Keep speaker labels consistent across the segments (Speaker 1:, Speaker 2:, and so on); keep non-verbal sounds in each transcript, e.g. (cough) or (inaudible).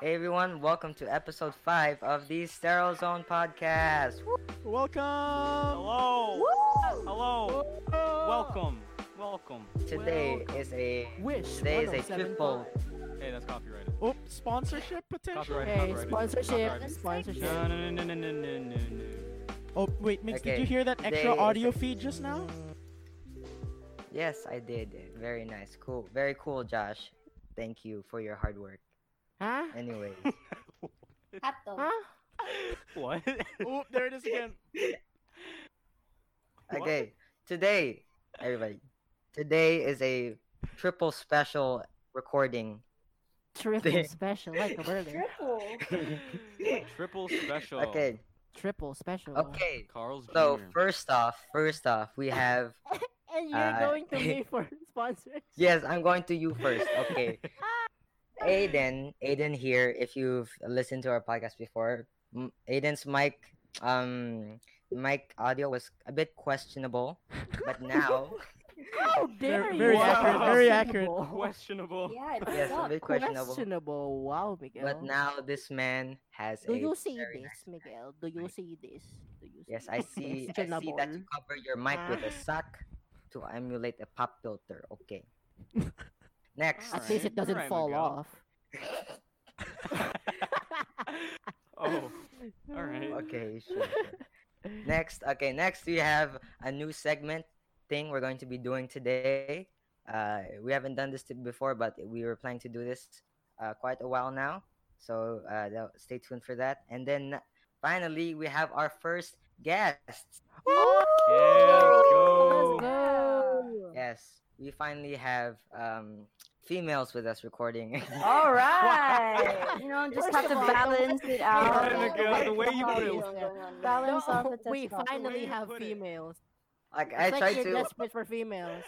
Speaker 1: Hey everyone, welcome to episode 5 of the Sterile Zone podcast. Woo!
Speaker 2: Welcome.
Speaker 3: Hello. Hello. Welcome. Welcome.
Speaker 1: Today is a
Speaker 4: Wish.
Speaker 1: today is a triple.
Speaker 3: Hey, that's copyrighted.
Speaker 2: Oh, sponsorship potential.
Speaker 3: Copyrighted.
Speaker 4: Hey,
Speaker 3: copyrighted.
Speaker 4: sponsorship.
Speaker 3: Copyrighted.
Speaker 4: Sponsorship.
Speaker 3: No, no, no, no, no, no, no, no.
Speaker 2: Oh, wait, Mix, did
Speaker 1: Okay,
Speaker 2: you hear that extra
Speaker 1: today is
Speaker 2: audio feed just (laughs) now?
Speaker 1: Yes, I did. Very nice. Cool. Very cool, Josh. Thank you for your hard work.
Speaker 4: Huh?
Speaker 1: Anyways,
Speaker 3: (laughs)
Speaker 4: Huh?
Speaker 3: What? (laughs)
Speaker 2: Oh, there it is again.
Speaker 3: What?
Speaker 1: okay. Today, everybody. Today is a triple special recording.
Speaker 4: Triple
Speaker 1: Damn.
Speaker 4: special, like a burger.
Speaker 3: (laughs) Triple special.
Speaker 1: Okay.
Speaker 4: Triple special.
Speaker 1: Okay.
Speaker 3: Carl's
Speaker 1: So,
Speaker 3: Jr.
Speaker 1: first off, first off, we have
Speaker 4: And you're
Speaker 1: Uh,
Speaker 4: going
Speaker 1: (laughs)
Speaker 4: to me for sponsors.
Speaker 1: Yes, I'm going to you first.
Speaker 4: (laughs)
Speaker 1: Okay. Aiden, Aiden here. If you've listened to our podcast before, m- Aiden's mic, um, mic audio was a bit questionable,
Speaker 4: (laughs)
Speaker 1: but now,
Speaker 4: How dare you?
Speaker 2: very
Speaker 3: accurate, very
Speaker 2: accurate.
Speaker 3: Questionable.
Speaker 4: Questionable.
Speaker 5: Yeah, it
Speaker 1: yes, a
Speaker 5: sucks.
Speaker 1: bit questionable.
Speaker 4: Questionable. Wow, Miguel.
Speaker 1: But now this man has
Speaker 4: Do
Speaker 1: a.
Speaker 4: you see
Speaker 1: very
Speaker 4: this, Miguel? Do you see this? Do you see
Speaker 1: Yes, I
Speaker 4: this?
Speaker 1: see. I see that you
Speaker 4: Questionable.
Speaker 1: cover your mic with a
Speaker 4: Ah.
Speaker 1: sock to emulate a pop filter.
Speaker 4: (laughs)
Speaker 1: Okay. Next.
Speaker 4: At
Speaker 3: Alright,
Speaker 4: least it doesn't
Speaker 3: alright,
Speaker 4: fall
Speaker 3: Miguel.
Speaker 4: off.
Speaker 3: (laughs) Oh. Alright.
Speaker 4: (laughs)
Speaker 1: Okay. Sure, sure. next okay next we have a new segment thing we're going to be doing today uh, we haven't done this t- before but we were planning to do this uh, quite a while now so uh, tha- stay tuned for that and then finally we have our first guest
Speaker 3: Yeah, let's go.
Speaker 4: Let's go.
Speaker 1: yes we finally have um, females with us recording (laughs)
Speaker 5: All right. You know, just
Speaker 4: First
Speaker 5: have to
Speaker 4: of all,
Speaker 5: balance
Speaker 4: (laughs)
Speaker 5: it
Speaker 3: Alright,
Speaker 5: out.
Speaker 3: Miguel, the way you put it.
Speaker 5: Balance
Speaker 4: No,
Speaker 5: out the
Speaker 4: we
Speaker 5: testosterone.
Speaker 4: finally
Speaker 3: you
Speaker 4: have
Speaker 3: put it.
Speaker 4: females.
Speaker 1: like
Speaker 4: It's
Speaker 1: i
Speaker 4: like
Speaker 1: tried
Speaker 4: you're
Speaker 1: to
Speaker 4: desperate
Speaker 3: (laughs)
Speaker 4: for females.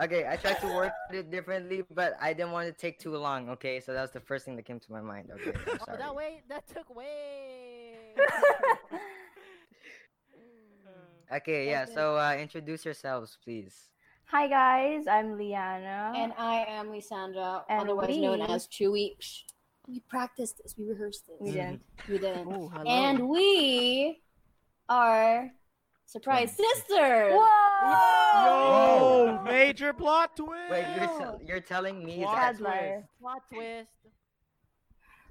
Speaker 1: okay i tried to work it differently but i didn't want to take too long okay so that was the first thing that came to my mind okay I'm
Speaker 4: (laughs) Oh,
Speaker 1: sorry.
Speaker 4: that way, that took
Speaker 3: (laughs)
Speaker 4: way.
Speaker 1: Okay, yeah.
Speaker 6: Okay.
Speaker 1: So uh, introduce yourselves, please.
Speaker 5: (laughs) Hi guys, I'm Liana.
Speaker 6: And I am Lisandra,
Speaker 5: And
Speaker 6: otherwise known
Speaker 5: we-
Speaker 6: as Chewy. Shh. We practiced this. We rehearsed this.
Speaker 5: we didn't.
Speaker 3: Mm-hmm.
Speaker 6: We didn't.
Speaker 4: Ooh, hello.
Speaker 6: And we are surprise sisters.
Speaker 5: Whoa!
Speaker 2: Yo, major plot twist.
Speaker 1: Wait,
Speaker 2: (laughs)
Speaker 1: you're, tell- you're telling me
Speaker 2: plot
Speaker 1: that?
Speaker 5: Sad liar.
Speaker 4: plot
Speaker 6: (laughs)
Speaker 4: twist.
Speaker 1: (laughs)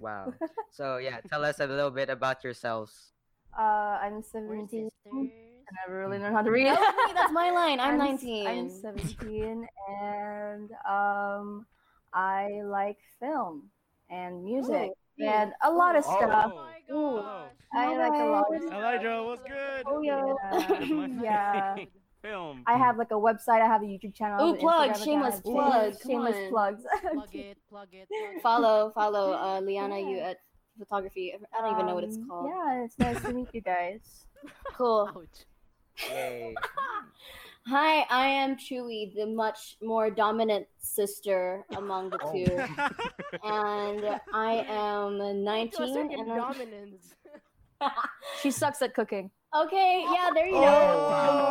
Speaker 1: Wow. So yeah, tell us a little bit about yourselves.
Speaker 5: Uh, I'm
Speaker 4: We're
Speaker 5: 17.
Speaker 4: sisters.
Speaker 5: I never really learned how to read.
Speaker 6: That's me, That's
Speaker 5: (laughs)
Speaker 6: my line. I'm, 19.
Speaker 5: I'm 17, and um, I like film and
Speaker 6: Oh,
Speaker 5: music and a lot of
Speaker 3: Oh.
Speaker 5: stuff.
Speaker 4: Oh my
Speaker 6: Ooh.
Speaker 4: gosh.
Speaker 5: I like a lot of
Speaker 6: Alright.
Speaker 2: Elijah, what's good?
Speaker 5: Oh, yeah. (laughs)
Speaker 3: That's my
Speaker 5: Um,
Speaker 3: (laughs)
Speaker 5: yeah.
Speaker 3: thing. Film.
Speaker 5: I have like a website. I have a YouTube channel. I have
Speaker 6: Ooh,
Speaker 5: an
Speaker 6: plug,
Speaker 5: Instagram account,
Speaker 6: shameless
Speaker 5: shameless-
Speaker 6: plug, come
Speaker 5: Shameless
Speaker 6: on.
Speaker 5: plugs.
Speaker 4: Plug it, plug it, plug it.
Speaker 6: Follow,
Speaker 5: (laughs)
Speaker 6: follow uh, Liana, you
Speaker 5: Yeah.
Speaker 6: at photography. I don't even know what it's
Speaker 5: Um,
Speaker 6: called.
Speaker 5: Yeah, it's nice to meet you guys.
Speaker 6: Cool. (laughs)
Speaker 4: Ouch.
Speaker 1: Yay.
Speaker 6: Hi, I am Chewy, the much more dominant sister among the
Speaker 1: Oh.
Speaker 6: two. and I
Speaker 2: (laughs)
Speaker 6: am
Speaker 4: To a
Speaker 6: 19
Speaker 4: certain
Speaker 6: and I'm...
Speaker 4: dominance. (laughs)
Speaker 5: She sucks at cooking.
Speaker 6: Okay, yeah, there you
Speaker 2: Oh,
Speaker 6: go.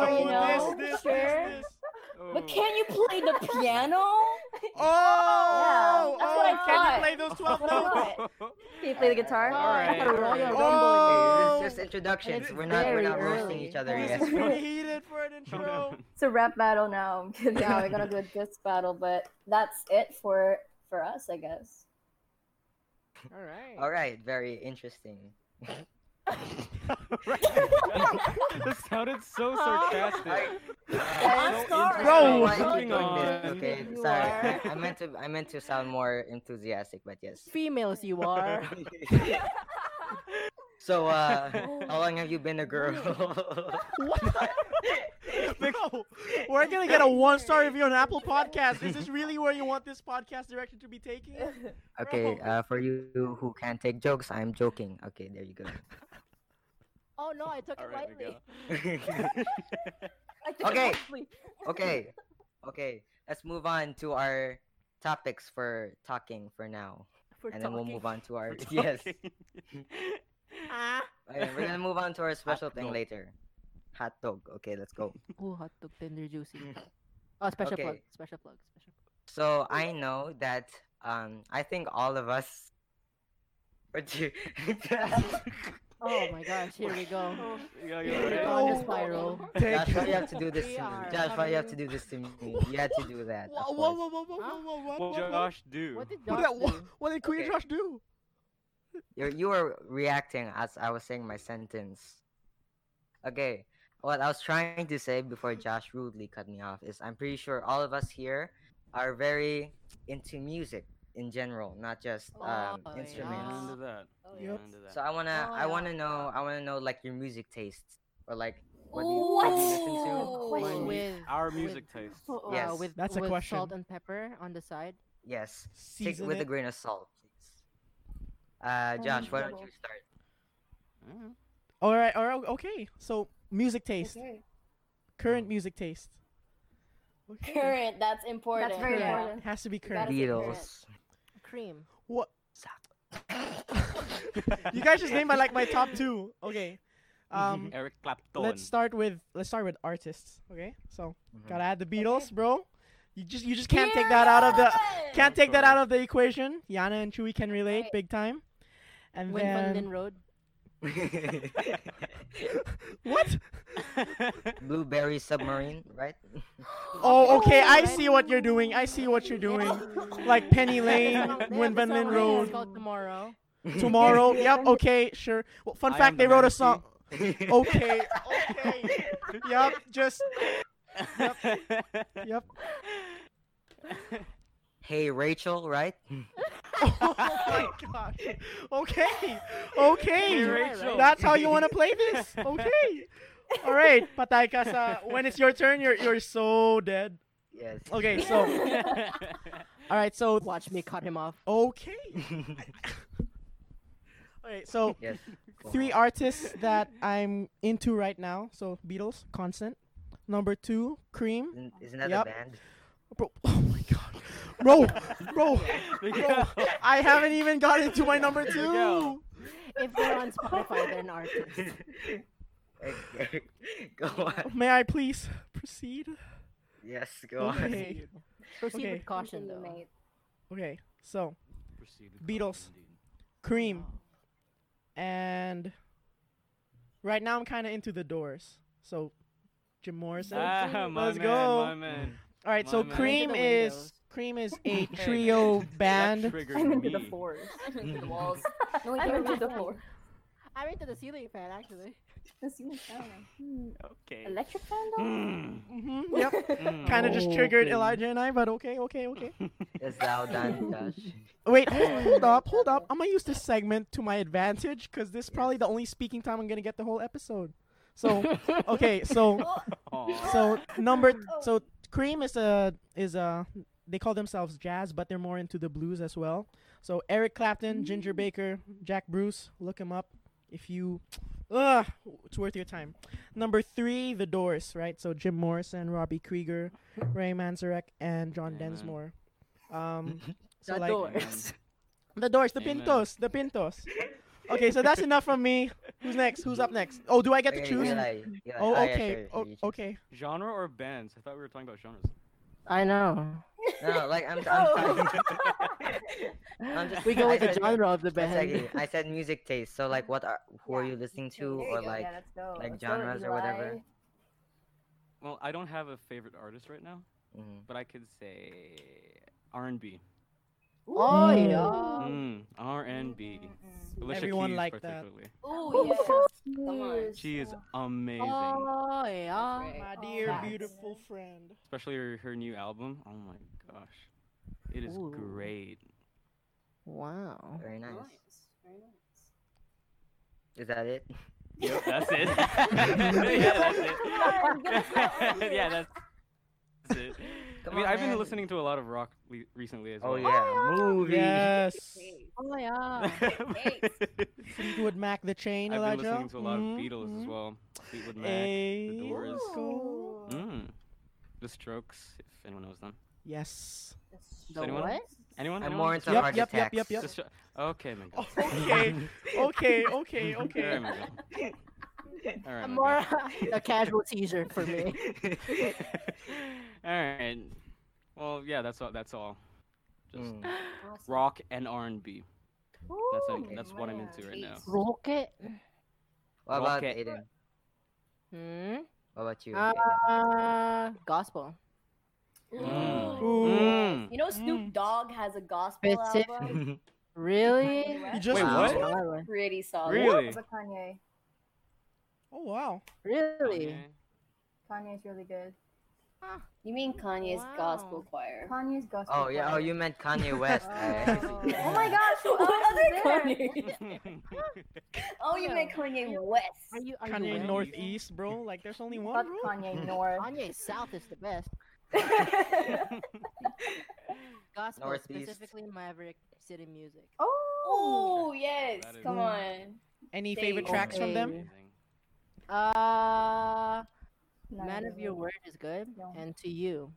Speaker 2: oh,
Speaker 6: you know,
Speaker 2: this, this,
Speaker 6: sure. (laughs)
Speaker 2: this, this.
Speaker 3: Oh.
Speaker 6: But
Speaker 3: (laughs)
Speaker 6: can you play the piano?
Speaker 2: Oh,
Speaker 6: that's what I
Speaker 2: oh, can you
Speaker 6: thought.
Speaker 2: play those 12
Speaker 6: That's what I
Speaker 2: notes?
Speaker 6: thought.
Speaker 5: Can you play the guitar?
Speaker 3: Alright,
Speaker 5: Royal
Speaker 3: alright.
Speaker 5: Rumble.
Speaker 1: Hey,
Speaker 2: Oh,
Speaker 1: this is just introductions.
Speaker 2: it's
Speaker 1: We're not we're
Speaker 5: very
Speaker 1: not roasting
Speaker 5: early.
Speaker 1: each other
Speaker 2: this
Speaker 1: yet.
Speaker 2: is preheated for an (laughs)
Speaker 3: Calm
Speaker 2: intro.
Speaker 3: down.
Speaker 5: It's a rap battle now. I'm kidding.
Speaker 6: yeah, we're gonna
Speaker 1: (laughs)
Speaker 6: do a disc battle, but that's it for for us, I guess.
Speaker 4: All right.
Speaker 1: All right, very interesting.
Speaker 3: Right. (laughs) that sounded so sarcastic.
Speaker 1: (laughs)
Speaker 5: I'm
Speaker 3: so
Speaker 5: sorry.
Speaker 2: Bro.
Speaker 3: interesting.
Speaker 1: Why are you doing this? (laughs)
Speaker 3: Moving on. (laughs)
Speaker 1: Okay,
Speaker 4: You
Speaker 1: sorry.
Speaker 4: are.
Speaker 1: (laughs) I meant to I meant to sound more enthusiastic, but
Speaker 4: (laughs)
Speaker 1: yes.
Speaker 4: (laughs) Females,
Speaker 3: (laughs)
Speaker 4: you are.
Speaker 1: So uh how long have you been a girl? (laughs)
Speaker 2: No, we're gonna get a one-star review on Apple Podcast. Is this really where you want this podcast direction to be taking?
Speaker 1: okay,
Speaker 2: Bro.
Speaker 1: uh for you who can't take jokes, I'm joking. Okay, there you go.
Speaker 4: (laughs) Oh no, I took
Speaker 3: All
Speaker 4: it
Speaker 3: right,
Speaker 4: lightly.
Speaker 1: okay.
Speaker 3: (laughs)
Speaker 1: Okay. Okay. Let's move on to our topics for talking for now.
Speaker 4: For
Speaker 1: and then we'll
Speaker 4: talking.
Speaker 1: move on to
Speaker 2: (laughs)
Speaker 1: our
Speaker 3: Miguel.
Speaker 1: (laughs) yes.
Speaker 4: Ah.
Speaker 1: Okay, we're gonna move on
Speaker 4: (laughs)
Speaker 1: to our special thing
Speaker 3: dog.
Speaker 1: later. Hot dog. Okay, let's go.
Speaker 4: (laughs) Ooh, hot dog tender juicy. Oh, special plug.
Speaker 1: Okay.
Speaker 4: Special plug. Special plug.
Speaker 1: So I know that um I think all of us (laughs) or (laughs)
Speaker 4: (laughs)
Speaker 1: two.
Speaker 4: Oh my gosh, (laughs) here
Speaker 3: (laughs)
Speaker 4: we (laughs) go.
Speaker 3: Yeah,
Speaker 4: Here we
Speaker 3: yeah, right?
Speaker 4: go on
Speaker 2: Oh.
Speaker 4: a spiral.
Speaker 2: Thank
Speaker 1: Josh,
Speaker 2: you.
Speaker 1: why you have to
Speaker 4: (laughs)
Speaker 1: do this
Speaker 4: We
Speaker 1: to me?
Speaker 4: are
Speaker 1: Josh, why you have to do
Speaker 4: coming-
Speaker 1: this to me? You had to
Speaker 4: (laughs)
Speaker 1: do that.
Speaker 2: Whoa,
Speaker 1: of
Speaker 2: whoa,
Speaker 1: course.
Speaker 2: whoa, whoa, whoa,
Speaker 4: Huh?
Speaker 2: whoa, whoa,
Speaker 3: What
Speaker 2: whoa,
Speaker 3: did
Speaker 2: whoa.
Speaker 3: Josh do?
Speaker 4: What did
Speaker 2: What
Speaker 4: Josh
Speaker 2: did-
Speaker 4: do?
Speaker 2: what- what did Queen
Speaker 1: Okay.
Speaker 2: Josh do?
Speaker 1: You're, you were reacting as I was saying my sentence. Okay. What I was trying to say before Josh rudely cut me off is I'm pretty sure all of us here are very into music in general, not just um,
Speaker 4: Oh,
Speaker 1: instruments.
Speaker 4: yeah.
Speaker 3: Into that.
Speaker 6: Oh,
Speaker 2: yeah. Yep.
Speaker 3: Into that.
Speaker 1: So I wanna,
Speaker 6: Oh,
Speaker 1: I
Speaker 6: yeah.
Speaker 1: wanna know, I wanna know like your music tastes or like what do you, what
Speaker 6: What?
Speaker 1: do you listen to?
Speaker 6: Ooh.
Speaker 1: What do you-
Speaker 4: With
Speaker 3: Our
Speaker 4: with-
Speaker 3: music taste. (laughs)
Speaker 4: uh,
Speaker 1: Yes.
Speaker 4: with,
Speaker 2: That's a
Speaker 4: with
Speaker 2: question.
Speaker 4: salt and pepper on the side.
Speaker 1: Yes, take it
Speaker 2: Season
Speaker 1: with a
Speaker 2: it.
Speaker 1: grain of salt, please. Uh, Josh, why don't you
Speaker 5: Understandable.
Speaker 1: start?
Speaker 3: Mm.
Speaker 2: All right, all right, okay. So music taste,
Speaker 6: Okay.
Speaker 2: current music taste. Okay.
Speaker 6: Current, that's important.
Speaker 5: Very
Speaker 2: Current.
Speaker 5: important.
Speaker 2: It has to be
Speaker 6: You gotta
Speaker 2: current.
Speaker 6: be
Speaker 1: Beatles.
Speaker 4: Cream.
Speaker 2: What? (laughs) You guys just named my like my top two. Okay. Um,
Speaker 3: Eric Clapton.
Speaker 2: let's start with let's start with artists. Okay, so
Speaker 1: Mhm.
Speaker 2: gotta add the Beatles, bro. You just you just can't take that out of the can't take that out of the equation. Yana and Chewy can relate
Speaker 6: Right.
Speaker 2: big time. And
Speaker 4: When Van Den
Speaker 2: then
Speaker 4: Road.
Speaker 1: Mm-hmm. (laughs)
Speaker 2: (laughs) what?
Speaker 3: (laughs)
Speaker 1: Blueberry Submarine, right?
Speaker 2: Oh, okay. I
Speaker 4: right.
Speaker 2: see what you're doing. I see what you're
Speaker 4: (laughs)
Speaker 2: doing. Like Penny Lane,
Speaker 4: They have
Speaker 2: Win
Speaker 4: a
Speaker 2: Van
Speaker 4: song
Speaker 2: Lin
Speaker 4: on it, It's
Speaker 2: Road,
Speaker 4: called Tomorrow.
Speaker 2: (laughs)
Speaker 1: (laughs)
Speaker 3: (laughs)
Speaker 2: Tomorrow. Yep. Okay. Sure. Well, fun
Speaker 3: I
Speaker 2: fact:
Speaker 3: Am
Speaker 2: they
Speaker 3: the
Speaker 2: wrote a
Speaker 3: Manatee. (laughs)
Speaker 2: song. Okay. Okay. yep.
Speaker 3: (laughs)
Speaker 2: Just (laughs) yep.
Speaker 1: hey Rachel, right?
Speaker 2: Oh my gosh. Okay. Okay.
Speaker 3: Hey, Rachel.
Speaker 2: That's how you want to
Speaker 3: (laughs)
Speaker 2: play this. Okay. All right, Patay ka sa. When it's your turn, you're you're so dead.
Speaker 1: Yes.
Speaker 2: Okay. So all right. So
Speaker 4: Watch me cut him off.
Speaker 2: okay. All right. So
Speaker 1: (laughs) yes.
Speaker 2: three artists that I'm into right now. So Beatles, Constant. Number two, Cream.
Speaker 1: Isn't, isn't that
Speaker 2: Yep.
Speaker 1: a band?
Speaker 2: Bro, (laughs) oh my god, bro, bro,
Speaker 3: Miguel.
Speaker 2: I haven't even gotten into my number
Speaker 3: There you go.
Speaker 2: two.
Speaker 4: If they're on Spotify, they're an artist.
Speaker 2: (laughs)
Speaker 1: (laughs) okay. (laughs) Go on.
Speaker 2: May I please proceed?
Speaker 1: Yes, go on.
Speaker 2: Okay,
Speaker 4: Proceed
Speaker 2: Okay.
Speaker 4: with caution, though.
Speaker 2: okay. So
Speaker 3: Proceed with
Speaker 2: Beatles.
Speaker 3: caution, indeed.
Speaker 2: Cream and right now I'm kind of into the Doors. So Jim Morrison.
Speaker 3: Ah, my
Speaker 2: Let's
Speaker 3: man,
Speaker 2: go.
Speaker 3: My man.
Speaker 2: All right,
Speaker 3: my
Speaker 2: so
Speaker 3: man.
Speaker 2: Cream
Speaker 4: Into the
Speaker 2: is
Speaker 4: windows.
Speaker 2: Cream is a
Speaker 3: Hey,
Speaker 2: trio
Speaker 3: that
Speaker 2: band.
Speaker 3: triggered
Speaker 5: I'm into the
Speaker 3: me.
Speaker 5: floors. (laughs)
Speaker 6: the walls.
Speaker 5: No, wait, I'm into the
Speaker 4: right.
Speaker 5: floor.
Speaker 4: I'm into the ceiling fan, actually.
Speaker 5: (laughs) This is- I don't know. Hmm,
Speaker 3: Okay.
Speaker 5: Electric fan
Speaker 1: (laughs)
Speaker 2: (laughs)
Speaker 5: though?
Speaker 3: Mm,
Speaker 2: hmm yep,
Speaker 3: mm.
Speaker 2: kind of just triggered
Speaker 1: Okay.
Speaker 2: Elijah and I, but okay, okay, (laughs) okay.
Speaker 1: Yes, thou done, Josh.
Speaker 2: Wait, hold, hold up, hold up. I'm gonna use this segment to my advantage because this is probably the only speaking time I'm gonna get the whole episode. So okay, so
Speaker 6: Oh.
Speaker 3: Aw.
Speaker 4: (laughs)
Speaker 2: so number
Speaker 4: Oh.
Speaker 2: so cream is a is a they call themselves jazz but they're more into the blues as well so eric clapton
Speaker 4: Mm.
Speaker 2: ginger baker jack bruce look him up if you Ugh, it's worth your time number three the doors right so jim morrison robbie
Speaker 4: (laughs)
Speaker 2: krieger ray manzarek and john
Speaker 3: Amen.
Speaker 2: densmore um so
Speaker 4: The
Speaker 2: like
Speaker 4: doors.
Speaker 2: the doors the
Speaker 3: Amen.
Speaker 2: pintos the pintos okay so that's enough from me who's next who's up next oh do i get to
Speaker 1: Okay,
Speaker 2: choose
Speaker 1: Eli, Eli.
Speaker 2: oh
Speaker 1: yeah,
Speaker 2: okay
Speaker 1: sure,
Speaker 2: oh,
Speaker 1: you choose.
Speaker 2: okay
Speaker 3: Genre or bands? I thought we were talking about
Speaker 2: (laughs)
Speaker 3: genres.
Speaker 4: I know.
Speaker 1: No, like I'm, I'm fine. I'm just,
Speaker 4: We go with
Speaker 2: (laughs)
Speaker 1: I
Speaker 4: the
Speaker 1: said-
Speaker 4: genre of the
Speaker 1: I said,
Speaker 4: band.
Speaker 1: I said music taste. So like, what are who are
Speaker 5: Yeah,
Speaker 1: you listening
Speaker 5: There
Speaker 1: to,
Speaker 5: you
Speaker 1: or
Speaker 5: go.
Speaker 1: like
Speaker 5: yeah, let's go.
Speaker 1: like
Speaker 5: Let's go,
Speaker 1: genres or whatever?
Speaker 5: Eli.
Speaker 3: Well, I don't have a favorite artist right now,
Speaker 1: Mhm.
Speaker 3: but I could say R&B.
Speaker 4: Oh,
Speaker 2: Mm.
Speaker 4: yeah.
Speaker 3: Mm, R&B.
Speaker 5: Mm-mm-mm.
Speaker 3: Alicia
Speaker 2: Everyone
Speaker 3: Keys
Speaker 2: like that.
Speaker 3: particularly.
Speaker 6: Oh, yeah. Come on.
Speaker 5: Yes.
Speaker 3: She is amazing,
Speaker 4: Oh, yeah.
Speaker 6: That's
Speaker 2: My
Speaker 6: right.
Speaker 2: dear
Speaker 4: Facts.
Speaker 2: beautiful friend.
Speaker 3: especially her, her new album. Oh my gosh, it is
Speaker 4: Ooh.
Speaker 3: great.
Speaker 5: Oh,
Speaker 4: Wow.
Speaker 1: Very nice.
Speaker 6: Very nice.
Speaker 1: Is that it?
Speaker 3: Yep,
Speaker 1: (laughs)
Speaker 3: that's it. (laughs) yeah, that's it. (laughs) yeah, that's, that's it.
Speaker 1: Come
Speaker 3: I mean,
Speaker 1: on,
Speaker 3: I've been
Speaker 1: man.
Speaker 3: listening to a lot of rock le- recently as
Speaker 1: Oh
Speaker 3: well.
Speaker 1: yeah, movie.
Speaker 2: Yes.
Speaker 4: (laughs) Oh, (laughs) yeah.
Speaker 3: (laughs)
Speaker 2: Fleetwood Mac, The Chain,
Speaker 3: I've been
Speaker 2: Elijah.
Speaker 3: listening to a lot of
Speaker 2: Mhm,
Speaker 3: Beatles as
Speaker 2: mhm.
Speaker 3: well. Fleetwood Mac,
Speaker 2: Hey,
Speaker 3: The Doors.
Speaker 2: let's go.
Speaker 3: mm, The Strokes. If anyone knows them.
Speaker 2: Yes.
Speaker 4: The
Speaker 3: anyone-
Speaker 4: what?
Speaker 3: Anyone?
Speaker 1: I'm
Speaker 3: anyone?
Speaker 1: more into
Speaker 2: Yep,
Speaker 1: heart
Speaker 2: yep, yep,
Speaker 1: attacks.
Speaker 2: yep, yep.
Speaker 3: The Stro- okay, my God.
Speaker 2: (laughs) Okay, okay, okay,
Speaker 3: There
Speaker 2: okay.
Speaker 3: we go. (laughs) All right,
Speaker 4: I'm
Speaker 3: my
Speaker 4: more (laughs)
Speaker 3: God.
Speaker 4: a casual teaser for (laughs) me.
Speaker 3: (laughs) all right. Well, yeah, that's all. That's all. Just
Speaker 1: Mm.
Speaker 3: rock and R and B. That's
Speaker 5: Ooh,
Speaker 3: what, that's what I'm
Speaker 5: man.
Speaker 3: into right now.
Speaker 6: Jeez.
Speaker 4: Rocket.
Speaker 1: What about
Speaker 3: Rocket.
Speaker 1: Aiden?
Speaker 4: Hmm.
Speaker 1: What about you?
Speaker 4: Uh,
Speaker 1: Aiden?
Speaker 4: gospel.
Speaker 3: Mm.
Speaker 2: Ooh.
Speaker 6: You know, Snoop
Speaker 2: Mm.
Speaker 6: Dogg has a gospel
Speaker 4: Specific-
Speaker 6: album.
Speaker 4: Really?
Speaker 2: You
Speaker 6: That's
Speaker 2: just
Speaker 3: Wait,
Speaker 2: used
Speaker 3: what?
Speaker 2: it?
Speaker 4: Wow.
Speaker 6: Pretty solid.
Speaker 3: Really?
Speaker 5: But Kanye.
Speaker 2: Oh wow.
Speaker 3: (laughs)
Speaker 4: Really?
Speaker 3: Okay.
Speaker 5: Kanye's really good.
Speaker 6: You mean Kanye's
Speaker 4: Wow.
Speaker 6: gospel choir?
Speaker 5: Kanye's gospel.
Speaker 1: Oh yeah. Oh,
Speaker 5: choir.
Speaker 1: you meant Kanye West. (laughs)
Speaker 5: (laughs)
Speaker 1: I-
Speaker 5: Oh my gosh, who
Speaker 6: What
Speaker 5: else is
Speaker 6: other
Speaker 5: there?
Speaker 6: Kanye?
Speaker 3: (laughs)
Speaker 6: oh, you meant Kanye West. (laughs)
Speaker 4: Are you? Are you
Speaker 2: Kanye
Speaker 4: ready?
Speaker 2: Northeast, bro. Like there's only one.
Speaker 5: Fuck
Speaker 2: Bro.
Speaker 1: Hmm.
Speaker 5: Kanye North.
Speaker 4: Kanye South is the best. Gospel
Speaker 1: Northeast.
Speaker 4: specifically Maverick City music.
Speaker 5: oh.
Speaker 6: Oh yes,
Speaker 3: That is-
Speaker 6: come on.
Speaker 2: Any
Speaker 6: They-
Speaker 2: favorite tracks from them?
Speaker 3: Amazing.
Speaker 4: Uh,
Speaker 5: None
Speaker 4: Man of
Speaker 5: them.
Speaker 4: Your Word is good,
Speaker 5: Yeah.
Speaker 4: and To You.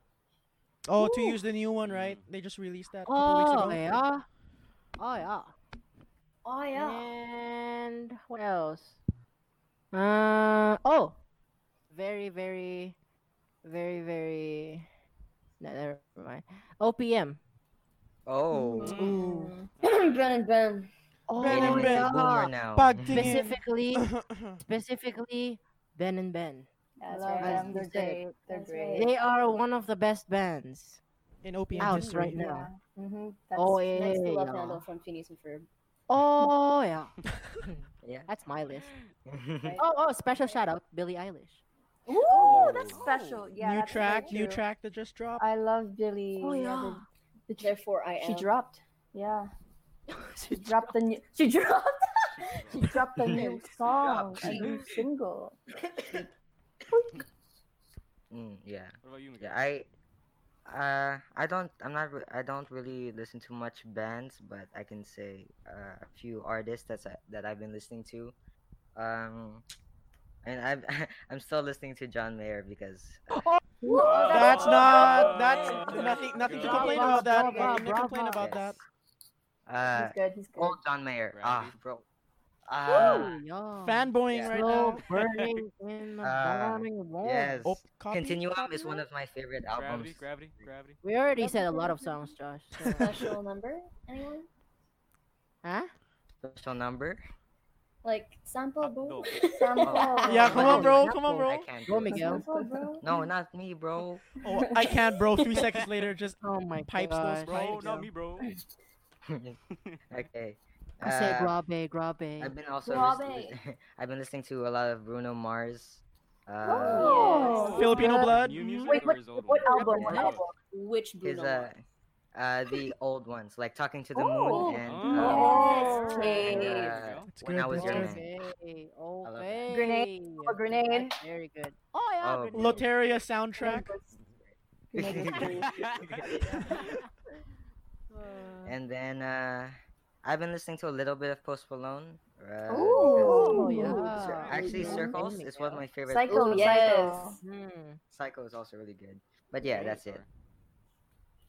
Speaker 2: Oh, to use the new one, right? They just released that a couple
Speaker 4: Oh
Speaker 2: weeks ago.
Speaker 4: yeah. Oh yeah.
Speaker 6: Oh yeah.
Speaker 4: And what else? Uh oh. Very very, very very. No, never mind. OPM.
Speaker 3: (laughs)
Speaker 1: oh.
Speaker 3: Mm.
Speaker 2: Ooh.
Speaker 6: (clears throat) Brennan Ben.
Speaker 4: Oh
Speaker 2: Ben and
Speaker 1: Aiden
Speaker 4: my
Speaker 1: is a boomer
Speaker 2: Ben.
Speaker 4: God.
Speaker 1: now.
Speaker 2: Pag
Speaker 1: (laughs)
Speaker 2: tingin.
Speaker 4: Specifically,
Speaker 2: (laughs)
Speaker 4: specifically Ben and Ben.
Speaker 5: I
Speaker 6: That's
Speaker 5: love
Speaker 4: right.
Speaker 5: them. They're
Speaker 4: That's
Speaker 5: great. They're
Speaker 6: That's
Speaker 5: great.
Speaker 6: right.
Speaker 4: They are one of the best bands.
Speaker 2: In OPM
Speaker 4: Out
Speaker 2: history.
Speaker 4: right now.
Speaker 5: Mm-hmm. That's,
Speaker 4: oh
Speaker 5: yeah.
Speaker 4: yeah.
Speaker 6: Next to Love
Speaker 4: yeah.
Speaker 6: Handle from Phineas and Ferb.
Speaker 4: Oh yeah. (laughs)
Speaker 1: Yeah.
Speaker 4: That's my list.
Speaker 1: Mhm.
Speaker 4: Oh oh, special shout out Billie Eilish.
Speaker 3: Mm.
Speaker 5: Ooh, that's special. Yeah.
Speaker 2: new
Speaker 5: that's so
Speaker 2: track, new
Speaker 5: true.
Speaker 2: track that just dropped.
Speaker 5: I love Billy.
Speaker 4: Oh,
Speaker 5: the-
Speaker 4: yeah.
Speaker 5: the tr-
Speaker 6: Therefore, I am.
Speaker 5: she dropped. Yeah. She dropped the new. She dropped. (laughs) she dropped the new song, a new single.
Speaker 1: (laughs) Mm, yeah.
Speaker 3: What about you, Miguel?
Speaker 1: Yeah. I. Uh, I don't. I'm not. re- I don't really listen to much bands, but I can say uh, a few artists that's uh, that I've been listening to. Um, and I'm (laughs) I'm still listening to John Mayer because
Speaker 3: Oh,
Speaker 2: That's
Speaker 3: oh,
Speaker 2: not.
Speaker 3: oh,
Speaker 2: That's
Speaker 3: oh,
Speaker 2: nothing.
Speaker 3: oh,
Speaker 2: Nothing to
Speaker 3: God.
Speaker 2: complain
Speaker 4: Bravo,
Speaker 2: about that.
Speaker 4: bravo,
Speaker 2: Nothing to complain
Speaker 4: bravo.
Speaker 2: about that.
Speaker 1: uh,
Speaker 5: he's good. He's good.
Speaker 1: old John Mayer. Ah,
Speaker 3: Randy.
Speaker 1: bro. Ah,
Speaker 4: Oh, yeah.
Speaker 2: Fanboying
Speaker 1: Yeah.
Speaker 2: right
Speaker 4: Slow
Speaker 2: now.
Speaker 4: burning in the
Speaker 1: Uh,
Speaker 4: dawning warmth.
Speaker 1: yes.
Speaker 2: Oh, copy,
Speaker 1: Continuum
Speaker 2: copy
Speaker 1: is one
Speaker 2: that?
Speaker 1: of my favorite
Speaker 3: Gravity,
Speaker 1: albums.
Speaker 3: gravity, gravity.
Speaker 4: We already said a lot of songs, Josh. (laughs) so-
Speaker 6: Special number? (laughs) Anyone?
Speaker 4: huh?
Speaker 1: Special number.
Speaker 6: Like sample
Speaker 3: Uh,
Speaker 6: bro?
Speaker 3: no.
Speaker 5: Sample.
Speaker 2: Yeah, come on, bro.
Speaker 4: Not
Speaker 2: Come on,
Speaker 4: full.
Speaker 1: I
Speaker 2: bro.
Speaker 1: can't.
Speaker 4: Go,
Speaker 1: do it.
Speaker 4: Miguel.
Speaker 5: Sample, bro.
Speaker 1: No, not me, bro. (laughs)
Speaker 2: Oh, I can't, bro. Three seconds later, just
Speaker 4: Oh my
Speaker 2: Pipes
Speaker 4: gosh.
Speaker 2: those Right,
Speaker 3: Bro,
Speaker 2: yeah.
Speaker 3: not Oh, me, bro.
Speaker 1: okay.
Speaker 4: I say
Speaker 1: uh,
Speaker 4: grabe, grabe.
Speaker 1: I've been also
Speaker 6: Grabe.
Speaker 1: listening- I've been listening to (laughs) a lot of Bruno Mars. Uh,
Speaker 5: Oh,
Speaker 6: Yes.
Speaker 2: Filipino blood.
Speaker 3: New music
Speaker 5: Wait,
Speaker 3: or his old
Speaker 5: What
Speaker 3: one?
Speaker 5: album? What
Speaker 1: Yeah.
Speaker 5: album?
Speaker 6: Which
Speaker 1: his
Speaker 6: Bruno?
Speaker 1: uh,
Speaker 6: Mars?
Speaker 1: uh, the old ones like Talking to the
Speaker 5: Oh.
Speaker 1: Moon and
Speaker 3: Oh.
Speaker 1: uh,
Speaker 6: Yes,
Speaker 1: and,
Speaker 6: Kate.
Speaker 1: uh,
Speaker 3: Miguel?
Speaker 2: It's
Speaker 1: When
Speaker 2: good,
Speaker 1: I Was
Speaker 2: it's
Speaker 1: Your Man.
Speaker 2: good.
Speaker 4: Okay, okay.
Speaker 1: that.
Speaker 5: Grenade, oh, grenade.
Speaker 4: That's Very good. Oh yeah.
Speaker 1: Oh,
Speaker 4: grenade.
Speaker 2: Loteria
Speaker 5: (laughs)
Speaker 2: soundtrack. (laughs)
Speaker 4: (laughs)
Speaker 1: and then uh, I've been listening to a little bit of Post Malone. Uh,
Speaker 4: Oh
Speaker 5: Ooh.
Speaker 1: because-
Speaker 4: yeah.
Speaker 1: Actually,
Speaker 4: Yeah.
Speaker 1: Circles is one of my favorite.
Speaker 5: Psycho.
Speaker 6: Ooh,
Speaker 5: Psycho.
Speaker 6: yes.
Speaker 4: Hmm.
Speaker 1: Psycho is also really good. But yeah, that's it.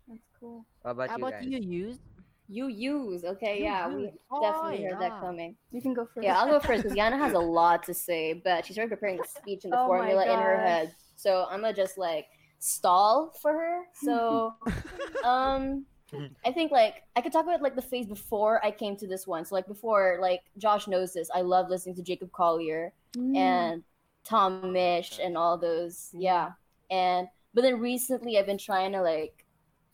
Speaker 5: That's cool.
Speaker 1: What about
Speaker 4: How
Speaker 1: you
Speaker 4: about
Speaker 1: guys?
Speaker 4: you used?
Speaker 6: You use. Okay, yeah. We
Speaker 4: Oh,
Speaker 6: definitely heard
Speaker 4: yeah.
Speaker 6: that coming.
Speaker 5: You can go first.
Speaker 6: Yeah, I'll go first because Yana has a lot to say, but she started preparing the speech and the
Speaker 5: Oh my
Speaker 6: formula in her
Speaker 5: gosh.
Speaker 6: head. So I'm gonna just like stall for her. So, um, I think like I could talk about like the phase before I came to this one. So like before, like Josh knows this. I love listening to Jacob Collier
Speaker 5: Mm.
Speaker 6: and Tom Mish and all those. Yeah, and but then recently I've been trying to like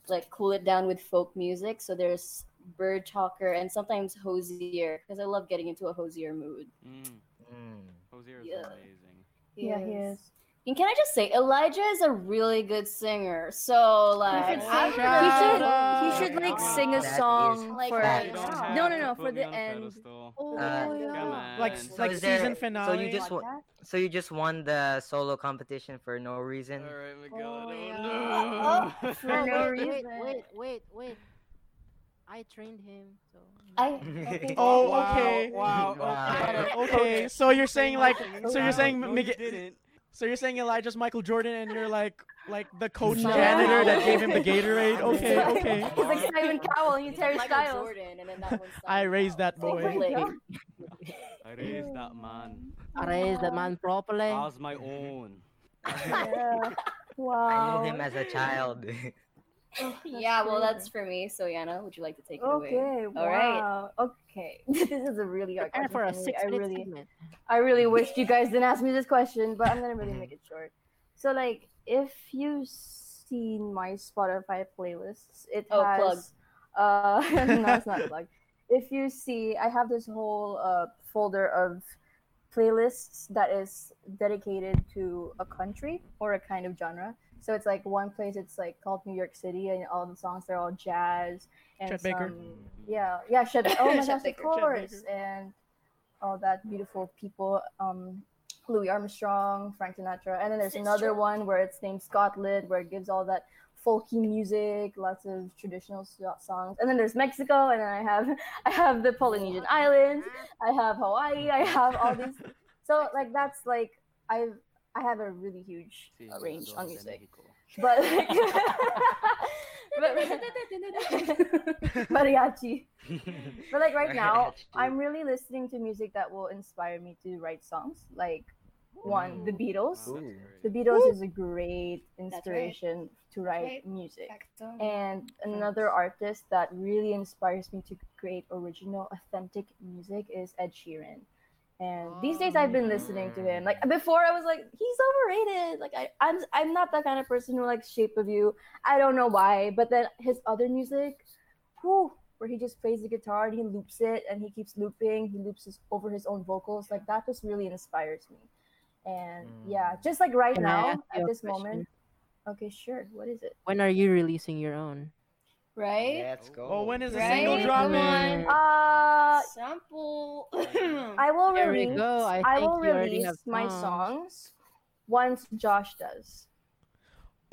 Speaker 6: like cool it down with folk music. So there's Bird Talker and sometimes Hosier because I love getting into a Hosier mood.
Speaker 3: Mm,
Speaker 2: Hmm.
Speaker 1: Mm.
Speaker 3: Hosier is
Speaker 6: Yeah.
Speaker 3: amazing.
Speaker 5: Yeah, he is.
Speaker 6: And can I just say, Elijah is a really good singer. So like,
Speaker 5: should
Speaker 6: I-
Speaker 5: sing.
Speaker 2: Shout
Speaker 6: he
Speaker 2: out.
Speaker 6: should he should like
Speaker 3: Wow.
Speaker 6: sing a
Speaker 1: That is (laughs)
Speaker 6: song like
Speaker 5: For-
Speaker 3: You
Speaker 5: fact.
Speaker 3: don't
Speaker 5: No,
Speaker 3: have
Speaker 6: no, no,
Speaker 3: to
Speaker 6: no,
Speaker 3: put
Speaker 6: for
Speaker 3: me
Speaker 6: the
Speaker 3: on a
Speaker 6: end.
Speaker 3: pedestal.
Speaker 4: Oh,
Speaker 1: Uh,
Speaker 4: yeah.
Speaker 3: Come on.
Speaker 2: Like
Speaker 1: So
Speaker 2: like
Speaker 1: is there-
Speaker 2: season
Speaker 1: So
Speaker 2: finale.
Speaker 1: you just won.
Speaker 5: Podcast?
Speaker 1: So you just won the solo competition for no reason. (laughs)
Speaker 3: (laughs) All right, Miguel.
Speaker 4: Oh,
Speaker 3: I (laughs) don't know.
Speaker 4: Oh,
Speaker 5: For no
Speaker 4: wait, wait,
Speaker 5: reason.
Speaker 4: wait, wait, wait. I trained him, so. you know.
Speaker 6: I okay.
Speaker 2: Oh,
Speaker 6: wow.
Speaker 2: okay.
Speaker 3: Wow.
Speaker 1: Wow.
Speaker 3: Okay.
Speaker 2: Okay, so you're saying like,
Speaker 3: Singing
Speaker 2: so you're
Speaker 3: now.
Speaker 2: saying
Speaker 3: no,
Speaker 2: Miguel-
Speaker 3: you didn't.
Speaker 2: so you're saying Elijah's Michael Jordan, and you're like, like the coach
Speaker 5: No.
Speaker 2: janitor that gave him the Gatorade.
Speaker 3: I'm
Speaker 2: Okay,
Speaker 3: sorry.
Speaker 2: okay.
Speaker 5: He's like
Speaker 6: (laughs)
Speaker 5: Simon Cowell and you
Speaker 6: He's
Speaker 5: Terry
Speaker 6: Michael
Speaker 5: Styles.
Speaker 6: Jordan, and then that one's
Speaker 2: I
Speaker 6: Simon
Speaker 2: raised
Speaker 6: Cowell.
Speaker 2: that boy.
Speaker 5: (laughs) my
Speaker 6: Like,
Speaker 5: God.
Speaker 3: I raised that man.
Speaker 4: I raised
Speaker 2: (laughs)
Speaker 4: the man properly.
Speaker 3: I was my own.
Speaker 5: Yeah.
Speaker 1: I
Speaker 5: (laughs)
Speaker 2: (laughs)
Speaker 5: Wow. Oh,
Speaker 1: knew him as a child.
Speaker 6: yeah, well, that's for me. So, Yana, would you like to take it away?
Speaker 5: Okay.
Speaker 6: All right.
Speaker 5: Wow. Okay. (laughs) This is a really hard
Speaker 4: And
Speaker 5: question
Speaker 4: for a
Speaker 5: me.
Speaker 4: six
Speaker 5: I
Speaker 4: minute
Speaker 5: really,
Speaker 4: segment.
Speaker 5: I really wished you guys didn't ask me this question, but I'm gonna really make it short. So like, if you've seen my Spotify playlists, it
Speaker 6: Oh, plug.
Speaker 5: has. Uh, (laughs) no, it's not a plug. If you see, I have this whole uh, folder of playlists that is dedicated to a country or a kind of genre. So it's like one place it's like called New York City, and all the songs they're all jazz and
Speaker 2: Chet
Speaker 5: some,
Speaker 2: Baker.
Speaker 5: yeah, yeah, Chet. Oh my
Speaker 6: Chet
Speaker 5: gosh, of
Speaker 6: Baker.
Speaker 2: Chet
Speaker 5: course, and all that beautiful people. Um, Louis Armstrong, Frank Sinatra, and then there's another
Speaker 6: Sinatra.
Speaker 5: one where it's named Scotland, where it gives all that folky music, lots of traditional so- songs, and then there's Mexico, and then I have (laughs) I have the Polynesian Islands, I have Hawaii, I have all these. So like that's like I've I have a really huge uh, range on music,
Speaker 1: (laughs)
Speaker 5: but (laughs) but (laughs) mariachi. But like right now, I'm really listening to music that will inspire me to write songs. Like one, the Beatles. The Beatles is a great inspiration to write
Speaker 6: Right.
Speaker 5: music.
Speaker 6: Backstone.
Speaker 5: And another artist that really inspires me to create original, authentic music is Ed Sheeran. And these days I've been listening to him. Like before I was like, he's overrated. Like I, I'm I'm not that kind of person who likes Shape of You. I don't know why. But then his other music, whew, where he just plays the guitar and he loops it and he keeps looping, he loops his, over his own vocals. Like that just really inspires me. And yeah, just like right
Speaker 4: Can I ask
Speaker 5: now,
Speaker 4: you
Speaker 5: at
Speaker 4: a
Speaker 5: this
Speaker 4: question?
Speaker 5: moment. Okay, sure. What is it?
Speaker 4: When are you releasing your own?
Speaker 6: (laughs) Right?
Speaker 1: Let's go.
Speaker 2: Oh, when is the
Speaker 6: Right?
Speaker 2: single dropping?
Speaker 4: Mm.
Speaker 5: Uh,
Speaker 6: Sample. (clears throat)
Speaker 5: I will
Speaker 4: There we
Speaker 5: release.
Speaker 4: go. I
Speaker 5: I,
Speaker 4: think
Speaker 5: will
Speaker 4: you already
Speaker 5: release
Speaker 4: have
Speaker 5: my
Speaker 4: (laughs)
Speaker 5: songs once Josh does.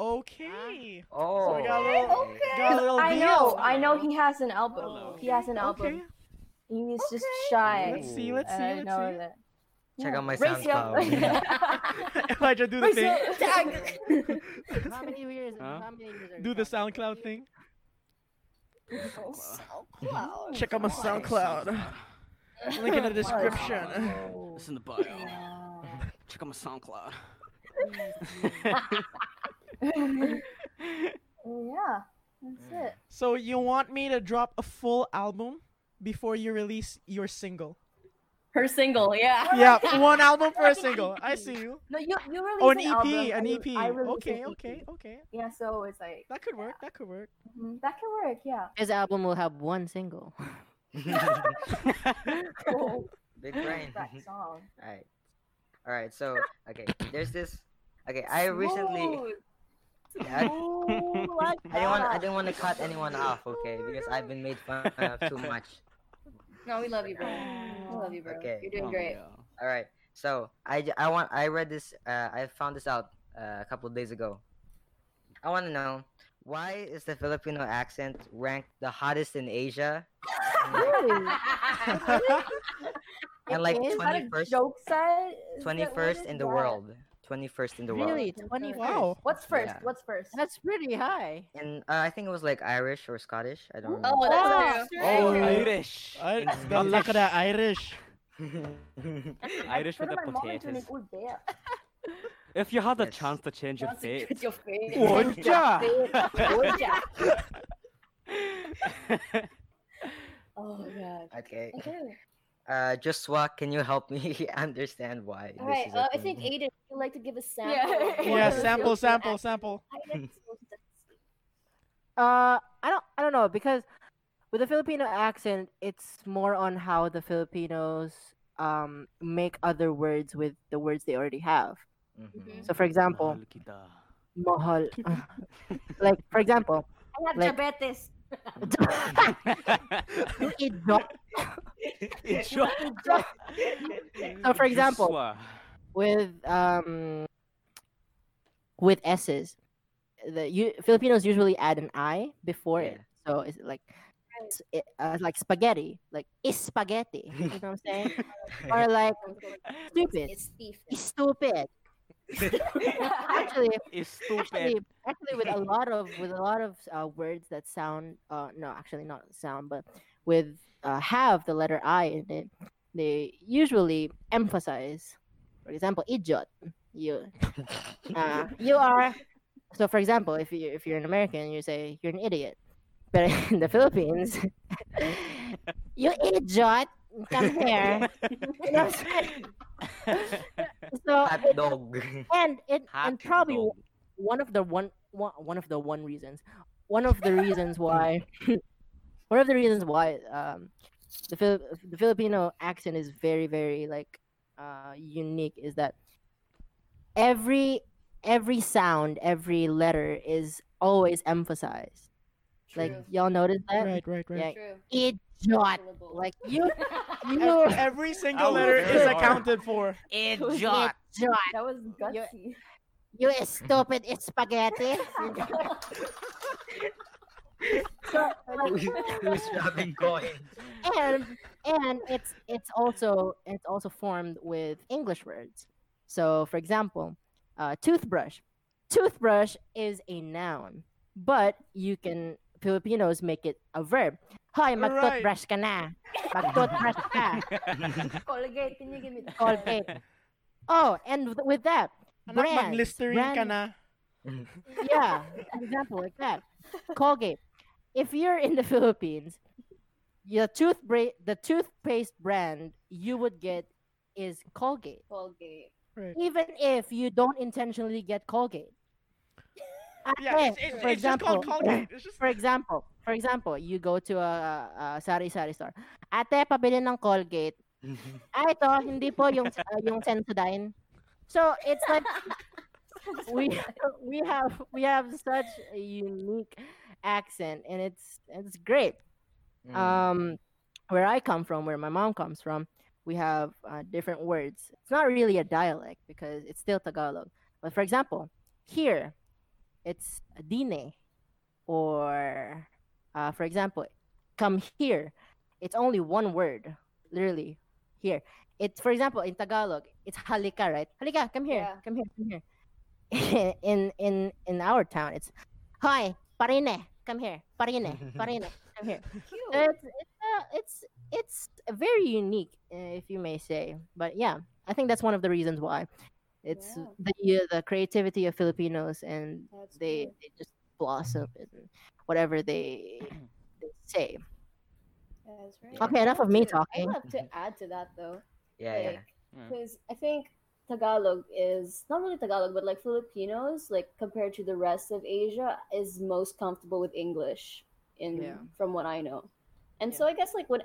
Speaker 2: Okay.
Speaker 1: Oh.
Speaker 2: So we got a little- Got a little
Speaker 5: I
Speaker 2: deal.
Speaker 5: know. I know he has an album.
Speaker 3: Hello.
Speaker 5: He has an album.
Speaker 2: Okay.
Speaker 5: He is just
Speaker 6: Okay.
Speaker 5: shy.
Speaker 2: Let's see. Let's
Speaker 5: and I
Speaker 2: see.
Speaker 5: know
Speaker 2: Let's
Speaker 5: that.
Speaker 1: Check
Speaker 5: Yeah.
Speaker 1: out my
Speaker 5: Raise you up.
Speaker 1: (laughs) SoundCloud.
Speaker 2: (laughs) see. Elijah, do the thing.
Speaker 4: How many years?
Speaker 3: Huh?
Speaker 4: How many years are
Speaker 2: Do the
Speaker 4: you talking?
Speaker 2: SoundCloud thing.
Speaker 6: SoundCloud.
Speaker 2: Check out my SoundCloud. Link
Speaker 5: (laughs)
Speaker 2: in the description. (laughs)
Speaker 3: Listen to bio. Check out my
Speaker 4: (laughs)
Speaker 3: SoundCloud.
Speaker 5: yeah, that's
Speaker 1: Mm.
Speaker 5: it.
Speaker 2: So you want me to drop a full album before you release your single?
Speaker 6: Her single, yeah.
Speaker 2: Yeah, one album for a
Speaker 5: E
Speaker 2: single. I see you.
Speaker 5: No, you you release
Speaker 2: Oh, an EP,
Speaker 5: album, I
Speaker 2: an
Speaker 5: re-
Speaker 2: EP.
Speaker 5: I release
Speaker 2: Okay,
Speaker 5: an E
Speaker 2: okay,
Speaker 5: EP.
Speaker 2: okay.
Speaker 5: Yeah, so it's like
Speaker 2: That could work. That could
Speaker 5: (laughs)
Speaker 2: work.
Speaker 5: mhm, that can work.
Speaker 1: (laughs)
Speaker 5: Yeah.
Speaker 4: His album will have one
Speaker 2: (laughs)
Speaker 4: single.
Speaker 1: Big brain.
Speaker 5: that song.
Speaker 1: (laughs) All right. All right. So, okay. There's this. Okay. I recently. (laughs) I,
Speaker 4: Ooh,
Speaker 1: (laughs)
Speaker 4: I
Speaker 5: Oh,
Speaker 1: I didn't want. I didn't want to cut anyone off. Okay, because I've been made fun of too much.
Speaker 6: No, we love you, bro. We love you, bro.
Speaker 1: Okay.
Speaker 6: You're doing
Speaker 3: Oh,
Speaker 6: great. (laughs)
Speaker 3: yeah.
Speaker 1: All right. So I, j- I want I read this uh, I found this out uh, a couple days ago. I want to know why is the Filipino accent ranked the hottest in Asia and
Speaker 5: (laughs)
Speaker 1: like- (laughs)
Speaker 6: Oh,
Speaker 1: and like
Speaker 5: Is that
Speaker 1: twenty
Speaker 5: a
Speaker 1: first
Speaker 5: joke set? Is that- what
Speaker 1: twenty first
Speaker 5: is
Speaker 1: in the
Speaker 5: that?
Speaker 1: world twenty first in the
Speaker 4: really
Speaker 1: world
Speaker 4: (laughs) twenty.
Speaker 2: Wow.
Speaker 5: What's first?
Speaker 1: Yeah.
Speaker 5: What's first?
Speaker 4: That's pretty high.
Speaker 1: and uh, I think it was like Irish or Scottish I don't remember. (laughs)
Speaker 6: Oh, that's
Speaker 3: Oh,
Speaker 2: Yeah.
Speaker 3: Irish.
Speaker 2: I
Speaker 1: Mhm.
Speaker 2: got luck of that Irish.
Speaker 3: Irish with
Speaker 5: Turn
Speaker 3: the
Speaker 5: my mom oh, into an
Speaker 3: potatoes.
Speaker 5: old
Speaker 1: (laughs)
Speaker 5: bear.
Speaker 3: If you had the
Speaker 1: Yes.
Speaker 3: chance to change your fate.
Speaker 6: It's your face.
Speaker 2: (laughs)
Speaker 5: (laughs)
Speaker 2: Would ya?
Speaker 3: (laughs)
Speaker 6: Oh god.
Speaker 1: okay
Speaker 6: Okay.
Speaker 1: uh Joshua can you help me (laughs) understand why
Speaker 6: All right.
Speaker 1: is a
Speaker 6: Uh, I
Speaker 1: thing?
Speaker 6: think Aiden, would like to give a sample?
Speaker 5: Yeah.
Speaker 6: of
Speaker 2: Yeah,
Speaker 6: the
Speaker 2: sample,
Speaker 6: Filipino
Speaker 2: sample, (laughs)
Speaker 6: accent?
Speaker 5: (laughs)
Speaker 2: sample.
Speaker 4: Uh, I don't. I don't know because with the Filipino accent, it's more on how the Filipinos um make other words with the words they already have.
Speaker 1: Mhm.
Speaker 4: So, for example,
Speaker 3: Mahal kita.
Speaker 4: mahal. (laughs) like for
Speaker 2: (laughs)
Speaker 3: (laughs)
Speaker 4: example, (laughs)
Speaker 5: I have
Speaker 4: Like-
Speaker 1: (laughs)
Speaker 5: diabetes.
Speaker 4: you idiot. (laughs) So, for example,
Speaker 3: Joshua.
Speaker 4: with um with s's the you, filipinos usually add an i before
Speaker 1: Yeah.
Speaker 4: it so it's like s- it, uh, like spaghetti like is spaghetti you know what i'm saying or like stupid
Speaker 6: It's thief.
Speaker 4: is stupid
Speaker 1: (laughs)
Speaker 4: actually
Speaker 3: It's stupid.
Speaker 4: actually actually with a lot of with a lot of uh, words that sound uh no actually not sound but with uh, have the letter i in it they usually emphasize for example idiot you uh, you are So, for example, if you if you're an American, you say you're an idiot, but in the Philippines, (laughs) you idiot, come
Speaker 3: (laughs)
Speaker 4: here. You know what I'm saying? so
Speaker 1: Hot
Speaker 4: it-
Speaker 1: (laughs) dog.
Speaker 4: and it and
Speaker 3: Hot
Speaker 4: probably
Speaker 3: dog.
Speaker 4: one of the one one one of the one reasons one of the reasons why (laughs) one of the reasons why um the Phil- the Filipino accent is very very like uh unique is that every every sound every letter is always emphasized like y'all notice that
Speaker 2: Right, right, right.
Speaker 4: Yeah.
Speaker 6: True.
Speaker 4: idiot
Speaker 6: Syllable. (laughs)
Speaker 4: like you you
Speaker 2: Ev- Every single
Speaker 3: was
Speaker 2: letter
Speaker 3: very
Speaker 2: is
Speaker 3: hard.
Speaker 2: accounted for.
Speaker 4: idiot
Speaker 5: (laughs) That was gutsy.
Speaker 1: (laughs)
Speaker 4: you stupid
Speaker 5: (laughs)
Speaker 4: spaghetti
Speaker 1: Who's who's dropping (laughs) coins?
Speaker 4: and and it's it's also it's also formed with English words. So, for example, uh, toothbrush. Toothbrush is a noun, but you can Filipinos make it a verb. Hi,
Speaker 2: Right.
Speaker 4: magtoothbrush ka na. Magtoothbrush ka.
Speaker 2: (laughs)
Speaker 3: (laughs)
Speaker 5: (laughs) Colgate, can you
Speaker 1: (laughs)
Speaker 5: give me that?
Speaker 4: Colgate. Oh, and with- with that,
Speaker 2: Anak,
Speaker 4: brand.
Speaker 2: mag-Listerine ka
Speaker 4: brand-
Speaker 2: na.
Speaker 4: yeah, an example like that. Colgate. If you're in the (laughs) Philippines, the toothbra- the toothpaste brand you would get is Colgate,
Speaker 6: Colgate.
Speaker 2: Right.
Speaker 4: even if you don't intentionally get Colgate.
Speaker 2: Yeah,
Speaker 4: Eh,
Speaker 2: it's, it's, it's just called Colgate. It's just
Speaker 4: For example, for example, you go to a, a sari-sari store. Ate, pabili ng Colgate.
Speaker 1: Mm,
Speaker 4: Ah, ito, hindi po yung, uh, yung Sensodyne. So, it's like we we have we have such a unique accent and it's it's great
Speaker 1: Mm.
Speaker 4: um where i come from where my mom comes from we have uh, different words it's not really a dialect because it's still tagalog but for example here it's dine or uh, for example come here it's only one word literally here it's for example in tagalog it's halika right halika come here
Speaker 6: Yeah.
Speaker 4: come here come here (laughs) in in in our town it's hi parine come here parine parine come here so
Speaker 1: Um,
Speaker 6: Cute.
Speaker 4: it's it's, uh, it's it's very unique, uh, if you may say. But yeah, I think that's one of the reasons why it's
Speaker 6: Yeah.
Speaker 4: the uh, the creativity of Filipinos and
Speaker 6: That's
Speaker 4: they, they just blossom in whatever they they say.
Speaker 6: cool. That's right.
Speaker 4: Okay, enough of me
Speaker 6: i
Speaker 4: talking.
Speaker 6: love to add to that though.
Speaker 1: yeah, yeah.
Speaker 3: Mm.
Speaker 6: Because I think Tagalog is not really Tagalog, but like Filipinos, like compared to the rest of Asia, is most comfortable with English in
Speaker 4: Yeah.
Speaker 6: from what I know. And so I guess like when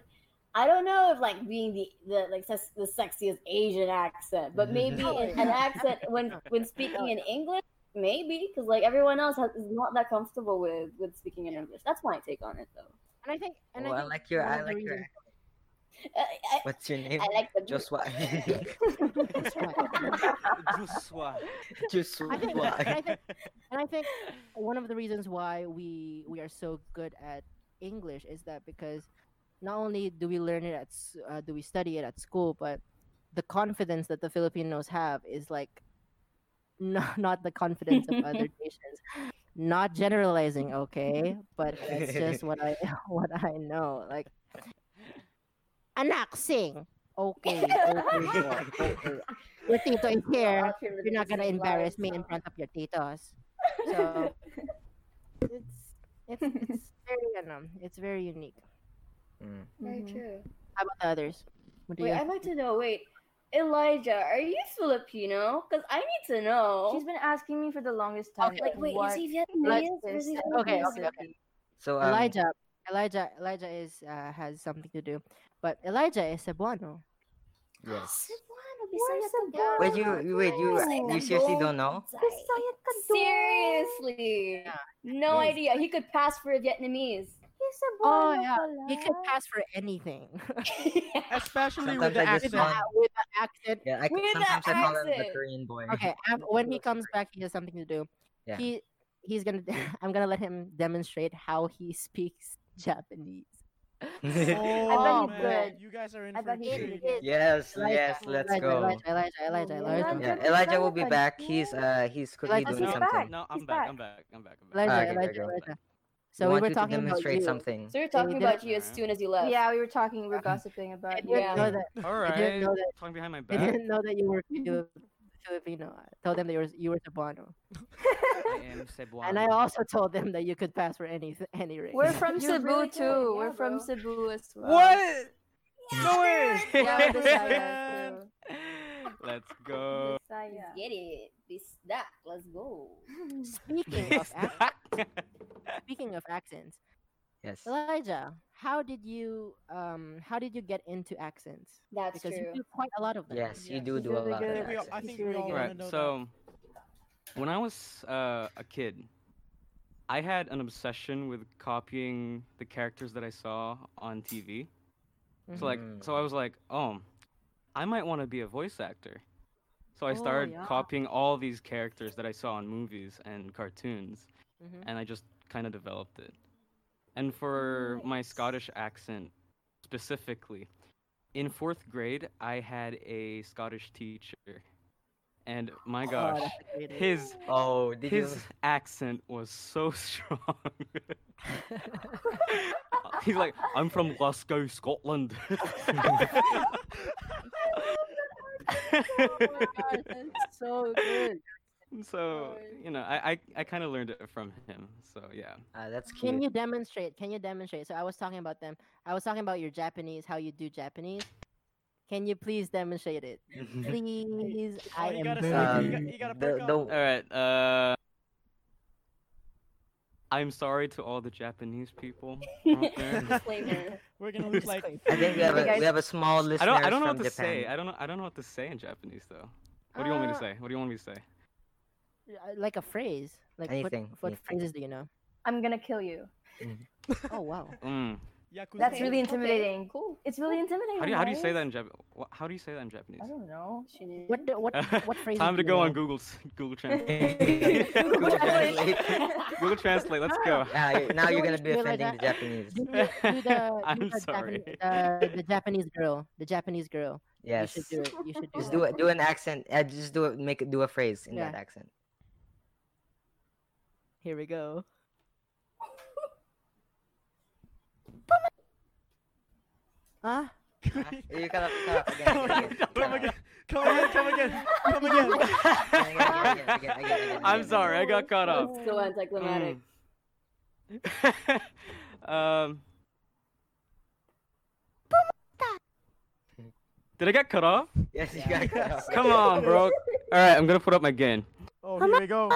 Speaker 6: I don't know if like being the, the like ses- the sexiest Asian accent, but maybe
Speaker 4: No,
Speaker 6: an,
Speaker 4: it's
Speaker 6: an
Speaker 4: not.
Speaker 6: accent when when speaking in English, maybe because like everyone else has, is not that comfortable with with speaking in English. That's my take on it though.
Speaker 4: And I think and
Speaker 1: Oh, I
Speaker 4: I, think
Speaker 1: like your-
Speaker 4: one
Speaker 1: I
Speaker 4: of the
Speaker 1: like your-
Speaker 4: reasons-
Speaker 6: I, I,
Speaker 1: What's your name?
Speaker 6: I like the
Speaker 1: Just what? (laughs)
Speaker 6: (laughs)
Speaker 4: that's (laughs) right.
Speaker 3: Joshua.
Speaker 1: (laughs) Just
Speaker 4: I
Speaker 3: (laughs)
Speaker 4: think, and
Speaker 1: what?
Speaker 4: I think, and I think one of the reasons why we we are so good at English is that because not only do we learn it at s- uh, do we study it at school, but the confidence that the Filipinos have is like not not the confidence of other nations. Not generalizing, okay, but that's just what I (laughs) what I know. Like, anak sing, okay, okay, girl, okay. Your tito is here you're not gonna embarrass me in front of your (laughs) titos. So it's it's it's very um, it's very unique.
Speaker 1: Mm.
Speaker 6: Very true.
Speaker 4: How about the others? What Mm-hmm. do
Speaker 6: Wait,
Speaker 4: you?
Speaker 6: I'd like to know. Wait, Elijah, are you Filipino? Because I need to know.
Speaker 5: She's been asking me for the longest time.
Speaker 4: Okay.
Speaker 6: like, wait,
Speaker 5: what
Speaker 6: is he
Speaker 5: like
Speaker 6: Vietnamese? or
Speaker 5: this
Speaker 6: is he
Speaker 4: Okay,
Speaker 6: Filipino?
Speaker 4: okay, okay.
Speaker 1: So um,
Speaker 4: Elijah, Elijah, Elijah is uh, has something to do, but Elijah is Cebuano.
Speaker 1: Yes.
Speaker 6: Cebuano,
Speaker 5: Where's
Speaker 6: Bisaya
Speaker 5: Cebuano?
Speaker 1: Wait, you
Speaker 6: Tagalog.
Speaker 1: you- wait you
Speaker 6: Bisaya
Speaker 1: you seriously
Speaker 6: Tagalog.
Speaker 1: don't know?
Speaker 5: Bisaya ka doon.
Speaker 6: Seriously,
Speaker 4: Yeah.
Speaker 6: no
Speaker 1: Yes.
Speaker 6: idea. He could pass for a Vietnamese.
Speaker 5: He's a
Speaker 4: Oh,
Speaker 5: boy
Speaker 4: yeah.
Speaker 5: pala.
Speaker 4: He can pass for anything (laughs)
Speaker 2: especially with
Speaker 1: Sometimes
Speaker 2: the
Speaker 1: I just
Speaker 4: with, the,
Speaker 2: accent.
Speaker 4: (laughs)
Speaker 1: want-
Speaker 4: with the accent.
Speaker 1: Yeah, I
Speaker 6: With the
Speaker 1: sometimes I call him the
Speaker 6: accent.
Speaker 1: Korean boy.
Speaker 4: Okay, af- when he comes back, he has something to do.
Speaker 1: Yeah.
Speaker 4: He he's gonna. (laughs) I'm gonna let him demonstrate how he speaks (laughs) Japanese.
Speaker 2: Oh,
Speaker 6: he's
Speaker 2: man.
Speaker 6: good.
Speaker 2: You guys are in
Speaker 5: I
Speaker 2: for a
Speaker 5: bet he's
Speaker 4: It
Speaker 1: (laughs)
Speaker 2: treat.
Speaker 4: is
Speaker 1: yes,
Speaker 4: Elijah,
Speaker 1: yes, let's
Speaker 4: Elijah,
Speaker 1: go.
Speaker 4: Elijah, Elijah, Elijah, Elijah.
Speaker 5: Elijah.
Speaker 1: Yeah, Elijah will be
Speaker 5: Elijah,
Speaker 1: back. He's uh he's quickly
Speaker 4: Elijah's
Speaker 1: doing
Speaker 3: no,
Speaker 1: something.
Speaker 3: No, I'm
Speaker 5: He's
Speaker 3: back.
Speaker 5: back.
Speaker 3: I'm back. I'm back. I'm back.
Speaker 4: Elijah,
Speaker 1: Ah, okay,
Speaker 4: Elijah,
Speaker 1: there you go.
Speaker 4: Elijah.
Speaker 1: We
Speaker 4: So
Speaker 1: want
Speaker 4: we were
Speaker 1: you to
Speaker 4: talking about
Speaker 1: demonstrate
Speaker 4: you.
Speaker 1: something.
Speaker 6: (laughs) So you're
Speaker 4: Yeah,
Speaker 6: talking
Speaker 4: we
Speaker 6: about
Speaker 4: did.
Speaker 6: you as soon as you left.
Speaker 5: Yeah, we were talking, we were
Speaker 4: Yeah. I
Speaker 5: gossiping about
Speaker 4: didn't
Speaker 5: you.
Speaker 4: know that.
Speaker 3: All
Speaker 4: I didn't
Speaker 3: right.
Speaker 4: know that-
Speaker 3: Talking behind my
Speaker 4: I
Speaker 3: back.
Speaker 4: didn't know that you were Filipino. Filipino. I told them they were you were Cebuano,
Speaker 3: I am Cebuano.
Speaker 4: and I also told them that you could pass for any any race.
Speaker 6: (laughs)
Speaker 5: We're from
Speaker 6: You're
Speaker 5: Cebu
Speaker 6: really good,
Speaker 5: too.
Speaker 6: yeah,
Speaker 5: We're from
Speaker 6: bro.
Speaker 5: Cebu as well.
Speaker 2: What? No
Speaker 4: (laughs)
Speaker 2: way.
Speaker 5: Yeah,
Speaker 6: (laughs)
Speaker 5: we're the
Speaker 2: Yeah. (laughs)
Speaker 5: Sayas,
Speaker 3: (laughs) Let's
Speaker 5: too.
Speaker 3: go.
Speaker 2: Oh.
Speaker 5: The Sayas.
Speaker 6: Let's Get it. This that. Let's go.
Speaker 4: speaking
Speaker 3: (laughs)
Speaker 4: of
Speaker 3: Is
Speaker 4: ac-
Speaker 3: that-
Speaker 4: speaking of accents,
Speaker 1: Yes.
Speaker 4: Elijah, how did you um how did you get into accents?
Speaker 6: That's
Speaker 4: Because you
Speaker 6: true. (laughs)
Speaker 4: do quite a lot of them.
Speaker 1: Yes, you
Speaker 2: Yes.
Speaker 1: do
Speaker 5: He's
Speaker 1: do a
Speaker 5: really
Speaker 1: lot
Speaker 5: good
Speaker 1: of
Speaker 5: at
Speaker 2: We all-
Speaker 1: accents.
Speaker 2: I
Speaker 5: He's
Speaker 2: think we
Speaker 5: really
Speaker 2: all
Speaker 5: good.
Speaker 2: wanna
Speaker 3: (laughs) Right.
Speaker 2: know
Speaker 3: So, when I was uh, a kid, I had an obsession with copying the characters that I saw on TV. So like,
Speaker 1: Mm-hmm.
Speaker 3: so I was like, oh, I might want to be a voice actor. So I
Speaker 4: Oh,
Speaker 3: started
Speaker 4: yeah.
Speaker 3: copying all these characters that I saw in movies and cartoons,
Speaker 4: Mhm.
Speaker 3: and I just kind of developed it. And for my
Speaker 6: Nice.
Speaker 3: Scottish accent specifically, in fourth grade, I had a Scottish teacher, and my
Speaker 4: Oh,
Speaker 3: gosh,
Speaker 4: that's a great idea.
Speaker 5: (laughs)
Speaker 3: his uh,
Speaker 1: Oh, did
Speaker 3: his
Speaker 1: you?
Speaker 3: accent was so (laughs) strong. (laughs) He's like,
Speaker 5: (laughs)
Speaker 3: I'm from Glasgow, Scotland. (laughs)
Speaker 5: Oh
Speaker 4: God,
Speaker 3: (laughs)
Speaker 4: that's so good.
Speaker 3: so you know, I I, I kind of learned it from him. So yeah.
Speaker 1: Uh, that's cute. (laughs)
Speaker 4: Can you demonstrate? Can you demonstrate? So I was talking about them. I was talking about your Japanese, how you do Japanese. Can you please demonstrate it? Please,
Speaker 2: Oh,
Speaker 4: I
Speaker 2: you
Speaker 4: am (laughs)
Speaker 2: gotta
Speaker 4: very
Speaker 2: stop.
Speaker 1: Um,
Speaker 2: You,
Speaker 4: good.
Speaker 2: got, you gotta
Speaker 1: the-
Speaker 2: perk
Speaker 1: the-
Speaker 2: up.
Speaker 3: All right. Uh, I'm sorry to all the Japanese people out
Speaker 6: (laughs)
Speaker 3: there.
Speaker 5: (laughs)
Speaker 6: Flavor.
Speaker 2: We're gonna lose like.
Speaker 1: I think we have
Speaker 5: Hey,
Speaker 1: a, we
Speaker 5: guys.
Speaker 1: have a small listener
Speaker 3: I don't I don't know
Speaker 1: from
Speaker 3: what to
Speaker 1: Japan.
Speaker 3: say.
Speaker 1: (laughs)
Speaker 3: I don't know I don't know what to say in Japanese though. What do you want me to
Speaker 4: Uh,
Speaker 3: say? What do you want me to say?
Speaker 4: uh, Like a phrase. Like what-
Speaker 1: Anything,
Speaker 4: What,
Speaker 1: anything.
Speaker 4: phrases do you
Speaker 3: (laughs)
Speaker 4: know?
Speaker 5: I'm gonna kill you.
Speaker 4: Oh wow.
Speaker 3: Mm.
Speaker 2: Yakuza.
Speaker 5: That's
Speaker 6: Okay.
Speaker 5: really
Speaker 6: Okay.
Speaker 5: intimidapan.
Speaker 6: Cool.
Speaker 5: It's really intimidating.
Speaker 3: How do you how do you say that
Speaker 5: guys.
Speaker 3: in Japan? How do you say that in Japanese?
Speaker 5: I don't know. (laughs)
Speaker 4: What do-
Speaker 3: (laughs)
Speaker 4: what what phrases?
Speaker 3: Time to
Speaker 4: do you
Speaker 3: go
Speaker 4: know?
Speaker 3: on Google's (laughs) Google Translate.
Speaker 1: (laughs)
Speaker 3: (laughs)
Speaker 1: Google Translate.
Speaker 5: (laughs)
Speaker 3: Google Translate. Let's (laughs) go.
Speaker 1: Yeah, Ah, you- now
Speaker 4: You
Speaker 1: you're gonna
Speaker 4: know what
Speaker 1: be
Speaker 4: you should
Speaker 1: offending
Speaker 4: do like
Speaker 1: the Japanese.
Speaker 4: Do, the-
Speaker 3: (laughs)
Speaker 4: do the,
Speaker 3: I'm
Speaker 4: do the
Speaker 3: sorry.
Speaker 4: Japanese, uh, the Japanese girl, the Japanese girl.
Speaker 1: Yes.
Speaker 4: You should do it. You should do
Speaker 1: Just
Speaker 4: that.
Speaker 1: do it. Do an accent. Uh, just do it. Make it do a phrase in that
Speaker 4: Yeah.
Speaker 1: accent.
Speaker 4: Here we
Speaker 3: (laughs)
Speaker 4: go. Huh?
Speaker 1: Ah, You cut off. Cut off again. again, again, cut
Speaker 2: Come
Speaker 3: Come
Speaker 1: off.
Speaker 2: again.
Speaker 3: (laughs)
Speaker 2: Come again. Come again. Come
Speaker 3: Oh
Speaker 2: again.
Speaker 1: Again, again, again, again, again, again,
Speaker 3: I'm
Speaker 1: again.
Speaker 3: sorry, I got caught up.
Speaker 6: So anticlimactic.
Speaker 3: (laughs) Mm. (laughs) um. Did I get cut off?
Speaker 1: Yes, you got cut off.
Speaker 3: Come on, bro. All right, I'm gonna put up my (laughs) gain.
Speaker 2: Oh, here we go.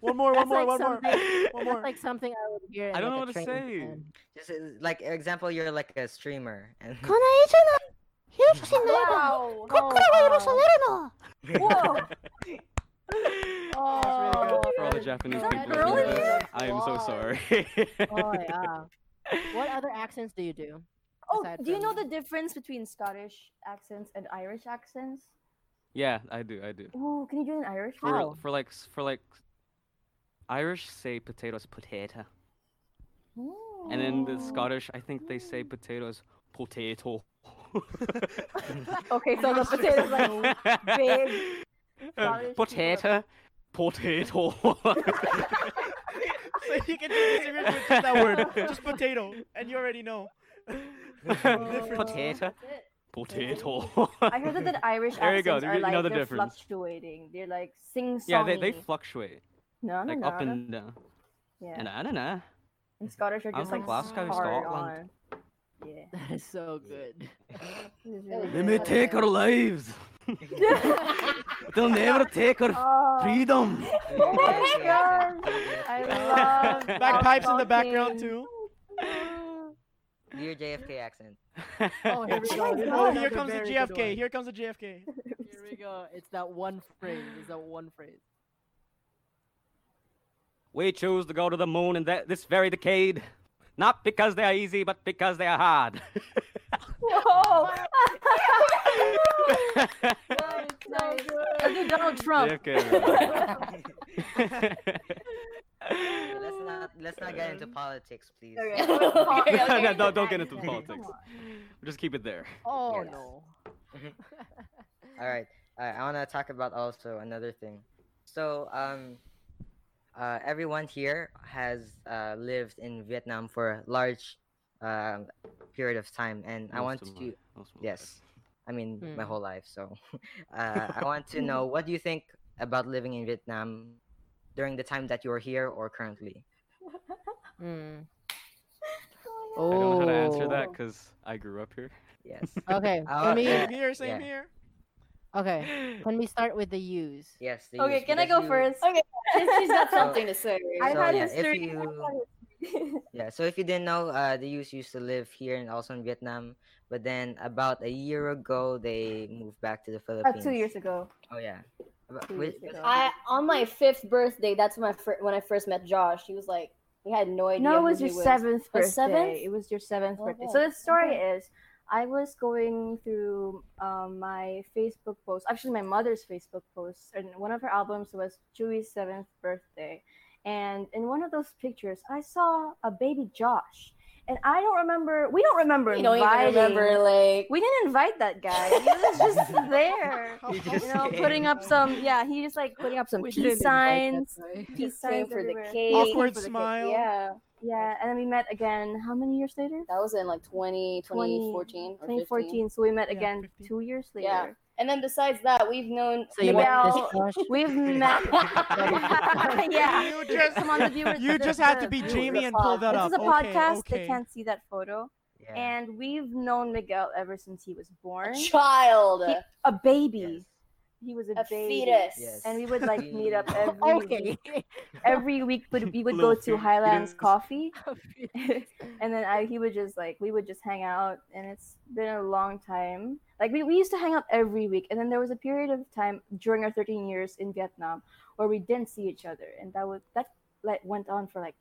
Speaker 2: One more. One more. One
Speaker 4: That's like
Speaker 2: more.
Speaker 4: something-
Speaker 2: One
Speaker 4: That's
Speaker 2: more.
Speaker 4: like something I would hear. in,
Speaker 3: I don't know
Speaker 4: like,
Speaker 3: what
Speaker 4: a
Speaker 3: to
Speaker 4: train
Speaker 3: say. (laughs)
Speaker 4: and-
Speaker 1: (laughs) Just uh, like example, you're like a streamer and.
Speaker 5: Wow.
Speaker 3: (laughs)
Speaker 5: Whoa.
Speaker 2: really good.
Speaker 5: Oh.
Speaker 3: For all the Japanese
Speaker 5: Is that
Speaker 3: people,
Speaker 5: girl in
Speaker 3: listening,
Speaker 5: here?
Speaker 3: I am so
Speaker 6: Wow.
Speaker 3: sorry.
Speaker 4: Oh yeah. What other accents do you do? (laughs)
Speaker 5: Oh,
Speaker 4: aside
Speaker 5: do you know
Speaker 4: from-
Speaker 5: the difference between Scottish accents and Irish accents?
Speaker 3: yeah, I do. I do.
Speaker 5: Ooh, can you do an Irish
Speaker 3: For,
Speaker 5: one?
Speaker 4: Wow.
Speaker 3: for like s- for like Irish say potatoes potato. And then
Speaker 5: Oh.
Speaker 3: the Scottish, I think they say potatoes potato.
Speaker 5: (laughs) Okay, so
Speaker 4: (laughs)
Speaker 5: the potatoes like big
Speaker 3: (laughs) Uh,
Speaker 5: Scottish people.
Speaker 3: potato, potato.
Speaker 2: So you can do this even with just that word, just potato, and you already know.
Speaker 3: potato,
Speaker 5: (laughs)
Speaker 3: potato.
Speaker 5: I heard that the Irish
Speaker 3: There you go,
Speaker 5: accents
Speaker 3: you-
Speaker 5: are
Speaker 3: you know
Speaker 5: like
Speaker 3: the
Speaker 5: they're
Speaker 3: difference.
Speaker 5: fluctuating. They're like sing
Speaker 3: (laughs)
Speaker 5: songy.
Speaker 3: yeah, they, they fluctuate
Speaker 5: no, no,
Speaker 3: like
Speaker 5: no,
Speaker 3: up
Speaker 5: no.
Speaker 3: and down.
Speaker 5: yeah.
Speaker 3: And I don't know.
Speaker 5: And Scottish are
Speaker 3: I'm
Speaker 5: just
Speaker 3: from
Speaker 5: like
Speaker 3: Glasgow,
Speaker 5: hard
Speaker 3: Scotland.
Speaker 5: on. Yeah.
Speaker 4: That is so good.
Speaker 5: This is
Speaker 6: That
Speaker 5: really
Speaker 6: was
Speaker 3: They
Speaker 5: good.
Speaker 3: may
Speaker 6: Yeah.
Speaker 3: take our lives, but they'll never take our
Speaker 5: (laughs) (laughs) oh,
Speaker 3: freedom.
Speaker 5: Oh my God.
Speaker 3: (laughs)
Speaker 5: I love
Speaker 2: Bagpipes in the background too.
Speaker 5: outtalking.
Speaker 1: (laughs) Your JFK accent.
Speaker 4: Oh, here we go. This is
Speaker 5: my God.
Speaker 2: Oh,
Speaker 4: another
Speaker 2: here comes the
Speaker 4: very good
Speaker 2: JFK.
Speaker 4: one.
Speaker 2: Here comes the JFK.
Speaker 5: (laughs)
Speaker 4: Here (laughs) we go. It's that one phrase. It's that one phrase.
Speaker 3: We choose to go to the moon in that this very decade, not because they are easy, but because they are hard. (laughs)
Speaker 5: Whoa! (laughs)
Speaker 6: Nice.
Speaker 5: Okay, Donald Trump.
Speaker 4: (laughs)
Speaker 1: So let's not let's not get into politics, please.
Speaker 3: (laughs)
Speaker 5: Okay.
Speaker 3: no,
Speaker 6: okay,
Speaker 3: no, don't get into
Speaker 1: okay,
Speaker 5: come
Speaker 3: politics. Just keep it there.
Speaker 4: Oh
Speaker 1: Yes.
Speaker 4: no.
Speaker 1: All right. All right. I want to talk about also another thing. So, um, uh, everyone here has uh, lived in Vietnam for large um, period of time, and I
Speaker 3: Most
Speaker 1: want
Speaker 3: of my-
Speaker 1: to.
Speaker 3: most of my
Speaker 1: Yes. I mean, my
Speaker 5: Hmm.
Speaker 4: Mm.
Speaker 1: whole life. So (laughs) uh, I want to
Speaker 5: (laughs)
Speaker 1: know what do you think about living in Vietnam during the time that you're here or currently?
Speaker 3: I
Speaker 4: Mm.
Speaker 3: don't know how to answer
Speaker 4: Oh.
Speaker 3: that because I grew up here.
Speaker 1: Yes. (laughs)
Speaker 4: Okay.
Speaker 1: Uh,
Speaker 4: Let me.
Speaker 2: Same here, same
Speaker 1: Yeah.
Speaker 2: here.
Speaker 4: Okay.
Speaker 3: (laughs)
Speaker 4: Can we start with the U's?
Speaker 1: yes. the
Speaker 5: Okay,
Speaker 1: use,
Speaker 5: can I
Speaker 1: because
Speaker 5: go
Speaker 1: you-
Speaker 5: first?
Speaker 6: Okay.
Speaker 5: (laughs)
Speaker 6: She's got
Speaker 1: So-
Speaker 6: something to say.
Speaker 5: I've
Speaker 1: So,
Speaker 5: had
Speaker 1: yeah, if
Speaker 5: history.
Speaker 6: (laughs)
Speaker 1: you-
Speaker 5: I've had history.
Speaker 1: Yeah. So if you didn't know, uh, the youth used to live here and also in Vietnam, but then about a year ago they moved back to the
Speaker 5: About
Speaker 1: Philippines.
Speaker 5: two years
Speaker 6: (laughs)
Speaker 5: ago.
Speaker 1: Oh yeah. About-
Speaker 5: Two
Speaker 1: with- with-
Speaker 5: years ago.
Speaker 6: I on my fifth birthday. That's when I fir- when I first met Josh. He was like, we had no idea.
Speaker 5: No, it
Speaker 6: who
Speaker 5: was
Speaker 6: he
Speaker 5: your seventh
Speaker 6: Oh,
Speaker 5: birthday.
Speaker 6: seventh?
Speaker 5: It was your seventh
Speaker 6: Oh,
Speaker 5: birthday.
Speaker 6: wow.
Speaker 5: So the story
Speaker 6: Okay.
Speaker 5: is, I was going through um, my Facebook post, actually my mother's Facebook post, and one of her albums was Chewy's seventh birthday, and in one of those pictures, I saw a baby Josh, and I don't remember. We don't remember
Speaker 6: You don't even
Speaker 5: inviting-
Speaker 6: remember like.
Speaker 5: We didn't invite that guy. He
Speaker 6: (laughs)
Speaker 5: was just
Speaker 2: (laughs)
Speaker 5: there.
Speaker 2: How-
Speaker 1: You
Speaker 2: how
Speaker 1: just
Speaker 5: You know,
Speaker 2: dare
Speaker 5: putting
Speaker 2: you.
Speaker 5: up some,
Speaker 3: (laughs)
Speaker 5: yeah, he just like putting up some peace signs, peace
Speaker 6: Same
Speaker 5: signs
Speaker 6: for the
Speaker 5: everywhere.
Speaker 6: cake.
Speaker 2: Awkward
Speaker 6: for the cake.
Speaker 2: smile.
Speaker 6: Yeah,
Speaker 5: Yeah, and then we met again. How many years later?
Speaker 6: that was in like 20,
Speaker 5: 20
Speaker 6: 2014 or 15.
Speaker 5: 2014. So we met
Speaker 2: Yeah,
Speaker 5: again
Speaker 2: 15.
Speaker 5: two years later.
Speaker 6: Yeah. And then besides that, we've known.
Speaker 4: So you met this
Speaker 5: Well-
Speaker 4: (laughs) crush?
Speaker 5: We've
Speaker 6: (laughs)
Speaker 5: met. (laughs) yeah.
Speaker 2: You just-
Speaker 5: Come on, the
Speaker 3: (laughs)
Speaker 5: viewers.
Speaker 2: You
Speaker 5: the-
Speaker 2: just have to
Speaker 5: the
Speaker 2: be
Speaker 5: viewers.
Speaker 2: Jamie
Speaker 6: the
Speaker 2: and pull
Speaker 6: pod.
Speaker 2: that
Speaker 5: This
Speaker 2: up.
Speaker 5: is a
Speaker 2: okay,
Speaker 5: podcast. They
Speaker 2: okay.
Speaker 5: can't see that photo.
Speaker 1: yeah.
Speaker 5: And we've known Miguel ever since he was born.
Speaker 6: child,
Speaker 5: He- a baby.
Speaker 1: Yes.
Speaker 5: He was a,
Speaker 6: a
Speaker 5: baby.
Speaker 6: fetus.
Speaker 1: Yes.
Speaker 5: And we would like meet up
Speaker 2: (laughs)
Speaker 1: Baby.
Speaker 5: every
Speaker 4: okay.
Speaker 5: week. Every week, would we would go
Speaker 3: Little
Speaker 5: to
Speaker 3: fetus.
Speaker 5: Highlands Coffee, and then I, he would just like we would just hang out, and it's been a long time. Like we, we used to hang out every week, and then there was a period of time during our 13 years in Vietnam where we didn't see each other, and that would that like went on for like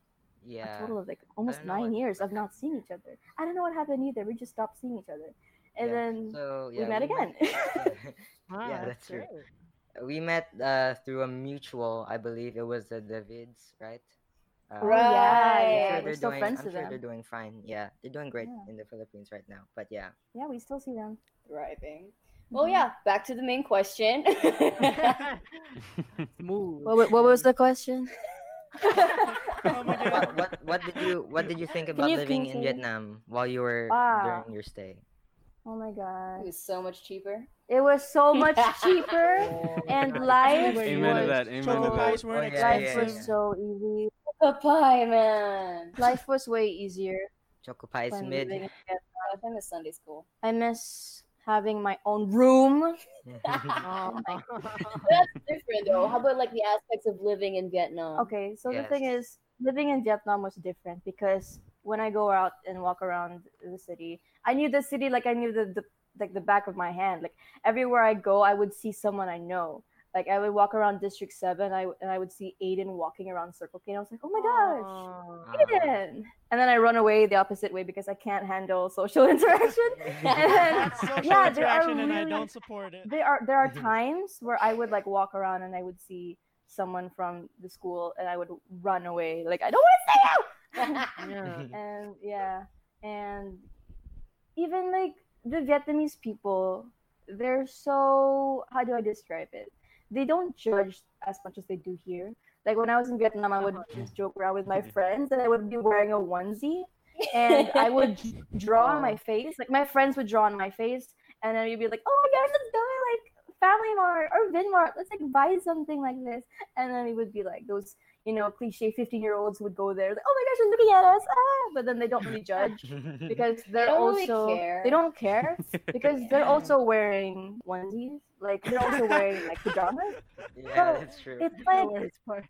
Speaker 5: a
Speaker 1: yeah.
Speaker 5: total of like almost
Speaker 1: don't know
Speaker 5: nine
Speaker 1: what-
Speaker 5: years of not seeing each other. I don't know what happened either. We just stopped seeing each other, and
Speaker 1: yeah.
Speaker 5: then
Speaker 1: so,
Speaker 5: we met again. (laughs)
Speaker 1: (laughs)
Speaker 4: Ah,
Speaker 1: Yeah, that's true. we met uh, through a mutual, I believe it was the Davids, right? Uh,
Speaker 5: Oh, yeah,
Speaker 6: Right.
Speaker 5: yeah,
Speaker 1: I'm sure
Speaker 5: we're
Speaker 1: they're
Speaker 5: still
Speaker 1: doing,
Speaker 5: friends
Speaker 1: I'm
Speaker 5: to
Speaker 1: sure
Speaker 5: them.
Speaker 1: they're doing fine. Yeah, they're doing great
Speaker 5: Yeah.
Speaker 1: in the Philippines right now. But yeah,
Speaker 5: Yeah, we still see them.
Speaker 6: Thriving. Well,
Speaker 5: Mhm.
Speaker 6: Oh, yeah. Back to the main question. (laughs)
Speaker 4: (laughs) Move.
Speaker 5: What, what was the question?
Speaker 2: Come again.
Speaker 1: what, what what did you what did you think about
Speaker 5: you- can
Speaker 1: living
Speaker 5: you
Speaker 1: in
Speaker 5: say-
Speaker 1: Vietnam while you were
Speaker 5: Wow.
Speaker 1: during your stay?
Speaker 5: Oh my
Speaker 6: it
Speaker 5: god,
Speaker 6: was so much cheaper.
Speaker 5: it was
Speaker 1: (laughs)
Speaker 5: so much cheaper, and life
Speaker 2: Anyway,
Speaker 3: Amen to
Speaker 5: was
Speaker 3: that, amen to
Speaker 2: Choco
Speaker 1: that.
Speaker 2: pies weren't
Speaker 1: Oh, yeah, yeah,
Speaker 5: life was
Speaker 1: yeah.
Speaker 2: expensive.
Speaker 5: so easy.
Speaker 6: Papaya, man.
Speaker 5: Life was way easier.
Speaker 1: Choco Pie is
Speaker 5: when
Speaker 1: mid. (laughs)
Speaker 5: living (laughs) in Vietnam.
Speaker 6: I miss Sunday school.
Speaker 5: I miss having my own room.
Speaker 4: Oh.
Speaker 6: That's different though. How about like the aspects of living in Vietnam?
Speaker 5: Okay, so the thing
Speaker 1: Yes.
Speaker 5: is, living in Vietnam was different because when I go out and walk around the city, I knew the city like I knew the, the like the back of my hand. Like everywhere I go, I would see someone I know. Like I would walk around District Seven, I and I would see Aiden walking around Circle K, and I was like, oh my gosh. Aiden! And then I run away the opposite way because I can't handle social (laughs) interaction.
Speaker 3: (laughs)
Speaker 5: And then, (laughs)
Speaker 2: That's social
Speaker 5: yeah, there are
Speaker 2: interaction, and I
Speaker 5: really-
Speaker 2: don't support it.
Speaker 5: there are there are times where I would like walk around and I would see someone from the school and I would run away like I don't want to see you.
Speaker 4: (laughs) Yeah.
Speaker 5: and yeah, and even like the Vietnamese people, they're so how do I describe it? They don't judge as much as they do here. Like when I was in Vietnam, I would just joke around with my friends and I would be wearing a onesie and I would j- draw on my face. Like my friends would draw on my face, and then you'd be like, "Oh my gosh, let's go to like Family Mart or Vinmart. Let's like buy something like this." And then it would be like those, you know, cliche fifteen-year-olds would go there, like, "Oh my gosh, they're looking at us!" Ah! But then they don't
Speaker 6: (laughs)
Speaker 5: really judge because they're
Speaker 6: don't really
Speaker 5: also
Speaker 6: care.
Speaker 5: they don't
Speaker 6: (laughs)
Speaker 5: care because they're also wearing onesies. Like they're also wearing like
Speaker 6: (laughs)
Speaker 5: pajamas.
Speaker 1: yeah,
Speaker 5: So,
Speaker 1: that's true.
Speaker 5: It's like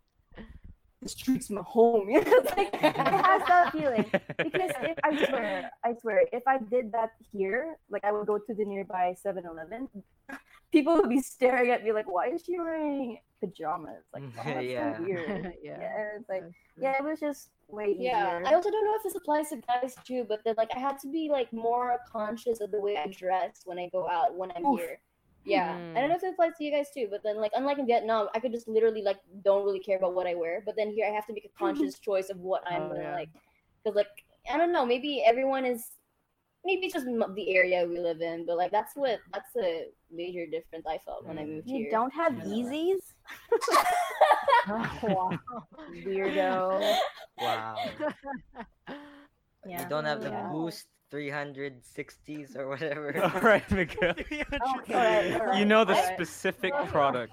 Speaker 5: the streets my home. (laughs) it's like, it has that feeling because if I
Speaker 3: (laughs)
Speaker 4: (laughs)
Speaker 5: swear, I swear, if I did that here, like I would go to the nearby 7-Eleven, people would be staring at me like, "Why is she wearing pajamas?" Like, oh, that's
Speaker 1: Yeah.
Speaker 5: so weird. Yeah,
Speaker 4: (laughs) yeah.
Speaker 5: and it's like,
Speaker 4: that's true.
Speaker 5: yeah, it was just way easier.
Speaker 6: Yeah, I also don't know if this applies to guys too, but then like I had to be like more conscious of the way I dress when I go out when I'm
Speaker 5: Oof.
Speaker 6: here. Yeah, I
Speaker 4: Mm.
Speaker 5: Hmm.
Speaker 6: don't know if it applies to you guys too, but then like unlike in Vietnam, I could just literally like don't really care about what I wear, but then here I have to make a
Speaker 5: (laughs)
Speaker 6: conscious choice of what I'm
Speaker 4: Oh,
Speaker 6: gonna
Speaker 4: yeah.
Speaker 6: like, because like I don't know, maybe everyone is, maybe it's just m- the area we live in, but like that's what that's a major difference I felt when I
Speaker 1: Mm.
Speaker 6: moved
Speaker 5: you
Speaker 6: here.
Speaker 5: don't have
Speaker 1: Yeah.
Speaker 5: Yeezys,
Speaker 6: (laughs)
Speaker 4: Oh, wow.
Speaker 5: weirdo.
Speaker 1: wow. You don't have the
Speaker 5: (laughs) Yeah.
Speaker 1: boost 360s or whatever.
Speaker 3: (laughs) All right,
Speaker 4: (laughs)
Speaker 3: Miguel.
Speaker 5: alright, alright.
Speaker 3: You know the
Speaker 5: Alright.
Speaker 3: specific product.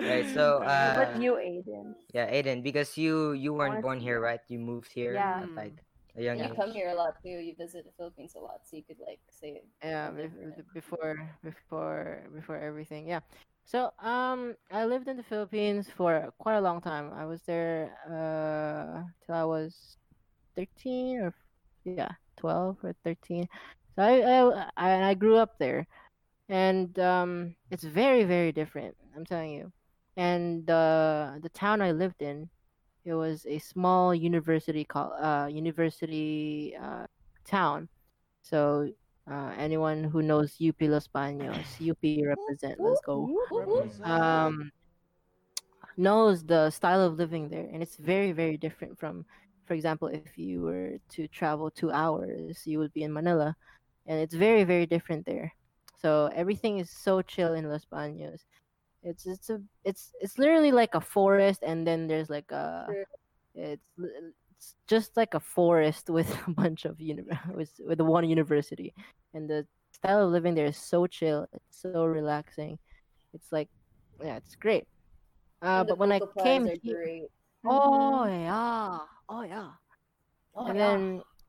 Speaker 1: Right, so uh,
Speaker 5: (laughs) but (laughs) you, Aiden.
Speaker 1: (laughs) yeah, Aiden, because you you weren't
Speaker 5: wanna
Speaker 1: born here, right? You moved here
Speaker 5: Yeah.
Speaker 1: at like a young
Speaker 6: You
Speaker 1: age.
Speaker 6: come here a lot too. You visit the Philippines a lot, so you could like say
Speaker 4: yeah
Speaker 6: Okay,
Speaker 4: bef-
Speaker 6: alright.
Speaker 4: b- before before before everything yeah so um i lived in the philippines for quite a long time i was there uh till i was 13 or yeah 12 or 13 so i i, I, and I grew up there and um it's very very different i'm telling you and uh the town i lived in it was a small university call uh university uh town so uh, anyone who knows UP Los Baños, UP represent. Let's go. Um, knows the style of living there, and it's very, very different from, for example, if you were to travel two hours, you would be in Manila, and it's very, very different there. So everything is so chill in Los Baños. It's it's a it's it's literally like a forest, and then there's like a
Speaker 6: True.
Speaker 4: it's it's just like a forest (laughs) with a bunch of uni- (laughs) with with one university, and the style of living there is so chill, it's so relaxing. It's like yeah, it's great. Uh,
Speaker 6: And the
Speaker 4: but when I
Speaker 6: local
Speaker 4: came
Speaker 6: plans are
Speaker 4: here,
Speaker 6: great.
Speaker 4: oh yeah, oh yeah,
Speaker 6: Oh,
Speaker 4: and
Speaker 6: yeah.
Speaker 4: then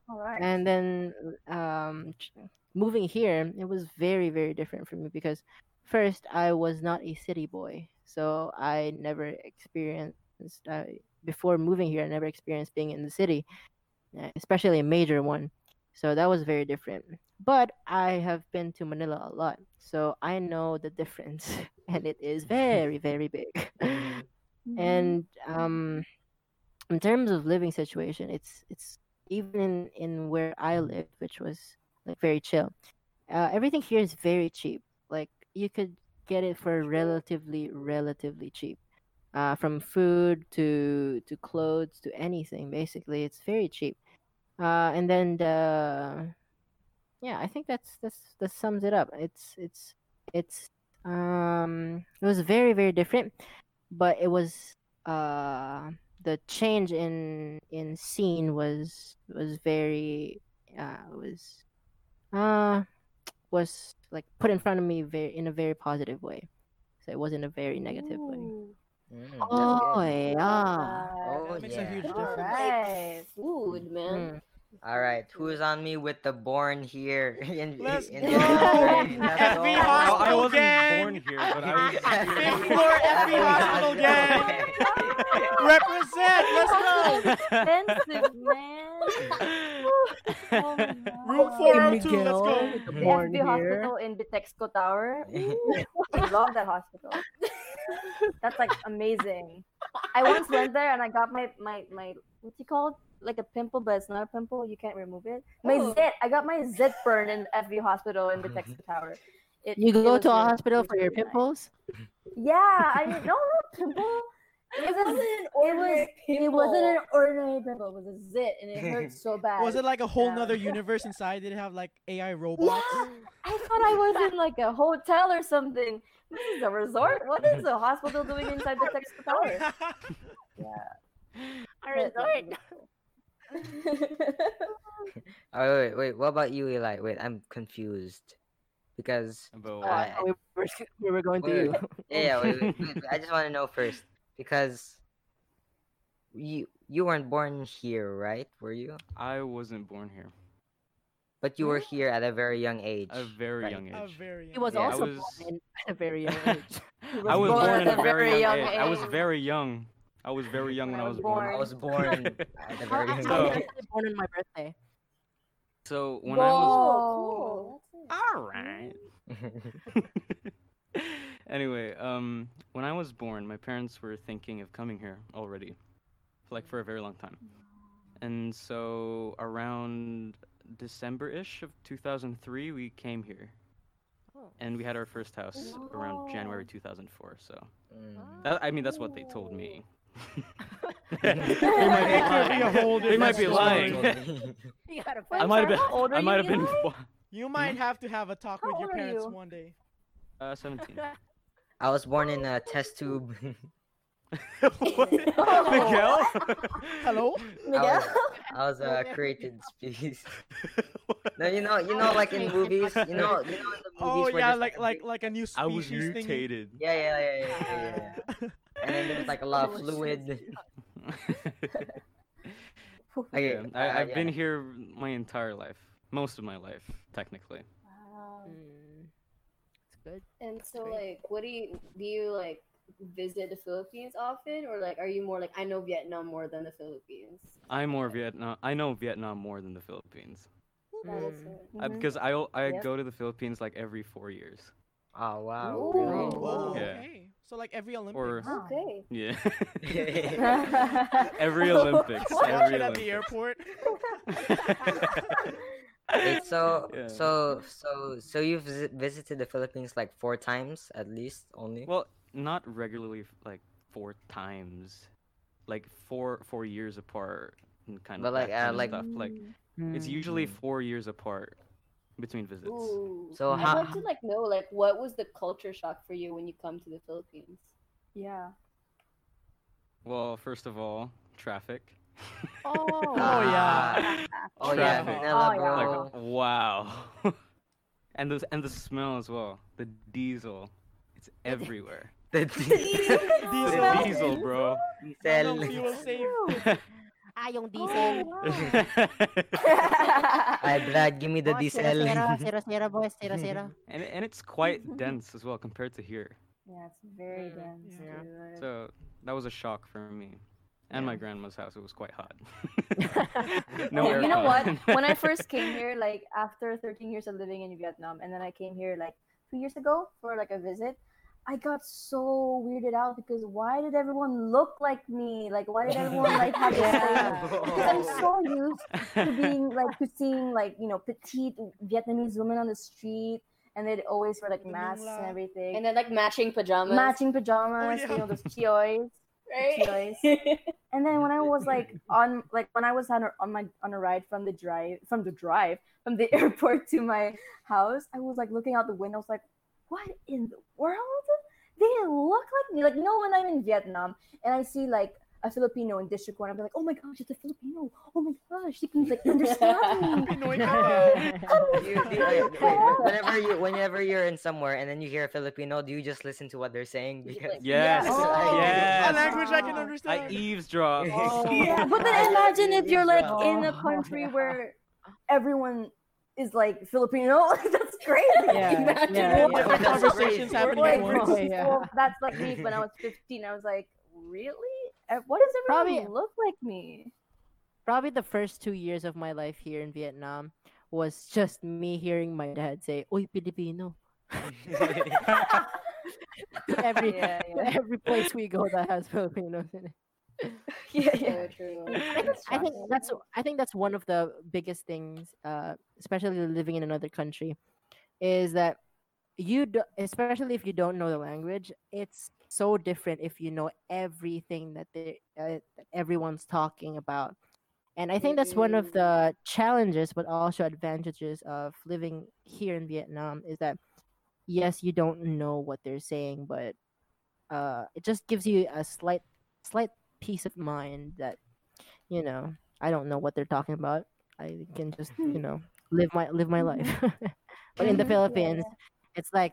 Speaker 5: All right.
Speaker 4: and then um, ch- moving here, it was very very different for me because first I was not a city boy, so I never experienced uh, before moving here. I never experienced being in the city, uh, especially a major one. So that was very different. But I have been to Manila a lot, so I know the difference, (laughs) and it is very very big. (laughs) and um in terms of living situation it's it's even in, in where i live which was like very chill uh, everything here is very cheap like you could get it for relatively relatively cheap uh, from food to to clothes to anything basically it's very cheap uh, and then the yeah i think that's that's that sums it up it's it's it's um it was very very different but it was uh the change in in scene was was very uh was uh was like put in front of me very in a very positive way so it wasn't a very negative way
Speaker 1: Mm, that's
Speaker 4: oh
Speaker 1: good.
Speaker 4: yeah
Speaker 1: Oh,
Speaker 2: Makes a
Speaker 1: yeah.
Speaker 2: huge
Speaker 5: Uh, All
Speaker 2: difference.
Speaker 6: (laughs)
Speaker 5: right.
Speaker 6: Food,
Speaker 4: Mm.
Speaker 6: man.
Speaker 1: All right, who's on me with the born here? (laughs) in,
Speaker 2: Let's
Speaker 1: in
Speaker 2: go.
Speaker 1: the
Speaker 5: (laughs)
Speaker 1: industry? Let's
Speaker 2: Happy
Speaker 1: go.
Speaker 3: No, I
Speaker 2: hospital
Speaker 3: wasn't
Speaker 2: gang.
Speaker 3: born here, but I
Speaker 1: (laughs)
Speaker 3: was.
Speaker 2: Fifth floor FB hospital gang.
Speaker 5: Ah!
Speaker 2: Represent. Let's go.
Speaker 4: (laughs)
Speaker 5: Expensive, man. Oh my God.
Speaker 2: Room
Speaker 5: Okay,
Speaker 2: 402. Let's go.
Speaker 4: Miguel,
Speaker 1: Mhm.
Speaker 4: born
Speaker 5: FB
Speaker 4: here.
Speaker 5: Hospital in Bitexco Tower. Ooh, I love that
Speaker 4: (laughs)
Speaker 5: hospital. That's like amazing. I once went there and I got my my my what's it called? Like a pimple, but it's not a pimple. You can't remove it. My
Speaker 6: Oh.
Speaker 5: zit. I got my zit burn in FB Hospital
Speaker 4: (laughs)
Speaker 5: in Bitexco Tower. It-
Speaker 4: you
Speaker 5: it
Speaker 4: go
Speaker 5: was
Speaker 4: to a
Speaker 5: really-
Speaker 4: hospital
Speaker 5: it
Speaker 4: for
Speaker 5: was
Speaker 4: your
Speaker 5: really nice.
Speaker 4: pimples
Speaker 5: Yeah,
Speaker 4: (laughs)
Speaker 5: I mean, no, no pimple. It was a
Speaker 6: an
Speaker 5: ordinary
Speaker 6: It
Speaker 5: It
Speaker 6: wasn't
Speaker 5: wasn't
Speaker 6: an
Speaker 5: an
Speaker 6: ordinary pimple. It was a zit, and it
Speaker 4: (laughs)
Speaker 6: hurt so bad.
Speaker 2: Was it like a whole
Speaker 5: Yeah. (laughs)
Speaker 2: nother universe inside? Did it have like AI robots?
Speaker 5: Yeah, I thought I was in like a hotel or something. This is a resort. What is a hospital doing inside the
Speaker 4: (laughs)
Speaker 5: Texas
Speaker 2: (laughs)
Speaker 5: Tower?
Speaker 4: (laughs)
Speaker 1: Oh, wait, wait. What about you, Eli? Wait, I'm confused because
Speaker 3: (laughs) About
Speaker 1: Oh, I-
Speaker 3: what?
Speaker 1: I-
Speaker 4: we were, we were going
Speaker 1: Wait,
Speaker 4: to
Speaker 1: yeah, yeah, wait, wait, wait, wait, I just want to know first because you you weren't born here, right? Were you?
Speaker 3: I wasn't born here.
Speaker 1: But you were here at a very young age.
Speaker 3: At a very
Speaker 1: Right.
Speaker 3: young age.
Speaker 2: A very
Speaker 4: he was
Speaker 1: Yeah, I
Speaker 4: also
Speaker 3: was-
Speaker 4: born in
Speaker 3: (laughs)
Speaker 4: a very young age
Speaker 3: I was born, at a very young,
Speaker 5: young
Speaker 3: age. I was
Speaker 5: age.
Speaker 3: very young. I was very young when I was born.
Speaker 1: I was born at
Speaker 3: (laughs)
Speaker 1: a
Speaker 4: I,
Speaker 1: very
Speaker 4: I,
Speaker 1: young
Speaker 4: I (laughs) was
Speaker 3: So-
Speaker 1: age.
Speaker 4: actually born on my birthday
Speaker 3: So when
Speaker 4: Oh,
Speaker 3: I was
Speaker 5: Whoa.
Speaker 6: cool. That's
Speaker 3: all right. (laughs) anyway, um, when I was born, my parents were thinking of coming here already, for, like for a very long time. And so around December ish of 2003, we came here. And we had our first house around January 2004. So
Speaker 1: Mm.
Speaker 3: that, I mean, that's what they told me.
Speaker 1: They
Speaker 3: they might be
Speaker 2: That could be a
Speaker 1: (laughs)
Speaker 3: lying.
Speaker 2: whole
Speaker 3: They might be
Speaker 2: different
Speaker 3: lying.
Speaker 4: you gotta
Speaker 3: I
Speaker 5: I'm
Speaker 3: might have been.
Speaker 5: sorry, how old are
Speaker 3: I
Speaker 5: you,
Speaker 3: might have been (laughs)
Speaker 5: Eli?
Speaker 3: bo-
Speaker 2: You might have to have a talk
Speaker 5: How
Speaker 2: with your
Speaker 5: old are
Speaker 2: parents
Speaker 5: you?
Speaker 3: (laughs)
Speaker 2: one day.
Speaker 3: uh, 17.
Speaker 1: I was born in a test tube. (laughs)
Speaker 3: Miguel?
Speaker 2: Hello?
Speaker 1: I
Speaker 6: Miguel?
Speaker 1: was, I was
Speaker 3: (laughs)
Speaker 1: a created species. (laughs) No, you know, you know, like in
Speaker 4: (laughs) Created
Speaker 1: movies, you know, you know, in the movies.
Speaker 2: (laughs) Oh
Speaker 1: where
Speaker 2: yeah,
Speaker 1: there's
Speaker 2: like
Speaker 1: a
Speaker 2: like
Speaker 1: big-
Speaker 2: like a new species
Speaker 3: I was
Speaker 2: thingy.
Speaker 3: mutated.
Speaker 1: Yeah, yeah, yeah, yeah, yeah, yeah, yeah.
Speaker 2: (laughs)
Speaker 1: And then there's like a lot of
Speaker 5: (laughs)
Speaker 1: fluid.
Speaker 3: (laughs)
Speaker 5: Oh,
Speaker 1: Okay,
Speaker 3: Yeah, I,
Speaker 1: uh,
Speaker 3: I've been
Speaker 1: yeah.
Speaker 3: here my entire life, most of my life, technically.
Speaker 6: Wow.
Speaker 4: (laughs) Mm. It's good.
Speaker 6: And so,
Speaker 4: Great.
Speaker 6: like, what do you do? You like visit the Philippines often, or like, are you more like I know Vietnam more than the Philippines?
Speaker 3: I'm more Vietnam. I know Vietnam more than the Philippines
Speaker 6: That is
Speaker 4: Mm.
Speaker 6: it.
Speaker 3: I-
Speaker 1: Mm-hmm.
Speaker 5: (laughs)
Speaker 3: because I o- I
Speaker 6: Yep.
Speaker 3: go to the Philippines like every four years.
Speaker 1: Oh wow.
Speaker 6: Ooh.
Speaker 1: really?
Speaker 2: Whoa,
Speaker 3: Yeah.
Speaker 2: okay. So like every Olympics. (laughs)
Speaker 3: Or-
Speaker 6: Okay.
Speaker 1: (laughs)
Speaker 3: Yeah.
Speaker 6: Wow.
Speaker 3: every Olympics.
Speaker 2: Watch
Speaker 3: Every
Speaker 2: it
Speaker 5: (laughs)
Speaker 2: at
Speaker 3: Olympics.
Speaker 2: the airport.
Speaker 3: (laughs)
Speaker 1: Wait, so
Speaker 3: Yeah.
Speaker 1: so so so you've visi- visited the Philippines like four times at least only.
Speaker 3: well, not regularly, like four times, like four four years apart, and kind
Speaker 1: But,
Speaker 3: of
Speaker 1: like, uh,
Speaker 3: that kind of
Speaker 1: like-
Speaker 3: stuff. Like it's usually
Speaker 1: Mm.
Speaker 3: four years apart between visits.
Speaker 6: Ooh.
Speaker 1: So
Speaker 6: I'd
Speaker 1: how-
Speaker 6: like to like know like what was the culture shock for you when you come to the Philippines?
Speaker 5: Yeah.
Speaker 3: Well, first of all, traffic. (laughs)
Speaker 4: Oh,
Speaker 2: Oh, yeah.
Speaker 1: Oh yeah,
Speaker 3: Traffic.
Speaker 1: Manila,
Speaker 5: Oh, yeah.
Speaker 1: bro.
Speaker 3: Like wow. (laughs) and the and the smell as well. The diesel. It's
Speaker 5: (laughs)
Speaker 3: everywhere.
Speaker 1: (laughs) The (laughs) diesel.
Speaker 3: The
Speaker 2: Diesel.
Speaker 3: diesel, bro.
Speaker 2: No, no, fuel save.
Speaker 4: Ah, yung
Speaker 5: Oh,
Speaker 4: diesel.
Speaker 5: wow.
Speaker 1: Ay, Brad, give me the
Speaker 4: Oh,
Speaker 1: diesel.
Speaker 4: Sira,
Speaker 1: (laughs)
Speaker 4: sira, sira, boys. Sira, sira.
Speaker 3: (laughs) and and it's quite dense as well compared to here.
Speaker 5: Yeah, it's very
Speaker 4: Mm,
Speaker 5: dense.
Speaker 4: yeah.
Speaker 5: dude.
Speaker 3: So that was a shock for me. And my grandma's house, it was quite hot.
Speaker 5: Oh,
Speaker 3: air
Speaker 5: you know what?
Speaker 3: con.
Speaker 5: When
Speaker 3: (laughs)
Speaker 5: I first came here, like after 13 years of living in Vietnam, and then I came here like two years ago for like a visit, I got so weirded out because why did everyone look like me? Like why did everyone like
Speaker 1: (laughs)
Speaker 5: have the (laughs)
Speaker 4: Yeah.
Speaker 5: same? Because I'm so used to being like to seeing like you know petite Vietnamese women on the street, and they'd always wear like
Speaker 2: With the
Speaker 5: masks
Speaker 2: nungla.
Speaker 5: and everything,
Speaker 6: and then like matching pajamas.
Speaker 5: matching pajamas,
Speaker 2: yeah.
Speaker 5: you know those chiois.
Speaker 6: (laughs) right?
Speaker 5: And then when I was
Speaker 4: (laughs)
Speaker 5: like on like when I was on a, on my on a ride from the drive from the drive from the (laughs) airport to my house, I was like looking out the window. I was like, "What in the world? They look like me." Like, you know, when I'm in Vietnam and I see like a Filipino in District One, I'm like, "Oh my gosh, it's a Filipino! Oh my gosh, she can like understand
Speaker 1: (laughs)
Speaker 5: me."
Speaker 2: Pinoy ka.
Speaker 1: You- you- wait, wait, wait, whenever you whenever you're in somewhere and then you hear a Filipino, do you just listen to what they're saying?
Speaker 6: You
Speaker 1: Because
Speaker 6: like-
Speaker 3: Yes.
Speaker 1: Oh.
Speaker 2: A
Speaker 3: yes.
Speaker 2: language I can
Speaker 3: I
Speaker 5: I
Speaker 2: understand.
Speaker 3: eavesdrop.
Speaker 1: Oh. (laughs)
Speaker 5: Yeah, but then imagine if you're like in a
Speaker 4: Oh.
Speaker 5: country where everyone is like Filipino. (laughs) That's crazy.
Speaker 4: Yeah,
Speaker 6: Imagine
Speaker 4: yeah,
Speaker 5: what
Speaker 2: Different
Speaker 1: that's
Speaker 2: conversations
Speaker 1: crazy.
Speaker 2: happening at
Speaker 5: Like,
Speaker 2: once.
Speaker 5: (laughs) well,
Speaker 4: yeah.
Speaker 5: well, that's like me when I
Speaker 2: (laughs)
Speaker 5: was 15. I was like, really? Uh, What does everyone
Speaker 4: Probably-
Speaker 5: look like me?
Speaker 4: (laughs) Probably the first two years of my life here in Vietnam was just me hearing my dad say, Uy, (laughs) Filipino. To every,
Speaker 5: Yeah,
Speaker 4: to
Speaker 2: (laughs)
Speaker 5: yeah.
Speaker 4: (laughs)
Speaker 5: (laughs)
Speaker 4: every place we go that has Filipinos in it.
Speaker 5: (laughs) Yeah, yeah.
Speaker 6: So true.
Speaker 4: I think, I think that's I think that's one of the biggest things, uh, especially living in another country, is that you do, especially if you don't know the language, it's so different if you know everything that they uh, that everyone's talking about, and I think that's one of
Speaker 6: Mm.
Speaker 4: the challenges, but also advantages of living here in Vietnam is that yes, you don't know what they're saying, but uh, it just gives you a slight slight peace of mind that you know I don't know what they're talking about. I can just you know live my live my life. (laughs) but in the
Speaker 5: Mhm. Yeah,
Speaker 4: Philippines, it's like,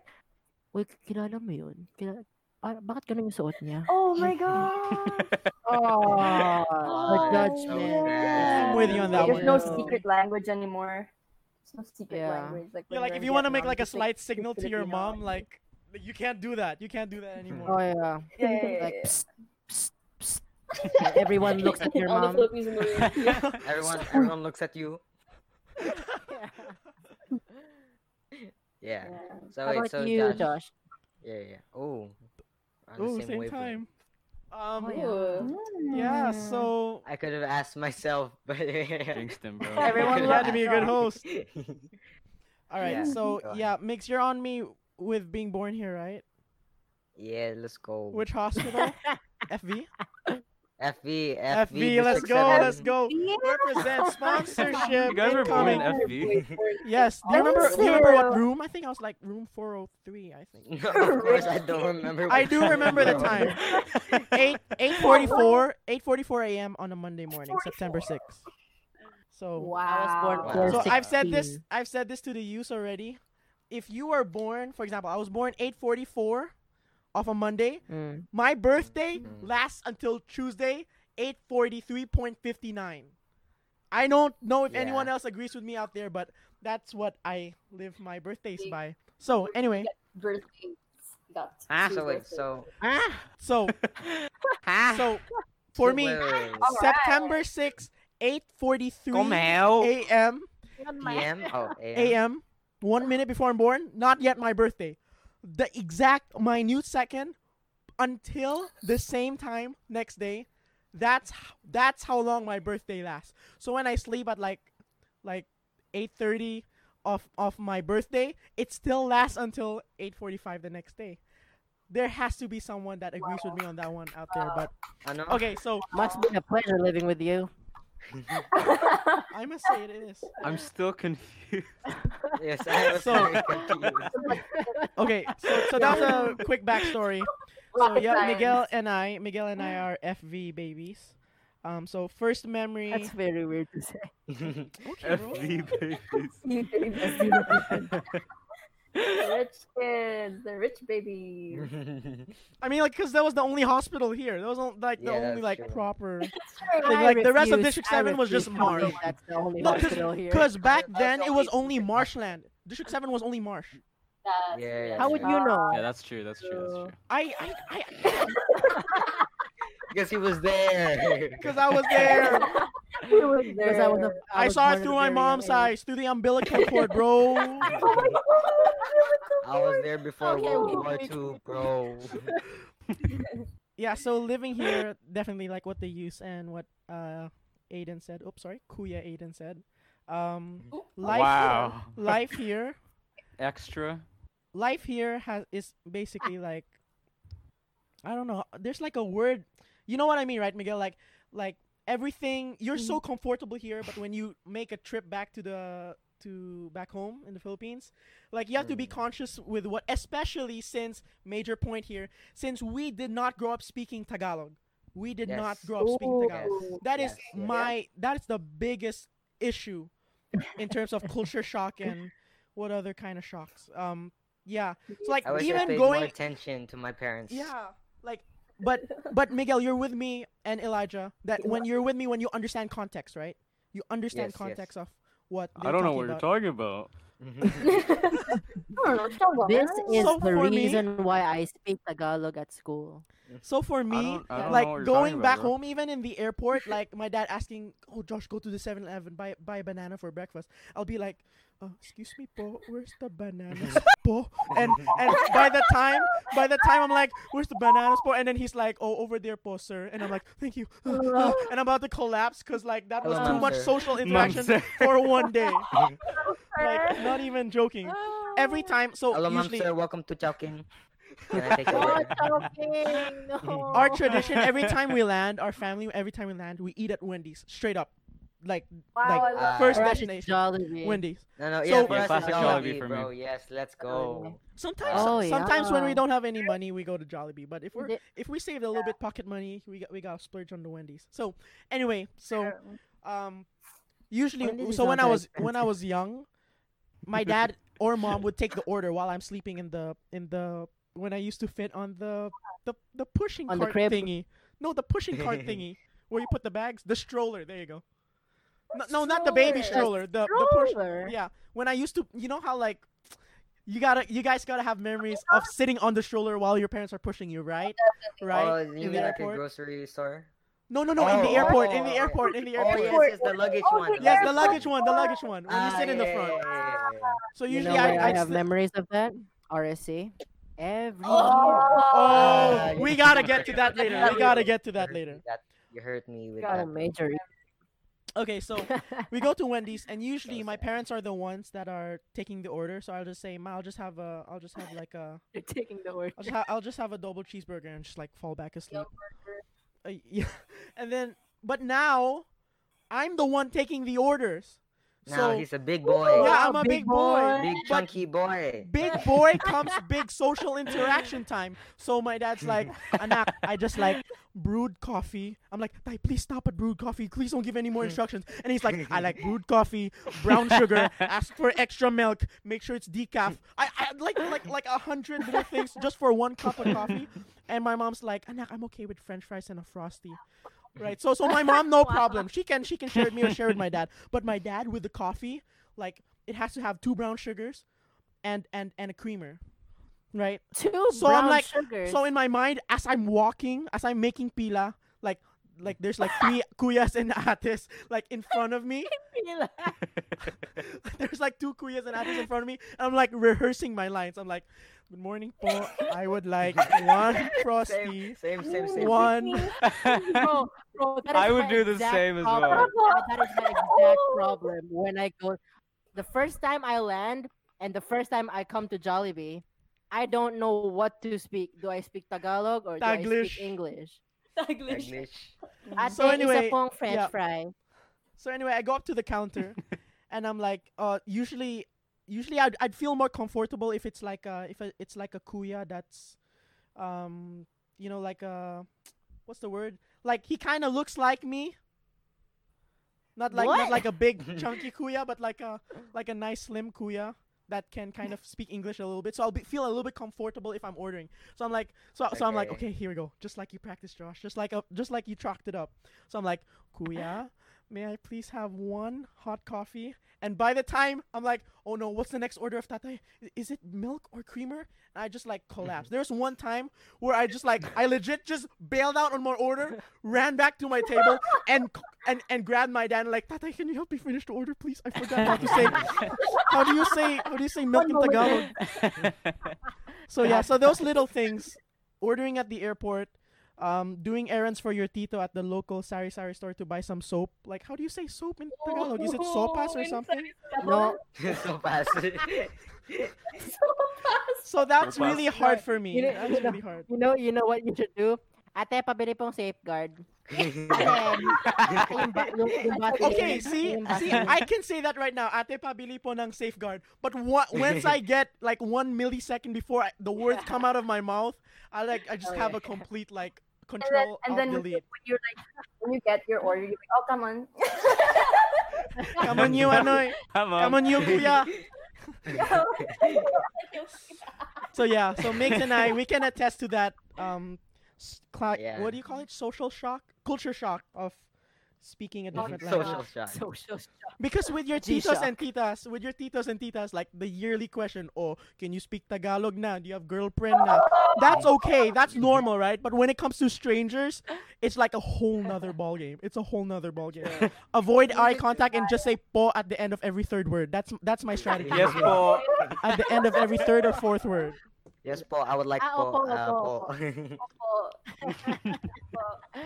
Speaker 4: "Uy, kilala mo yun? Kilala, ah, bakit ganun yung suot niya?"
Speaker 5: Oh
Speaker 2: (laughs)
Speaker 5: my god.
Speaker 4: Oh, (laughs) the
Speaker 5: Oh,
Speaker 4: judgment.
Speaker 5: yeah.
Speaker 2: I'm with you on that
Speaker 5: There's
Speaker 2: one.
Speaker 5: no
Speaker 2: Yeah.
Speaker 5: secret language anymore. There's no secret
Speaker 4: Yeah.
Speaker 5: language. Like,
Speaker 2: Yeah,
Speaker 5: when
Speaker 2: like
Speaker 5: you're
Speaker 2: if
Speaker 5: in
Speaker 2: you want to make
Speaker 5: Vietnam,
Speaker 2: like a
Speaker 5: just,
Speaker 2: slight signal to your
Speaker 5: Filipino
Speaker 2: mom,
Speaker 5: and-
Speaker 2: like you can't do that. You can't do that anymore.
Speaker 4: Oh yeah.
Speaker 5: Yeah, yeah,
Speaker 2: (laughs)
Speaker 5: yeah,
Speaker 4: Like
Speaker 5: yeah.
Speaker 4: psst, psst, psst. And everyone (laughs) looks
Speaker 6: (laughs)
Speaker 4: at your
Speaker 6: All the
Speaker 4: mom.
Speaker 6: Philippines in the
Speaker 3: (laughs)
Speaker 6: room.
Speaker 5: Oh. (laughs)
Speaker 1: everyone everyone looks at you. Yeah.
Speaker 6: Yeah.
Speaker 1: So
Speaker 4: How
Speaker 1: wait,
Speaker 4: about
Speaker 1: so
Speaker 4: you, Josh?
Speaker 1: Yeah, yeah. Oh. on the
Speaker 2: Oh, same
Speaker 1: wavelength.
Speaker 2: time. Um,
Speaker 4: Oh,
Speaker 6: Ooh.
Speaker 2: yeah.
Speaker 5: Mm.
Speaker 2: So
Speaker 1: I could have asked myself, (laughs) but
Speaker 5: (laughs)
Speaker 3: Jinxed him, bro. (laughs)
Speaker 2: everyone
Speaker 5: loves
Speaker 2: had to be a good host.
Speaker 1: (laughs)
Speaker 2: All right.
Speaker 1: Yeah,
Speaker 2: So
Speaker 1: go on.
Speaker 2: yeah, Mix, you're on me with being born here, right?
Speaker 1: yeah, let's go.
Speaker 2: (laughs) Which hospital? FV.
Speaker 1: FV, FV,
Speaker 2: FV, E, let's
Speaker 1: E, District
Speaker 2: go,
Speaker 1: 7.
Speaker 2: let's go. Represent
Speaker 3: You
Speaker 2: sponsorship
Speaker 3: guys were born in
Speaker 2: incoming.
Speaker 3: FV.
Speaker 1: (laughs)
Speaker 2: Yes, do you
Speaker 5: I would
Speaker 2: remember? Do you remember what
Speaker 5: say-
Speaker 2: room? I think I was like room 403. I think.
Speaker 1: No, (laughs) of course, I don't remember.
Speaker 2: I
Speaker 1: what
Speaker 2: do
Speaker 1: time
Speaker 2: remember the
Speaker 1: it was.
Speaker 3: (laughs)
Speaker 1: (laughs)
Speaker 2: time. Eight eight forty four eight forty four a.m. on a Monday morning, September sixth. So,
Speaker 5: Wow.
Speaker 1: Wow.
Speaker 4: born
Speaker 2: so I've said this.
Speaker 4: 16.
Speaker 2: I've said this to the youth already. If you are born, for example, I was born eight forty four, off a Monday.
Speaker 4: Mm.
Speaker 2: My birthday
Speaker 1: Mhm.
Speaker 2: lasts until Tuesday, eight forty three point fifty nine. I don't know if anyone
Speaker 1: Yeah.
Speaker 2: else agrees with me out there, but that's what I live my birthdays by. So anyway,
Speaker 6: Birthday got.
Speaker 1: Ah,
Speaker 6: two
Speaker 1: so wait,
Speaker 6: birthdays.
Speaker 1: so
Speaker 4: Ah,
Speaker 2: so
Speaker 1: ah,
Speaker 2: (laughs)
Speaker 1: (laughs)
Speaker 2: so for me,
Speaker 1: wait, wait, wait.
Speaker 2: September 6th, 8:43
Speaker 3: out.
Speaker 2: a.m.
Speaker 1: PM? Oh, AM.
Speaker 2: a.m. 1 minute before I'm born, not yet my birthday. The exact minute second until the same time next day. That's h- that's how long my birthday lasts. So when I sleep at like like 8:30 of of my birthday, it still lasts until 8:45 the next day. There has to be someone that agrees with me on that one out there, but
Speaker 1: Ano?
Speaker 2: okay, so
Speaker 4: must be a pleasure living with you.
Speaker 2: I must say it is.
Speaker 3: I'm still (laughs) confused.
Speaker 1: (laughs) Yes,
Speaker 2: (laughs)
Speaker 1: I was
Speaker 2: So-
Speaker 1: very confused.
Speaker 2: Okay, so, so that's a quick backstory. So
Speaker 5: Rocket
Speaker 2: yeah,
Speaker 5: science.
Speaker 2: Miguel and I, Miguel and I are FV babies. Um, so first memory.
Speaker 4: That's very weird to say.
Speaker 1: (laughs)
Speaker 2: okay, bro.
Speaker 3: FV babies.
Speaker 5: You babies. The rich kids, the rich babies.
Speaker 2: I mean, like, cause that was the only hospital here. That was on- like the
Speaker 1: Yeah,
Speaker 2: only
Speaker 1: that's
Speaker 2: like
Speaker 1: true.
Speaker 2: proper.
Speaker 4: I
Speaker 2: Like, like, the rest of
Speaker 4: refuse-
Speaker 2: District
Speaker 4: I
Speaker 2: 7 was just
Speaker 4: refuse to believe
Speaker 2: Marsh.
Speaker 4: That's the only
Speaker 2: No, 'cause-
Speaker 4: hospital here.
Speaker 2: Cause back
Speaker 1: that's
Speaker 2: then
Speaker 1: the
Speaker 2: it was
Speaker 1: only
Speaker 2: only
Speaker 1: district.
Speaker 2: marshland. District Seven was only marsh.
Speaker 6: That's-
Speaker 1: Yeah,
Speaker 6: that's
Speaker 1: yeah,
Speaker 4: How would you know?
Speaker 3: Yeah, that's true. That's true. That's true.
Speaker 2: I, I, I,
Speaker 1: Because he was there.
Speaker 2: (laughs) cause
Speaker 1: (laughs)
Speaker 2: I was there.
Speaker 5: (laughs)
Speaker 4: Because I was a-
Speaker 2: I
Speaker 4: was
Speaker 2: saw
Speaker 4: born
Speaker 2: it
Speaker 4: a
Speaker 2: through my
Speaker 4: very young
Speaker 2: mom's
Speaker 4: age.
Speaker 2: eyes, through the umbilical cord, bro.
Speaker 1: I was there before
Speaker 4: Okay,
Speaker 1: World
Speaker 4: we-
Speaker 1: War
Speaker 4: we-
Speaker 1: Two, bro. (laughs)
Speaker 2: yeah, so living here definitely like what they use and what uh Aiden said. Oops, sorry, Kuya Aiden said. Um, life,
Speaker 3: wow.
Speaker 2: life here,
Speaker 3: Extra.
Speaker 2: life here has is basically like, I don't know. There's like a word, you know what I mean, right, Miguel? Like, like everything. You're so
Speaker 1: Mm-hmm.
Speaker 2: comfortable here, but when you make a trip back to the to back home in the Philippines, like you have to be
Speaker 1: Mm.
Speaker 2: conscious with what, especially since major point here, since we did not grow up speaking Tagalog. We did not
Speaker 1: Yes.
Speaker 2: grow up speaking Tagalog. That is
Speaker 1: Yes, yes.
Speaker 2: my that is the biggest issue in terms of culture shock and what other kind of shocks. Um yeah. So like
Speaker 1: I wish I
Speaker 2: even
Speaker 1: paid
Speaker 2: going
Speaker 1: more attention to my parents. (laughs)
Speaker 2: Yeah. Like but
Speaker 1: uh,
Speaker 2: but Miguel, you're with me and Elijah that when you're with me when you understand context, right? You understand
Speaker 1: Yes, yes.
Speaker 2: context of what
Speaker 3: I
Speaker 2: they're
Speaker 3: don't know
Speaker 2: talking
Speaker 3: what
Speaker 2: about.
Speaker 3: you're talking about.
Speaker 4: This is
Speaker 2: Oh. So
Speaker 4: the
Speaker 2: for me-
Speaker 4: reason why I speak Tagalog at school.
Speaker 2: So for
Speaker 3: I
Speaker 2: me,
Speaker 3: don't, I don't know what
Speaker 2: like
Speaker 3: you're
Speaker 2: going
Speaker 3: talking
Speaker 2: back
Speaker 3: about, bro.
Speaker 2: home, even in the airport, like my dad asking, "Oh, Josh, go to the 7-Eleven, buy buy a banana for breakfast." I'll be like, uh, "Excuse me, po, where's the
Speaker 3: (laughs)
Speaker 2: bananas, po?" And
Speaker 4: (laughs)
Speaker 2: and by the time by the time I'm like, "Where's the bananas, po?" And then he's like, "Oh, over there, po, sir." And I'm like, "Thank you," (laughs) uh, uh," and I'm about to collapse because like that was
Speaker 1: Hello,
Speaker 2: too
Speaker 1: ma'am,
Speaker 2: much
Speaker 1: sir.
Speaker 2: social
Speaker 3: Mom
Speaker 2: interaction
Speaker 3: said-
Speaker 2: (laughs) for one
Speaker 4: (laughs)
Speaker 2: day. like not even joking.
Speaker 4: Oh.
Speaker 2: Every time, so
Speaker 1: Hello, ma'am,
Speaker 2: usually
Speaker 1: sir. Welcome to
Speaker 2: (laughs)
Speaker 1: Chowking. Can I take your
Speaker 4: Oh,
Speaker 1: order?
Speaker 4: (laughs) talking. No.
Speaker 2: our tradition every time we land, our family every time we land, we eat at Wendy's straight up, like
Speaker 5: Wow, I
Speaker 2: like
Speaker 5: love
Speaker 2: first
Speaker 1: Or
Speaker 4: Rush
Speaker 2: destination
Speaker 4: Jollibee.
Speaker 2: Wendy's.
Speaker 1: No, no,
Speaker 2: So-
Speaker 1: yeah, for
Speaker 2: Yeah,
Speaker 1: us,
Speaker 3: classic
Speaker 1: it's
Speaker 3: Jollibee
Speaker 1: Jollibee,
Speaker 3: for
Speaker 1: bro.
Speaker 3: me.
Speaker 1: Yes, let's go.
Speaker 2: Sometimes
Speaker 4: Oh,
Speaker 2: sometimes when we
Speaker 4: yeah.
Speaker 2: don't have any money, we go to Jollibee. But if we are
Speaker 4: The-
Speaker 2: if we saved a little bit pocket money, we got we got to splurge on the Wendy's. So anyway, so um, usually
Speaker 4: Wendy's is
Speaker 2: so
Speaker 4: not
Speaker 2: when I
Speaker 4: that
Speaker 2: was when I was young, my dad or mom would take the order while I'm sleeping in the in the when I used to fit on the the, the pushing
Speaker 4: On the
Speaker 2: cart
Speaker 4: crib?
Speaker 2: thingy. No, the pushing cart thingy where you put the bags, the stroller. There you go. No, no not the baby
Speaker 4: Stroller.
Speaker 2: stroller. The the push.
Speaker 4: Stroller?
Speaker 2: Yeah, when I used to, you know how like you gotta, you guys gotta have memories of sitting on the stroller while your parents are pushing you, right? Right.
Speaker 1: Oh,
Speaker 2: In
Speaker 1: you
Speaker 2: the
Speaker 1: mean like a
Speaker 2: airport?
Speaker 1: grocery store?
Speaker 2: No, no, no. in
Speaker 1: Oh,
Speaker 2: the airport. in
Speaker 1: oh,
Speaker 2: the
Speaker 1: oh,
Speaker 2: airport. In the
Speaker 1: Oh,
Speaker 2: airport.
Speaker 1: yes,
Speaker 5: Airport.
Speaker 1: yes, the luggage
Speaker 5: Oh,
Speaker 1: one.
Speaker 5: the
Speaker 2: Yes, the
Speaker 5: airport.
Speaker 2: luggage one. The luggage one. When you
Speaker 1: Ah,
Speaker 2: sit in the
Speaker 1: yeah,
Speaker 2: front.
Speaker 1: yeah, yeah, yeah, yeah.
Speaker 2: So
Speaker 4: You
Speaker 2: usually
Speaker 4: know where
Speaker 2: I,
Speaker 4: I
Speaker 2: I'd
Speaker 4: have
Speaker 2: sit-
Speaker 4: memories of that? RSC. Every year.
Speaker 1: uh,
Speaker 5: Oh.
Speaker 1: Ah,
Speaker 2: Oh, we gotta get to that later. We gotta get to
Speaker 1: You (laughs)
Speaker 2: that
Speaker 1: hurt
Speaker 2: later.
Speaker 1: me that- You hurt me with
Speaker 5: Got
Speaker 4: Got a
Speaker 1: that.
Speaker 4: major.
Speaker 2: Okay, so
Speaker 4: (laughs)
Speaker 2: we go to Wendy's, and usually
Speaker 1: So
Speaker 2: my
Speaker 1: sad.
Speaker 2: parents are the ones that are taking the order. So I'll just say, "Ma, I'll just have a, I'll just have like a,
Speaker 4: You're taking the word.
Speaker 2: I'll just, ha- I'll just have a double cheeseburger and just like fall back asleep. Uh, uh, (laughs) yeah. and then but now I'm the one taking the orders.
Speaker 1: Now
Speaker 2: so
Speaker 1: he's a big boy.
Speaker 2: yeah, I'm a big,
Speaker 4: big
Speaker 2: boy.
Speaker 4: boy.
Speaker 1: Big chunky boy.
Speaker 2: Big boy comes big social interaction time. So my dad's like, Anak, I just like brewed coffee. I'm like, Tay, please stop at brewed coffee. Please don't give any more instructions. And he's like, I like brewed coffee,
Speaker 3: (laughs)
Speaker 2: brown sugar, (laughs) ask for extra milk, make sure it's decaf. I, I like like like a hundred little things just for one cup of coffee. And my mom's like, Anak, I'm okay with French fries and a frosty. Right. So so my mom, no
Speaker 7: Wow.
Speaker 2: problem. She can she can share with me or share with my dad. But my dad with the coffee, like it has to have two brown sugars and and and a creamer. Right?
Speaker 4: Two
Speaker 2: So I'm
Speaker 4: brown
Speaker 2: like-
Speaker 4: sugars. (laughs)
Speaker 2: So in my mind, as I'm walking, as I'm making pila, like like there's like three kuyas and ates like in front of me. (laughs) There's like two kuyas and ates in front of me. And I'm like rehearsing my lines. I'm like, "Good morning, po. I
Speaker 1: (laughs)
Speaker 2: would like one
Speaker 1: Same,
Speaker 2: frosty,
Speaker 1: same, same, same.
Speaker 2: one." Oh, (laughs)
Speaker 4: bro, bro, that
Speaker 3: I
Speaker 4: is
Speaker 3: would
Speaker 4: my
Speaker 3: do the
Speaker 4: exact
Speaker 3: same as
Speaker 4: problem.
Speaker 3: well.
Speaker 4: Bro, That is my exact problem. When I go, the first time I land and the first time I come to Jollibee, I don't know what to speak. Do I speak Tagalog or do I
Speaker 2: Taglish.
Speaker 4: speak English?
Speaker 7: Taglish.
Speaker 1: English.
Speaker 4: Ate
Speaker 2: So anyway,
Speaker 4: isa pong French
Speaker 2: yeah.
Speaker 4: fry.
Speaker 2: So anyway, I go up to the counter, and I'm like, uh, usually, usually I'd, I'd feel more comfortable if it's like a if a, it's like a kuya that's, um, you know, like a, what's the word? Like he kind of looks like me. Not like not
Speaker 4: What?
Speaker 2: like a big chunky kuya, but like a like a nice slim kuya that can kind of speak English a little bit. So I'll be, feel a little bit comfortable if I'm ordering. So I'm like, so, so I'm like,
Speaker 1: Okay.
Speaker 2: okay, here we go. Just like you practiced, Josh. Just like uh, just like you chalked it up. So I'm like, Kuya, may I please have one hot coffee? And by the time I'm like, oh no, what's the next order of tatay? I- Is it milk or creamer? And I just like collapse. There's one time where I just like I legit just bailed out on my order, ran back to my table, and c- and and grabbed my dad and like, tatay, can you help me finish the order, please? I forgot how to say how do you say how do you say milk in Tagalog?
Speaker 3: (laughs)
Speaker 2: So yeah, so those little things, ordering at the airport, um, doing errands for your tito at the local sari sari store to buy some soap. Like, how do you say soap in Tagalog? oh Is it
Speaker 4: Oh,
Speaker 2: sopas or something?
Speaker 4: No,
Speaker 1: (laughs) so
Speaker 2: (laughs)
Speaker 1: fast. (laughs)
Speaker 2: So that's
Speaker 3: Sopas.
Speaker 2: really hard for me.
Speaker 4: You know-
Speaker 2: That's
Speaker 4: you know-
Speaker 2: really hard.
Speaker 4: you know, you know what you should do. Ate, pabili pong safeguard. Ate, yung ba- yung- yung bathroom.
Speaker 2: Ah, Okay, see,
Speaker 4: Yung
Speaker 2: see,
Speaker 4: bathroom.
Speaker 2: I can say that right now. Ate pabili po ng safeguard. But what, once I get like one millisecond before I, the words come out of my mouth, I like I just
Speaker 4: Oh,
Speaker 2: have
Speaker 4: yeah.
Speaker 2: a complete like control and
Speaker 5: and then-
Speaker 4: (laughs)
Speaker 2: delete.
Speaker 5: you're like when you get your order, you're like, oh
Speaker 2: (laughs)
Speaker 5: come on. (laughs)
Speaker 2: Come
Speaker 3: (laughs)
Speaker 2: on you, ano?
Speaker 3: Come on.
Speaker 2: Come on you,
Speaker 1: (laughs)
Speaker 2: kuya. So yeah, so Migs and I, we can attest to that. Um, s- cla-
Speaker 1: Yeah.
Speaker 2: what do you call it? Social shock, culture shock of speaking a different
Speaker 1: Social
Speaker 2: language.
Speaker 1: shock.
Speaker 4: Social
Speaker 2: Because with your titos
Speaker 4: G-shock.
Speaker 2: and titas, with your titos and titas, like the yearly question, oh, can you speak Tagalog now? Do you have girlfriend now? That's okay, that's normal, right? But when it comes to strangers, it's like a whole nother ballgame. It's a whole nother ballgame. Avoid eye contact and just say po at the end of every third word. That's that's my strategy.
Speaker 3: Yes, po.
Speaker 2: At the end of every third or fourth word.
Speaker 1: Yes, po. I would like
Speaker 4: Ah,
Speaker 2: oh,
Speaker 1: po.
Speaker 4: opo,
Speaker 1: uh,
Speaker 4: opo,
Speaker 1: (laughs) po.
Speaker 5: Oh,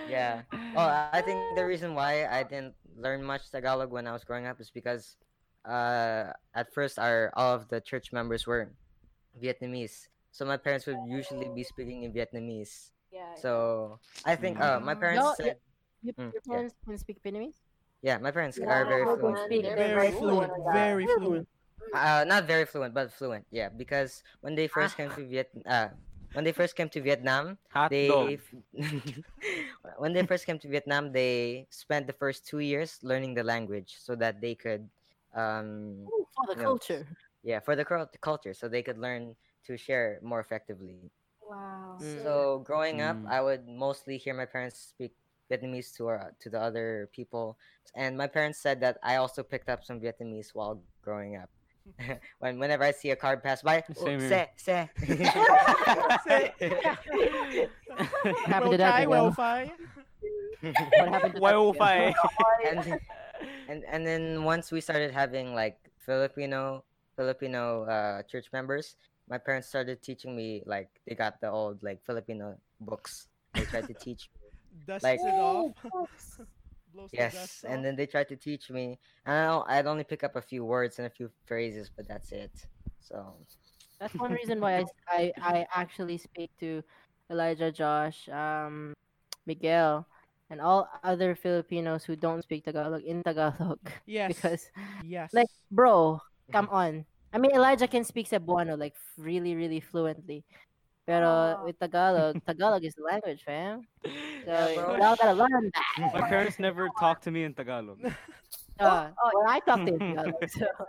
Speaker 1: yeah. Oh, I think the reason why I didn't learn much Tagalog when I was growing up is because uh, at first our all of the church members were Vietnamese, so my parents would usually be speaking in Vietnamese.
Speaker 6: Oh,
Speaker 5: yeah.
Speaker 1: So I think uh, my parents
Speaker 4: No,
Speaker 1: said,
Speaker 4: You,
Speaker 1: Mm,
Speaker 4: your
Speaker 1: yeah.
Speaker 4: parents can speak Vietnamese?
Speaker 1: yeah, my parents are very
Speaker 5: Wow,
Speaker 1: fluent.
Speaker 5: man,
Speaker 1: in
Speaker 5: they're
Speaker 2: Very fluent, very fluent.
Speaker 4: Really?
Speaker 1: uh, not very fluent, but fluent. Yeah, because when they first came to Viet, uh, when they first came to Vietnam,
Speaker 3: Hot
Speaker 1: they
Speaker 3: dog.
Speaker 1: (laughs) when they first came to Vietnam, they spent the first two years learning the language so that they could, um,
Speaker 4: Ooh, for the
Speaker 1: Yeah.
Speaker 4: culture.
Speaker 1: yeah, for the cul- culture, so they could learn to share more effectively.
Speaker 5: Wow.
Speaker 4: Mm.
Speaker 6: (laughs)
Speaker 5: (laughs)
Speaker 1: So growing up,
Speaker 3: Mm.
Speaker 1: I would mostly hear my parents speak Vietnamese to our, to the other people, and my parents said that I also picked up some Vietnamese while growing up. (laughs) when whenever I see a card pass by, "Oh,
Speaker 3: Same
Speaker 1: se, se.
Speaker 3: here. (laughs)
Speaker 1: (laughs)
Speaker 4: Happened
Speaker 2: Bro,
Speaker 4: to that
Speaker 2: Kai,
Speaker 4: to them.
Speaker 1: (laughs)
Speaker 2: Wi-Fi.
Speaker 4: What happened to that?
Speaker 5: (laughs)
Speaker 3: Wi-Fi.
Speaker 1: and, and and then once we started having like Filipino Filipino uh, church members, my parents started teaching me like they got the old like Filipino books. They tried to teach
Speaker 2: Dusts
Speaker 1: Like-
Speaker 2: it
Speaker 1: (laughs)
Speaker 2: off. Blows the
Speaker 1: yes,
Speaker 2: dust
Speaker 1: and
Speaker 2: off.
Speaker 1: then they tried to teach me. And I don't- I'd only pick up a few words and a few phrases, but that's it. So
Speaker 4: That's one reason why I, I, I actually speak to Elijah, Josh, um, Miguel, and all other Filipinos who don't speak Tagalog in Tagalog. (laughs)
Speaker 2: Yes.
Speaker 4: Because,
Speaker 2: yes.
Speaker 4: like, bro,
Speaker 5: Mm-hmm.
Speaker 4: come on. I mean, Elijah can speak Cebuano like really, really fluently. Pero
Speaker 5: Ah.
Speaker 4: with Tagalog, Tagalog is the language, fam. So
Speaker 1: bro.
Speaker 4: y'all gotta learn that.
Speaker 5: Mm-hmm.
Speaker 3: My parents never talked to me in
Speaker 4: (laughs)
Speaker 3: Tagalog.
Speaker 4: Uh,
Speaker 5: oh,
Speaker 4: well, I talk to you in Tagalog,
Speaker 5: (laughs)
Speaker 4: so. (laughs)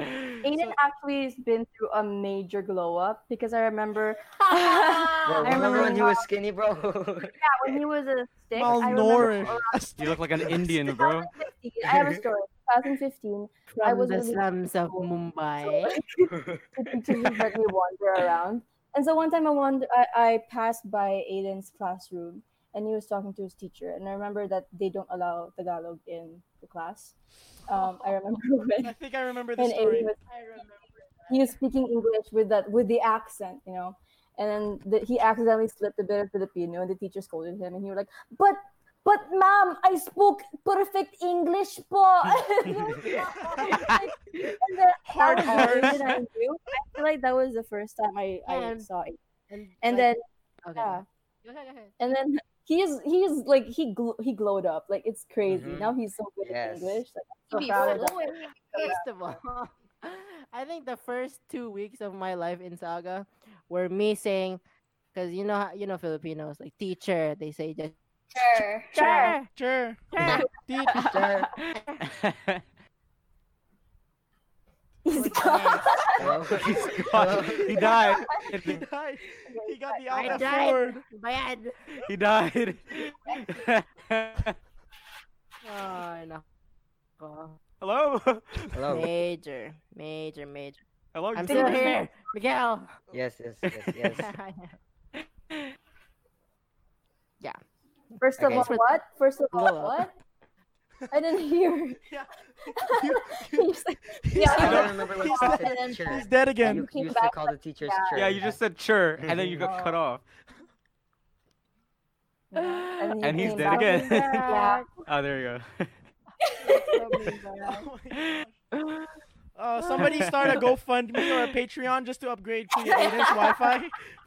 Speaker 5: Aiden actually has been through a major glow up because I remember
Speaker 1: Bro,
Speaker 5: I
Speaker 1: remember when he
Speaker 5: remember-
Speaker 1: was skinny, bro? (laughs)
Speaker 5: when he was a stick. I remember,
Speaker 2: malnourished.
Speaker 5: around
Speaker 2: (laughs)
Speaker 3: You look like
Speaker 5: (laughs)
Speaker 3: an Indian, bro. (laughs)
Speaker 5: 2015 I have a story. 2015,
Speaker 4: from
Speaker 5: I was
Speaker 4: the
Speaker 5: really-
Speaker 4: slums
Speaker 5: (laughs)
Speaker 4: of Mumbai.
Speaker 5: to just let me wander around. And so one time I, wand- I I passed by Aiden's classroom and he was talking to his teacher. And I remember that they don't allow Tagalog in the class. Um, I remember (laughs)
Speaker 2: I
Speaker 5: when,
Speaker 2: think I remember the
Speaker 5: when Aiden
Speaker 2: story.
Speaker 5: was, he was speaking English with that with the accent, you know. And then the, he accidentally slipped a bit of Filipino and the teacher scolded him and he was like, but but ma'am, I spoke perfect English po. (laughs) And then
Speaker 2: Hard
Speaker 5: that
Speaker 2: heart.
Speaker 5: was the only that I knew. I feel like that was the first time I, I
Speaker 4: And-
Speaker 5: saw it.
Speaker 4: And,
Speaker 5: And
Speaker 4: like-
Speaker 5: then
Speaker 4: okay.
Speaker 5: yeah,
Speaker 4: Go ahead, go ahead.
Speaker 5: and then he is he is like he gl- he glowed up like it's crazy.
Speaker 2: Mm-hmm.
Speaker 1: Mhm.
Speaker 5: Now he's so good
Speaker 1: Yes.
Speaker 5: at English. Like, I'm so
Speaker 4: Be
Speaker 5: proud of
Speaker 4: full.
Speaker 5: that.
Speaker 1: (laughs)
Speaker 4: First of all, (laughs) I think the first two weeks of my life in Saga were me saying, because you know, how- you know Filipinos like teacher, they say just
Speaker 6: Sure.
Speaker 4: teacher, (laughs)
Speaker 2: Sure.
Speaker 4: teacher.
Speaker 2: Did-
Speaker 1: Sure.
Speaker 5: He's (laughs) gone.
Speaker 1: Hello?
Speaker 3: (laughs)
Speaker 1: (laughs)
Speaker 3: God, he
Speaker 5: (laughs)
Speaker 3: died.
Speaker 2: he died. He got the
Speaker 4: I
Speaker 2: out
Speaker 4: died.
Speaker 2: sword.
Speaker 4: Bad.
Speaker 3: He died. (laughs)
Speaker 4: Oh, nako.
Speaker 3: Hello?
Speaker 1: Hello.
Speaker 4: Major, major, major.
Speaker 3: Hello?
Speaker 4: I'm
Speaker 3: Taylor?
Speaker 4: still here, Miguel. (laughs)
Speaker 1: Yes, yes, yes, yes.
Speaker 5: First of
Speaker 1: Okay.
Speaker 5: all, what? First of all,
Speaker 4: Glow
Speaker 5: what? I
Speaker 2: (laughs)
Speaker 5: didn't hear.
Speaker 2: (laughs)
Speaker 5: (laughs)
Speaker 2: Yeah.
Speaker 5: He's like,
Speaker 2: He's
Speaker 5: I
Speaker 1: I
Speaker 2: dead.
Speaker 1: don't remember what
Speaker 2: He's
Speaker 1: you said,
Speaker 5: dead.
Speaker 1: teacher.
Speaker 2: He's dead
Speaker 1: You
Speaker 2: again.
Speaker 5: Came
Speaker 1: used to
Speaker 5: back,
Speaker 1: call the teachers
Speaker 5: yeah.
Speaker 1: church.
Speaker 3: Yeah, you just said sure, and then you got
Speaker 4: (laughs)
Speaker 3: cut off.
Speaker 5: and, he
Speaker 3: (laughs) And he's
Speaker 5: came
Speaker 3: dead again.
Speaker 5: back. (laughs)
Speaker 3: (laughs)
Speaker 5: Yeah.
Speaker 3: Oh, there (laughs) you
Speaker 2: (laughs) Oh my gosh. Uh,
Speaker 4: (laughs)
Speaker 2: somebody start a GoFundMe or a Patreon just to upgrade to
Speaker 4: (laughs)
Speaker 2: Aiden's Wi-Fi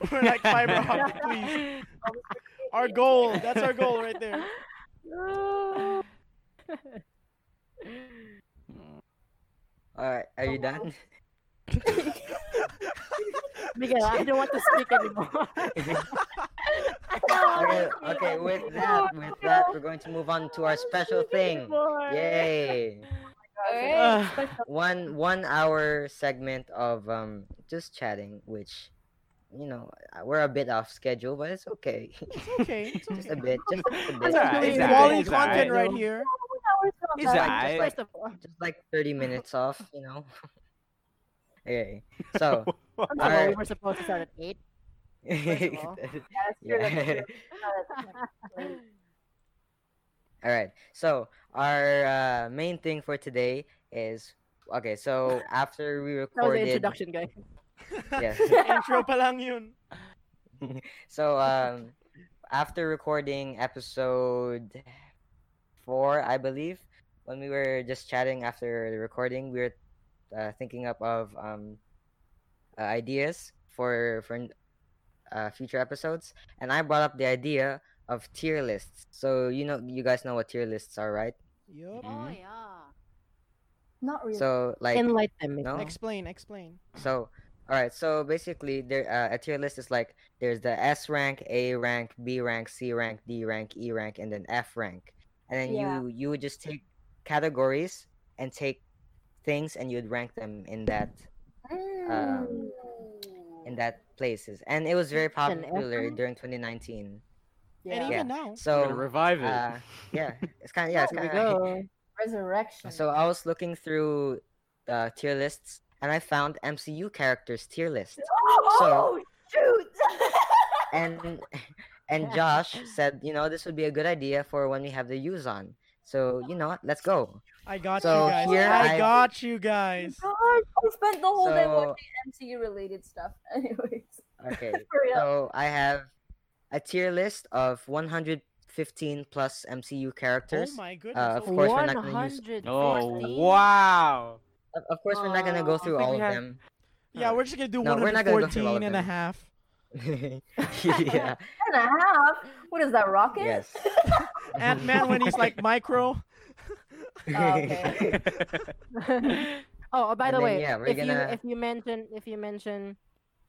Speaker 2: for like fiber
Speaker 1: (laughs)
Speaker 2: optic, please.
Speaker 3: go.
Speaker 2: Our goal. That's our goal right there.
Speaker 1: All right, are you done?
Speaker 4: Miguel, I don't want to speak anymore.
Speaker 3: Oh.
Speaker 1: (laughs) okay,
Speaker 4: (laughs)
Speaker 1: okay, with that, with that, we're going to move on to our special thing.
Speaker 3: (laughs)
Speaker 1: Yay!
Speaker 5: Uh,
Speaker 6: Alright.
Speaker 1: One one hour segment of um just chatting, which you know we're a bit off schedule, but it's okay. (laughs)
Speaker 2: It's okay. It's
Speaker 1: just a bit, just a bit.
Speaker 3: (laughs) alright,
Speaker 2: Doing
Speaker 3: it's alright,
Speaker 2: quality
Speaker 3: it's alright.
Speaker 2: content right here.
Speaker 3: Is
Speaker 1: Just
Speaker 3: that-
Speaker 1: like- just like-
Speaker 3: I-
Speaker 4: First of all,
Speaker 1: just like thirty minutes off, you know. (laughs) okay,
Speaker 3: (laughs)
Speaker 1: so
Speaker 4: first of all, we
Speaker 1: Alright.
Speaker 4: were supposed to start at eight.
Speaker 1: (laughs)
Speaker 4: of all.
Speaker 1: yeah. (laughs)
Speaker 6: Mm-hmm.
Speaker 1: All right. So our uh, main thing for today is okay. So after we
Speaker 4: That was the
Speaker 1: recorded,
Speaker 4: introduction, guys.
Speaker 1: yes.
Speaker 2: (laughs)
Speaker 1: (laughs)
Speaker 2: Intro pa lang yun.
Speaker 1: So um, after recording episode four, I believe, when we were just chatting after the recording, we were uh, thinking up of um, uh, ideas for for uh, future episodes, and I brought up the idea of tier lists. So you know, you guys know what tier lists are, right?
Speaker 2: Yup.
Speaker 3: Oh,
Speaker 4: yeah.
Speaker 5: Not really.
Speaker 1: So like,
Speaker 4: Enlighten
Speaker 1: no.
Speaker 4: them.
Speaker 2: Explain, explain.
Speaker 1: So, all right. So basically, there uh, a tier list is like there's the S rank, A rank, B rank, C rank, D rank, E rank, and then F rank. And then
Speaker 5: Yeah.
Speaker 1: you you would just take categories and take things, and you'd rank them in that
Speaker 4: Hmm.
Speaker 1: um, in that places. And it was very
Speaker 4: An F
Speaker 1: popular
Speaker 4: rank?
Speaker 1: during 2019.
Speaker 2: And
Speaker 5: yeah.
Speaker 2: even
Speaker 1: Yeah.
Speaker 2: now.
Speaker 3: We're
Speaker 1: (laughs) So
Speaker 3: gonna revive it.
Speaker 1: uh,
Speaker 4: (laughs)
Speaker 1: yeah, it's kind of yeah, it's
Speaker 4: There we
Speaker 1: kind of
Speaker 4: go.
Speaker 5: Resurrection.
Speaker 1: So I was looking through uh, tier lists, and I found MCU characters tier list.
Speaker 5: oh, shoot! (laughs)
Speaker 1: and (laughs) and Josh said, you know, this would be a good idea for when we have the use on. So you know what? Let's go.
Speaker 2: I got
Speaker 1: So
Speaker 2: you guys.
Speaker 1: here
Speaker 2: I,
Speaker 1: I-
Speaker 2: got you guys.
Speaker 1: (laughs)
Speaker 5: God, I spent the
Speaker 2: Oh,
Speaker 5: whole day
Speaker 1: So
Speaker 5: watching MCU related stuff. (laughs) Anyways,
Speaker 2: (laughs)
Speaker 1: okay.
Speaker 5: for real.
Speaker 1: So I have a tier list of 115 plus MCU
Speaker 2: Oh
Speaker 1: characters.
Speaker 2: my goodness.
Speaker 1: uh, of
Speaker 2: oh,
Speaker 1: course we're not gonna use-
Speaker 4: 150.
Speaker 3: Oh, wow.
Speaker 1: Of, of course, we're not gonna go
Speaker 4: Wow.
Speaker 1: through
Speaker 3: I think
Speaker 1: all
Speaker 3: we
Speaker 1: of
Speaker 3: have-
Speaker 1: them.
Speaker 2: yeah, we're just going to do
Speaker 1: No, we're not gonna go through all of
Speaker 2: 114 and a
Speaker 1: them. (laughs)
Speaker 2: half.
Speaker 1: yeah.
Speaker 2: (laughs)
Speaker 6: (laughs)
Speaker 5: Ten and a half. What is that rocket?
Speaker 1: Yes.
Speaker 2: Ant Man when he's
Speaker 3: (laughs)
Speaker 2: like micro.
Speaker 5: okay.
Speaker 4: (laughs) oh,
Speaker 1: And
Speaker 4: by the
Speaker 1: then,
Speaker 4: way,
Speaker 1: yeah, we're
Speaker 4: if
Speaker 1: gonna-
Speaker 4: you if you mention if you mention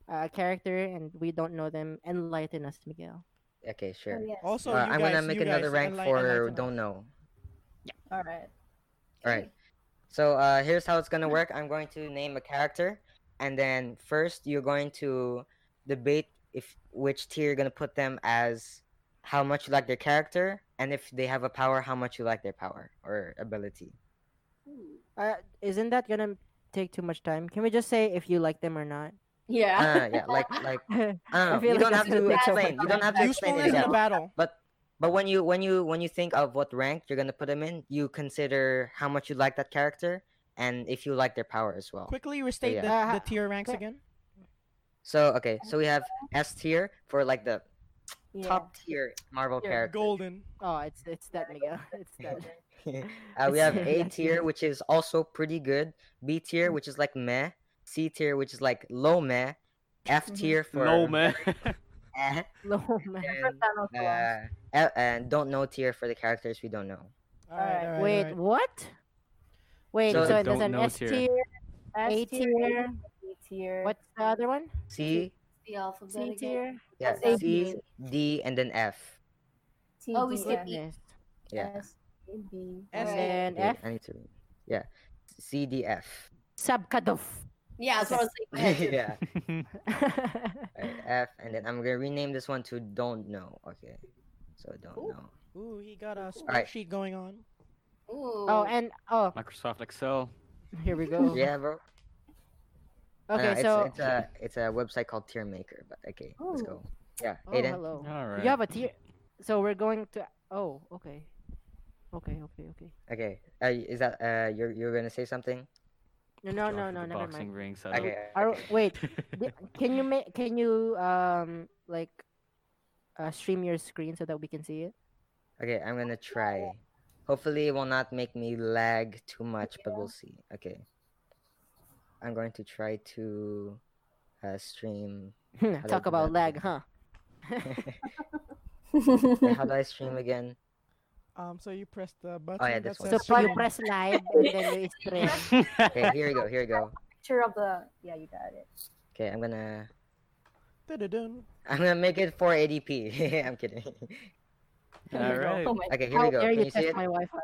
Speaker 4: a character and we don't know them, enlighten us, Miguel.
Speaker 1: (laughs) okay,
Speaker 5: Oh,
Speaker 1: sure.
Speaker 2: Also,
Speaker 1: Uh,
Speaker 2: you
Speaker 1: I'm
Speaker 2: guys,
Speaker 1: gonna make
Speaker 2: you
Speaker 1: another
Speaker 2: guys,
Speaker 1: rank
Speaker 2: enlight-
Speaker 1: for
Speaker 2: enlighten us.
Speaker 1: don't know.
Speaker 5: All right.
Speaker 1: All right. So uh, here's how it's gonna work. I'm going to name a character, and then first you're going to debate if which tier you're gonna put them as, how much you like their character, and if they have a power, how much you like their power or ability.
Speaker 4: Uh, isn't that gonna take too much time? Can we just say if you like them or (laughs) not?
Speaker 6: Yeah.
Speaker 1: Uh, yeah, like
Speaker 4: (laughs)
Speaker 1: like.
Speaker 4: I
Speaker 1: Uh,
Speaker 4: feel
Speaker 1: you
Speaker 4: like
Speaker 1: don't have
Speaker 4: that's gonna
Speaker 1: to
Speaker 4: take so much
Speaker 1: explain. You don't have to explain it
Speaker 2: Usefulness in
Speaker 1: again.
Speaker 2: a battle.
Speaker 1: But when you when you when you think of what rank you're gonna put them in, you consider how much you like that character and if you like their power as well.
Speaker 2: Quickly restate
Speaker 1: yeah.
Speaker 4: Uh,
Speaker 2: the, the tier ranks
Speaker 4: yeah.
Speaker 2: again.
Speaker 1: So okay, so we have S tier for like the
Speaker 5: Yeah.
Speaker 1: top tier Marvel
Speaker 5: Tier.
Speaker 1: character.
Speaker 2: Golden.
Speaker 4: Oh, it's it's that Miguel. (laughs)
Speaker 1: (laughs)
Speaker 4: It's that. (laughs)
Speaker 1: uh, we have A
Speaker 4: Yes, yes.
Speaker 1: tier, which is also pretty good. B
Speaker 4: Mm.
Speaker 1: tier, which is like meh. C tier, which is like low meh. F
Speaker 4: Mm-hmm.
Speaker 5: Mhm.
Speaker 1: tier for
Speaker 3: no man.
Speaker 1: (laughs)
Speaker 4: (laughs)
Speaker 1: eh,
Speaker 4: No man.
Speaker 1: and,
Speaker 5: Thanos lost.
Speaker 1: uh, L- and don't know tier for the characters we don't know.
Speaker 2: All right, all right,
Speaker 4: Wait,
Speaker 2: all right.
Speaker 4: what? Wait,
Speaker 1: So
Speaker 4: so,
Speaker 1: the
Speaker 4: there's
Speaker 3: don't
Speaker 4: an
Speaker 3: know
Speaker 4: S
Speaker 3: tier.
Speaker 4: tier. A
Speaker 5: S
Speaker 4: tier.
Speaker 5: B tier.
Speaker 4: What's the other one?
Speaker 1: C,
Speaker 6: The alphabet.
Speaker 4: C
Speaker 6: again.
Speaker 4: tier.
Speaker 1: yeah,
Speaker 5: That's A
Speaker 1: C,
Speaker 5: tier.
Speaker 1: D, and then F.
Speaker 5: T,
Speaker 6: Oh, we
Speaker 5: D,
Speaker 6: skip
Speaker 5: F,
Speaker 6: E.
Speaker 4: Goodness.
Speaker 1: Yeah.
Speaker 6: S, A, B.
Speaker 2: S,
Speaker 4: And
Speaker 2: A.
Speaker 6: Alright.
Speaker 4: then
Speaker 1: Wait,
Speaker 4: F
Speaker 1: I need to read. Yeah. C, D, F. (laughs)
Speaker 4: (laughs) subcutoff.
Speaker 6: Yeah, that's what I was thinking.
Speaker 1: yeah. Alright, F, and then I'm gonna rename this one to don't know. Okay. So don't
Speaker 2: Ooh.
Speaker 1: know.
Speaker 2: Ooh, he got a
Speaker 1: right.
Speaker 2: spreadsheet going on.
Speaker 6: Ooh.
Speaker 4: oh, and oh,
Speaker 3: Microsoft Excel.
Speaker 4: here we go.
Speaker 1: Yeah, bro. Uh,
Speaker 4: Okay,
Speaker 1: it's,
Speaker 4: so
Speaker 1: it's a it's a website called Tier Maker, but okay, let's
Speaker 4: Ooh.
Speaker 1: go. Yeah,
Speaker 4: oh,
Speaker 1: Aiden.
Speaker 4: hello.
Speaker 3: All right.
Speaker 4: You have a tier. So we're going to. Oh, okay. Okay, okay, okay.
Speaker 1: Okay, uh, is that uh you're you're gonna say something?
Speaker 4: No,
Speaker 3: Drop
Speaker 4: no, no,
Speaker 3: the
Speaker 4: no. Never
Speaker 3: boxing
Speaker 4: mind.
Speaker 3: ring setup.
Speaker 1: Okay.
Speaker 4: Are,
Speaker 1: okay.
Speaker 4: wait, di- can you make? Can you um like uh, stream your screen so that we can see it? (laughs)
Speaker 1: Okay, I'm gonna try. Hopefully, it will not make me lag too much, but we'll see. Okay, I'm going to try to uh, stream. (laughs)
Speaker 4: Talk
Speaker 1: do
Speaker 4: about
Speaker 1: that.
Speaker 4: lag, huh?
Speaker 1: Wait, How do I stream again?
Speaker 2: Um, so you press the button.
Speaker 1: Oh, yeah,
Speaker 2: that
Speaker 1: this one.
Speaker 2: says
Speaker 4: So you
Speaker 2: stream.
Speaker 4: press live and then you stream.
Speaker 1: Okay, here we go. Here we go.
Speaker 5: Picture of the. Yeah, you got it.
Speaker 1: Okay, I'm gonna
Speaker 2: Dun-dun-dun.
Speaker 1: I'm gonna make it 480p. (laughs) I'm kidding.
Speaker 3: (laughs) All right.
Speaker 5: Oh my.
Speaker 1: Okay, here
Speaker 4: How
Speaker 1: we go.
Speaker 4: dare
Speaker 1: Can
Speaker 4: you
Speaker 1: you see
Speaker 4: test
Speaker 1: it?
Speaker 4: my Wi-Fi?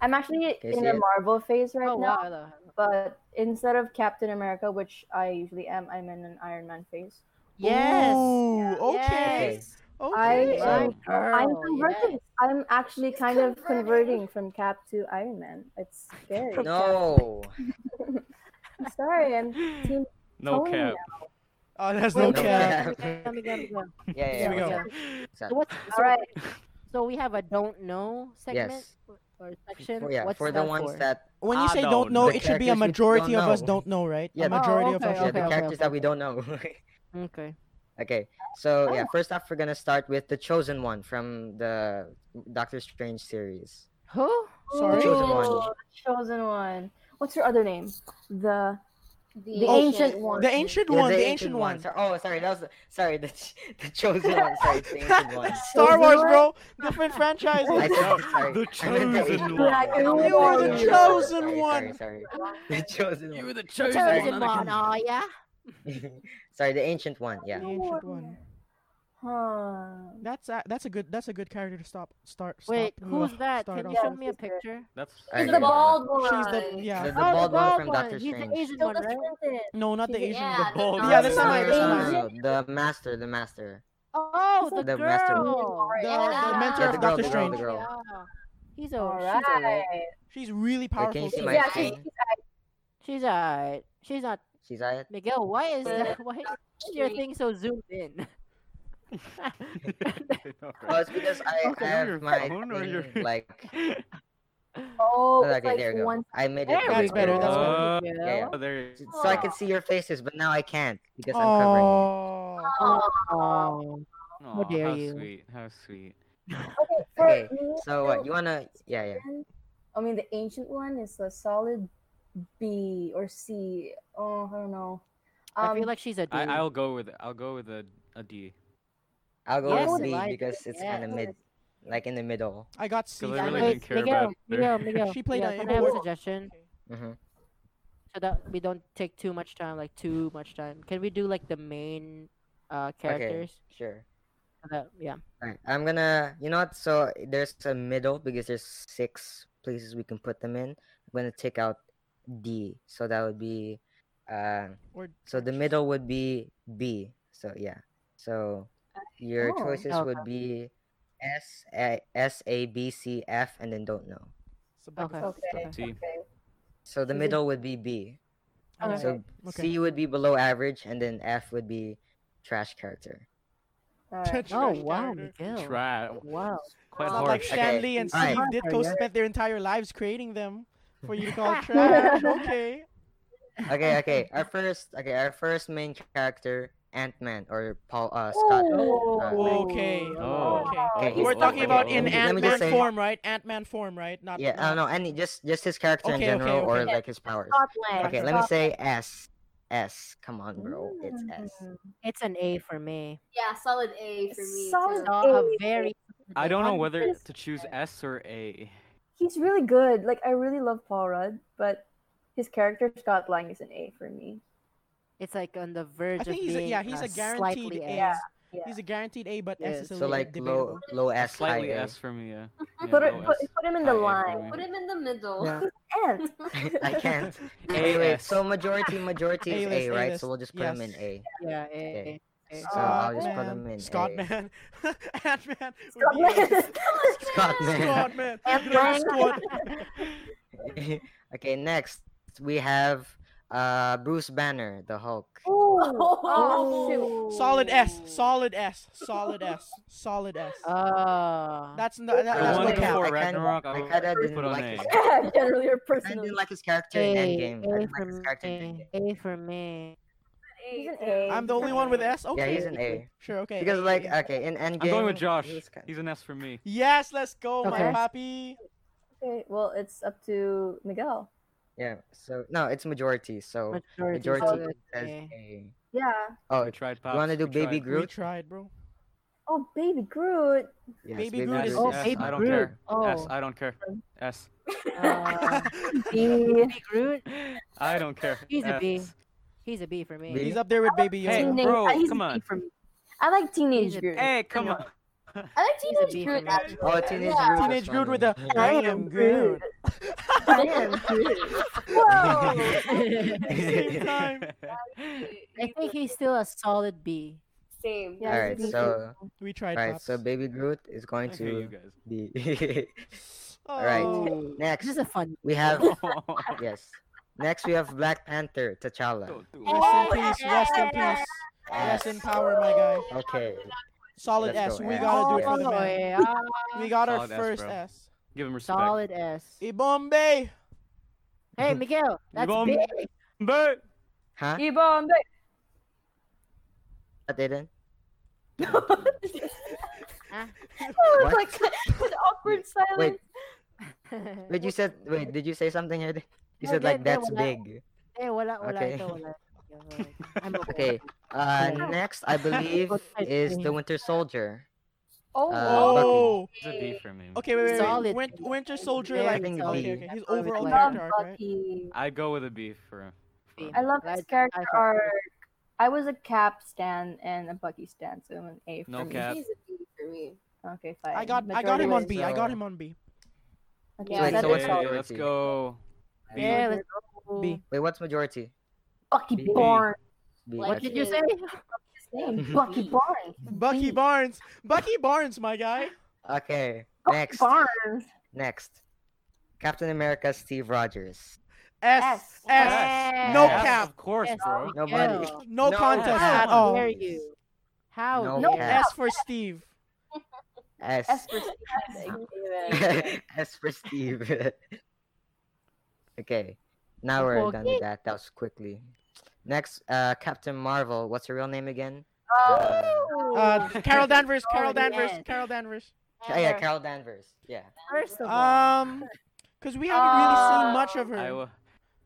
Speaker 5: I'm actually
Speaker 1: Can you
Speaker 5: in
Speaker 1: see
Speaker 5: a
Speaker 1: it?
Speaker 5: Marvel phase right
Speaker 4: Oh
Speaker 5: now,
Speaker 4: wow. hello, hello.
Speaker 5: but instead of Captain America, which I usually am, I'm in an Iron Man phase.
Speaker 4: Yes.
Speaker 2: Ooh, okay.
Speaker 1: Okay.
Speaker 4: Yes.
Speaker 2: Okay.
Speaker 5: I-
Speaker 4: My
Speaker 5: I'm
Speaker 4: girl, Oh, yes.
Speaker 5: converting. I'm actually kind of converting from Cap to Iron Man. It's scary.
Speaker 1: No.
Speaker 5: I'm sorry, I'm team.
Speaker 3: no
Speaker 5: Totally
Speaker 3: cap.
Speaker 2: oh, that's
Speaker 4: Wait,
Speaker 2: no
Speaker 1: Wait,
Speaker 4: Miguel,
Speaker 2: cap.
Speaker 4: (laughs)
Speaker 1: cap.
Speaker 4: Miguel, Miguel, Miguel.
Speaker 1: Yeah, yeah.
Speaker 2: Here we
Speaker 1: yeah,
Speaker 2: go.
Speaker 1: okay,
Speaker 4: So
Speaker 1: exactly.
Speaker 4: what's
Speaker 5: All right.
Speaker 4: So we have a don't know segment
Speaker 1: Yes.
Speaker 4: or- or section.
Speaker 1: For, oh, yeah,
Speaker 4: What's
Speaker 1: for the
Speaker 4: that
Speaker 1: ones
Speaker 4: for?
Speaker 1: that
Speaker 2: When you
Speaker 3: Ah,
Speaker 2: say
Speaker 3: no,
Speaker 2: don't know,
Speaker 1: the
Speaker 2: it should
Speaker 1: characters
Speaker 2: be a
Speaker 1: we don't
Speaker 2: majority of us
Speaker 1: know.
Speaker 2: don't know, right?
Speaker 1: Yeah,
Speaker 2: a
Speaker 1: the- Oh,
Speaker 2: majority of
Speaker 4: okay,
Speaker 2: us.
Speaker 1: yeah, the
Speaker 4: okay,
Speaker 1: characters that
Speaker 4: okay. Oh.
Speaker 1: we don't know. (laughs)
Speaker 4: Okay.
Speaker 1: okay, so yeah, first off, we're gonna start with the chosen one from the Doctor Strange series.
Speaker 4: Who?
Speaker 1: The
Speaker 2: Sorry.
Speaker 1: chosen one.
Speaker 5: Oh, chosen one. What's your other name? The
Speaker 6: The,
Speaker 5: ancient one.
Speaker 2: The ancient
Speaker 1: Yeah,
Speaker 2: one, the ancient one.
Speaker 1: So- Oh, sorry, that was the- sorry the ch- (laughs) the chosen one. Sorry,
Speaker 2: (laughs)
Speaker 1: the ancient one.
Speaker 2: Star
Speaker 5: Chosen
Speaker 2: Wars,
Speaker 5: one?
Speaker 2: bro. Different franchises.
Speaker 1: I said,
Speaker 3: The
Speaker 1: sorry. I meant
Speaker 3: chosen
Speaker 1: ancient
Speaker 3: one.
Speaker 1: Sorry,
Speaker 2: You are the
Speaker 1: sorry, sorry,
Speaker 2: chosen
Speaker 1: sorry,
Speaker 2: one.
Speaker 1: Sorry, (laughs) sorry. the chosen one.
Speaker 3: the
Speaker 4: The
Speaker 3: chosen,
Speaker 4: chosen one. Oh yeah.
Speaker 1: (laughs) sorry, the ancient one. Yeah.
Speaker 2: The ancient one.
Speaker 5: Huh.
Speaker 2: That's a, that's a good that's a good character to stop start. stop
Speaker 4: Wait,
Speaker 2: uh,
Speaker 4: who's that?
Speaker 2: start
Speaker 4: Can you
Speaker 2: off
Speaker 4: show
Speaker 2: with.
Speaker 4: me a picture?
Speaker 3: That's
Speaker 1: Alright,
Speaker 3: (laughs)
Speaker 4: (laughs)
Speaker 6: It's the
Speaker 1: go on.
Speaker 6: bald one.
Speaker 2: She's the yeah.
Speaker 1: The, the
Speaker 4: Oh,
Speaker 1: bald one from
Speaker 4: one.
Speaker 1: Doctor
Speaker 4: He's
Speaker 1: Strange.
Speaker 4: the Asian one, right?
Speaker 2: No, not the
Speaker 5: Yeah,
Speaker 2: Asian. one.
Speaker 6: Yeah, the
Speaker 3: bald-
Speaker 6: bald
Speaker 2: Yeah, that's
Speaker 6: one.
Speaker 2: not my-
Speaker 1: No, no, no,
Speaker 5: Asian.
Speaker 1: no, no, The master, the master.
Speaker 4: Oh, the,
Speaker 1: The master one.
Speaker 4: girl.
Speaker 2: The,
Speaker 6: Yeah.
Speaker 2: the mentor
Speaker 1: Yeah,
Speaker 2: of
Speaker 1: the girl, the
Speaker 2: Doctor
Speaker 1: girl, the
Speaker 2: Strange.
Speaker 1: girl.
Speaker 4: Yeah. He's a.
Speaker 5: All
Speaker 4: Oh, She's alright.
Speaker 5: right.
Speaker 2: She's really powerful.
Speaker 1: you see
Speaker 2: too.
Speaker 1: my
Speaker 5: Yeah,
Speaker 1: screen?
Speaker 5: she's, she's
Speaker 4: She's alright. She's not.
Speaker 1: She's at
Speaker 4: Miguel, why is
Speaker 6: Yeah.
Speaker 4: that? (laughs) Why is your thing so zoomed in?
Speaker 1: Oh, it's because I
Speaker 3: Okay. Your
Speaker 1: have my
Speaker 3: phone or
Speaker 1: thing,
Speaker 3: your-
Speaker 1: (laughs) like.
Speaker 5: Oh, it's
Speaker 1: okay,
Speaker 5: like
Speaker 1: there you go.
Speaker 5: one.
Speaker 1: I made it.
Speaker 4: There
Speaker 1: bigger.
Speaker 4: we
Speaker 2: better,
Speaker 4: go.
Speaker 2: that's
Speaker 3: better.
Speaker 4: Miguel.
Speaker 1: Yeah, yeah.
Speaker 3: (laughs) Oh, there you
Speaker 1: So I can see your faces, but now I can't because I'm covering.
Speaker 2: Oh,
Speaker 4: Oh.
Speaker 3: Aw,
Speaker 4: How dare
Speaker 3: how
Speaker 4: you.
Speaker 3: sweet. How sweet.
Speaker 5: For
Speaker 1: Okay,
Speaker 5: me,
Speaker 1: So what?
Speaker 5: though,
Speaker 1: You wanna? Yeah, yeah.
Speaker 5: I mean, the ancient one is a solid B or C. Oh, I don't know.
Speaker 4: I
Speaker 5: Um,
Speaker 4: feel like she's a dude.
Speaker 3: I, I'll go with I'll go with a, a D.
Speaker 1: I'll go
Speaker 4: Yes,
Speaker 1: with B
Speaker 4: Elijah,
Speaker 1: because it's
Speaker 4: yes.
Speaker 1: kind of mid. like in the middle.
Speaker 2: I got C.
Speaker 3: I
Speaker 2: for
Speaker 3: really
Speaker 2: that.
Speaker 4: Wait,
Speaker 3: didn't care
Speaker 4: Miguel,
Speaker 3: about
Speaker 4: Miguel,
Speaker 3: (laughs) her.
Speaker 4: Miguel.
Speaker 2: She played
Speaker 4: Miguel,
Speaker 2: on
Speaker 4: can I have a
Speaker 2: Ableton.
Speaker 4: suggestion
Speaker 1: Mm-hmm.
Speaker 4: so that we don't take too much time, like too much time? Can we do like the main uh characters?
Speaker 1: Okay, sure.
Speaker 4: So that- yeah.
Speaker 1: Alright, I'm gonna, you know what? So there's a middle because there's six places we can put them in. I'm gonna take out D, so that would be, uh,
Speaker 2: Or
Speaker 1: so the middle would be B. So yeah, so your
Speaker 6: Oh,
Speaker 1: choices
Speaker 4: okay.
Speaker 1: would be S A S A B C F, and then don't know.
Speaker 2: So back
Speaker 4: Okay.
Speaker 2: and forth.
Speaker 6: Okay.
Speaker 3: T.
Speaker 1: So the
Speaker 6: Is it-
Speaker 1: middle would be B.
Speaker 6: Okay.
Speaker 1: So
Speaker 2: Mm-hmm. Okay.
Speaker 1: C would be below average, and then F would be trash character.
Speaker 6: Alright.
Speaker 4: Oh
Speaker 2: Trash
Speaker 4: wow,
Speaker 2: character.
Speaker 4: Miguel.
Speaker 3: Try.
Speaker 4: Wow.
Speaker 3: Quite
Speaker 2: Not
Speaker 3: hard.
Speaker 2: like
Speaker 1: Okay.
Speaker 2: Stanley and
Speaker 1: Alright.
Speaker 2: Steve Ditko
Speaker 4: Yeah.
Speaker 2: spent their entire lives creating them for you to call it trash. Okay.
Speaker 1: Okay,
Speaker 2: (laughs)
Speaker 1: okay. Our first, okay, our first main character, Ant Man or Paul uh, Scott. Uh,
Speaker 2: Okay.
Speaker 3: Oh.
Speaker 2: Okay.
Speaker 1: Okay, Oh.
Speaker 3: He's
Speaker 2: We're talking about
Speaker 1: Let
Speaker 2: in
Speaker 1: me
Speaker 2: Ant
Speaker 1: just
Speaker 2: Man
Speaker 1: say-
Speaker 2: form, right? Ant Man form, right? Not.
Speaker 1: Yeah, I don't know. Any just just his character in
Speaker 2: Okay, okay,
Speaker 1: general or
Speaker 2: okay.
Speaker 1: like his powers.
Speaker 4: Scotland.
Speaker 1: Okay, let me say S. S. Come on, bro. It's S.
Speaker 5: Mm.
Speaker 4: It's an A for me.
Speaker 6: Yeah, solid A for me.
Speaker 5: Solid
Speaker 6: too.
Speaker 4: Saw a very.
Speaker 3: I don't know whether
Speaker 5: Honest-
Speaker 3: to choose S or A.
Speaker 5: He's really good. Like I really love Paul Rudd, but his character Scott Lang is an A for me.
Speaker 4: It's like on the
Speaker 2: I
Speaker 4: verge
Speaker 2: think
Speaker 4: of
Speaker 2: he's a,
Speaker 4: being
Speaker 2: yeah. He's
Speaker 4: uh,
Speaker 2: a guaranteed
Speaker 4: slightly
Speaker 2: A.
Speaker 5: Yeah, yeah.
Speaker 2: He's a guaranteed A, but
Speaker 4: Yeah,
Speaker 2: S is a
Speaker 1: So
Speaker 2: little
Speaker 1: like
Speaker 2: debatable.
Speaker 1: low low S
Speaker 3: Slightly
Speaker 1: high A.
Speaker 3: S for me. Yeah. Yeah,
Speaker 5: put, it,
Speaker 3: low
Speaker 5: put,
Speaker 3: S.
Speaker 5: put him in
Speaker 3: High A
Speaker 5: the
Speaker 3: for
Speaker 5: line.
Speaker 3: me.
Speaker 6: Put him in the middle. (laughs)
Speaker 4: Yeah.
Speaker 5: (laughs) And
Speaker 1: (laughs) I
Speaker 3: (laughs)
Speaker 1: can't. (laughs)
Speaker 3: A,
Speaker 1: Anyway,
Speaker 3: S.
Speaker 1: so majority majority is
Speaker 2: A-list,
Speaker 1: A, right?
Speaker 2: A-list,
Speaker 1: So we'll just put him in
Speaker 2: yes.
Speaker 1: A.
Speaker 4: Yeah, A. A.
Speaker 1: So I'll just put
Speaker 2: Scott
Speaker 1: him in
Speaker 2: Scott
Speaker 1: A.
Speaker 2: Man. (laughs) Ant Man.
Speaker 5: Scott (laughs) Lang.
Speaker 1: Scott Man.
Speaker 2: (laughs) Scott Man.
Speaker 4: Ant
Speaker 2: You know, (laughs)
Speaker 4: Man.
Speaker 2: Scott-
Speaker 1: (laughs) okay, next we have uh Bruce Banner, the Hulk.
Speaker 5: Ooh.
Speaker 6: (laughs) Oh,
Speaker 2: Solid
Speaker 6: (laughs)
Speaker 2: S. Solid S. Solid S. Solid S.
Speaker 4: Uh, Oh.
Speaker 2: That's not.
Speaker 1: I
Speaker 2: That,
Speaker 3: The
Speaker 2: that's
Speaker 3: one
Speaker 2: no
Speaker 1: like
Speaker 2: cap.
Speaker 1: how-
Speaker 3: before
Speaker 1: I kinda-
Speaker 3: Ragnarok, I
Speaker 1: I
Speaker 3: would
Speaker 1: kinda didn't
Speaker 3: put on
Speaker 1: like
Speaker 3: A.
Speaker 1: his
Speaker 5: Yeah, (laughs) generally or
Speaker 1: I
Speaker 5: personally.
Speaker 1: didn't like his character in
Speaker 4: A,
Speaker 1: Endgame. I
Speaker 4: a
Speaker 1: didn't
Speaker 4: for
Speaker 1: like his character in Endgame.
Speaker 4: me. A for me.
Speaker 5: He's an A.
Speaker 2: I'm the only one with S. Okay.
Speaker 1: Yeah, he's an A.
Speaker 2: Sure. Okay.
Speaker 1: Because
Speaker 2: A,
Speaker 1: like
Speaker 2: A.
Speaker 1: okay, in Endgame.
Speaker 3: I'm going with Josh.
Speaker 1: he was kind-
Speaker 3: He's an S for me.
Speaker 2: Yes, let's go, my
Speaker 4: Okay.
Speaker 2: papi.
Speaker 5: Okay, well, it's up to Miguel.
Speaker 1: Yeah. So no, it's majority. So
Speaker 4: Majority.
Speaker 1: Oh, majority
Speaker 4: solid
Speaker 1: says
Speaker 4: A.
Speaker 1: A.
Speaker 5: Yeah.
Speaker 1: Oh,
Speaker 3: We tried. Pops.
Speaker 1: you want to do
Speaker 3: we
Speaker 1: Baby
Speaker 3: tried.
Speaker 2: We
Speaker 1: Groot?
Speaker 2: tried, bro.
Speaker 5: Oh, baby (laughs) Groot.
Speaker 1: Yes,
Speaker 2: Baby Groot is
Speaker 4: Oh,
Speaker 3: S.
Speaker 4: Baby
Speaker 3: I don't
Speaker 4: Groot.
Speaker 3: care.
Speaker 4: Oh.
Speaker 3: S. I don't care. S. (laughs)
Speaker 4: Uh,
Speaker 5: B.
Speaker 4: Baby Groot.
Speaker 3: I don't care.
Speaker 4: He's a B.
Speaker 3: S.
Speaker 4: He's a B for me.
Speaker 1: B.
Speaker 2: He's up there with Baby
Speaker 3: Hey,
Speaker 2: Yoda.
Speaker 5: Teenage-
Speaker 3: bro,
Speaker 5: uh, he's a
Speaker 3: come
Speaker 5: B
Speaker 3: on.
Speaker 5: for me. I like teenage
Speaker 4: a-
Speaker 5: Groot.
Speaker 3: Hey, come
Speaker 5: know.
Speaker 3: on.
Speaker 6: I like
Speaker 4: He's a B
Speaker 6: teenage
Speaker 4: for
Speaker 6: Groot.
Speaker 4: me.
Speaker 6: actually.
Speaker 1: Oh, teenage
Speaker 6: Yeah.
Speaker 1: Groot.
Speaker 2: Teenage
Speaker 1: is
Speaker 2: Groot
Speaker 1: funny. (laughs)
Speaker 2: with the I am Groot.
Speaker 4: (laughs)
Speaker 5: I am Groot.
Speaker 1: Oh,
Speaker 3: (laughs)
Speaker 5: Whoa.
Speaker 2: (laughs) Same time.
Speaker 4: I think he's still a solid B.
Speaker 6: Same.
Speaker 5: Yeah,
Speaker 1: All
Speaker 5: he's
Speaker 1: right.
Speaker 5: a B.
Speaker 1: So
Speaker 2: We tried.
Speaker 1: all right.
Speaker 2: Pops.
Speaker 1: So Baby Groot is
Speaker 3: I
Speaker 1: going
Speaker 3: hate
Speaker 1: to
Speaker 3: you guys.
Speaker 1: be (laughs)
Speaker 2: oh.
Speaker 1: right.
Speaker 4: This
Speaker 1: next.
Speaker 4: is a fun.
Speaker 1: We
Speaker 4: (laughs)
Speaker 1: have (laughs)
Speaker 3: (laughs) Don't
Speaker 1: yes. Next we have Black Panther T'Challa.
Speaker 3: do it.
Speaker 2: Rest in peace. Rest in peace. Rest in power, my guy.
Speaker 1: Okay.
Speaker 2: Solid
Speaker 1: Let's
Speaker 2: S.
Speaker 1: go
Speaker 2: We
Speaker 1: S.
Speaker 2: gotta do it
Speaker 4: oh,
Speaker 2: for the man. (laughs)
Speaker 4: yeah.
Speaker 2: We got our
Speaker 3: Solid S,
Speaker 2: first
Speaker 3: bro.
Speaker 2: S.
Speaker 3: Give him respect.
Speaker 4: Solid S.
Speaker 2: Ibombe. (laughs)
Speaker 4: Hey, Miguel. That's
Speaker 3: Ibom-
Speaker 4: big.
Speaker 3: But
Speaker 1: Huh?
Speaker 5: Ibombe. (laughs)
Speaker 1: I didn't.
Speaker 5: Oh,
Speaker 1: What?
Speaker 5: it's like (laughs) an awkward silence.
Speaker 1: Wait.
Speaker 4: (laughs)
Speaker 1: Wait. You said. Wait. Did you say something here? You
Speaker 4: No,
Speaker 1: said
Speaker 4: that-
Speaker 1: like
Speaker 4: that
Speaker 1: that's
Speaker 4: one I-
Speaker 1: big.
Speaker 4: Eh, wala, wala
Speaker 1: Okay.
Speaker 4: ito, wala. Yeah, wala ito. I'm
Speaker 1: Okay. Uh,
Speaker 4: Yeah.
Speaker 1: next I
Speaker 4: (laughs)
Speaker 1: believe is the Winter Soldier.
Speaker 5: Oh,
Speaker 1: Uh, Bucky.
Speaker 2: Oh.
Speaker 3: it's a B for me.
Speaker 2: Okay. Wait. Wait. wait.
Speaker 4: Solid.
Speaker 2: Win- Winter Soldier.
Speaker 4: Very
Speaker 2: Like.
Speaker 1: think
Speaker 4: solid.
Speaker 2: Okay.
Speaker 1: B.
Speaker 2: Okay. His
Speaker 4: I love
Speaker 2: overall
Speaker 5: I
Speaker 4: Bucky.
Speaker 5: love
Speaker 2: character arc, right?
Speaker 5: Bucky.
Speaker 3: I go with a B for. for-
Speaker 5: I love his
Speaker 4: Like,
Speaker 5: character
Speaker 4: I-
Speaker 5: arc. I was a Cap stan and a Bucky stan, so I'm an A for
Speaker 3: No
Speaker 5: me.
Speaker 3: cap.
Speaker 6: He's a B for me.
Speaker 5: Okay, fine.
Speaker 2: I got. I got him on
Speaker 1: Majority
Speaker 2: B. I got
Speaker 1: so-
Speaker 2: him on B.
Speaker 5: Okay,
Speaker 6: Yeah,
Speaker 1: Wait,
Speaker 6: that
Speaker 1: so
Speaker 6: is
Speaker 1: what's
Speaker 6: solid.
Speaker 3: Hey, let's
Speaker 1: majority?
Speaker 3: go. B.
Speaker 4: Yeah, let's go.
Speaker 2: B.
Speaker 1: Wait, what's majority?
Speaker 5: Bucky
Speaker 1: B.
Speaker 5: Barnes.
Speaker 1: B.
Speaker 6: Like,
Speaker 4: What
Speaker 1: okay.
Speaker 4: did you say?
Speaker 5: His
Speaker 1: (laughs)
Speaker 5: name,
Speaker 1: B.
Speaker 5: Bucky Barnes.
Speaker 2: Bucky Barnes. Bucky Barnes, my guy.
Speaker 1: Okay,
Speaker 5: Bucky
Speaker 1: next.
Speaker 5: Oh, Barnes.
Speaker 1: Next. Captain America Steve Rogers.
Speaker 2: S. S.
Speaker 5: S.
Speaker 4: (laughs) Yeah.
Speaker 2: No
Speaker 3: Yes,
Speaker 2: cap.
Speaker 3: Of course,
Speaker 4: Yes,
Speaker 3: bro.
Speaker 1: Nobody.
Speaker 4: Miguel.
Speaker 2: No
Speaker 1: No.
Speaker 2: contest
Speaker 4: How
Speaker 2: at all.
Speaker 4: dare you? How
Speaker 1: No
Speaker 4: dare
Speaker 1: cap.
Speaker 2: S for Steve.
Speaker 1: S.
Speaker 5: S for (laughs) Steve.
Speaker 1: (laughs)
Speaker 5: (laughs)
Speaker 1: S for Steve. (laughs) okay. Now we're done with that. That was quickly. Next, uh, Captain Marvel. What's her real name again? Uh,
Speaker 5: Oh,
Speaker 4: you?
Speaker 2: Uh, Carol Danvers. Carol
Speaker 4: Oh,
Speaker 2: Danvers.
Speaker 4: yes.
Speaker 2: Carol Danvers.
Speaker 1: oh, yeah, Carol Danvers. Yeah.
Speaker 4: First
Speaker 1: Uh,
Speaker 4: of all,
Speaker 2: Um, because we haven't really seen
Speaker 5: Uh,
Speaker 2: much of
Speaker 3: I
Speaker 2: her.
Speaker 3: will.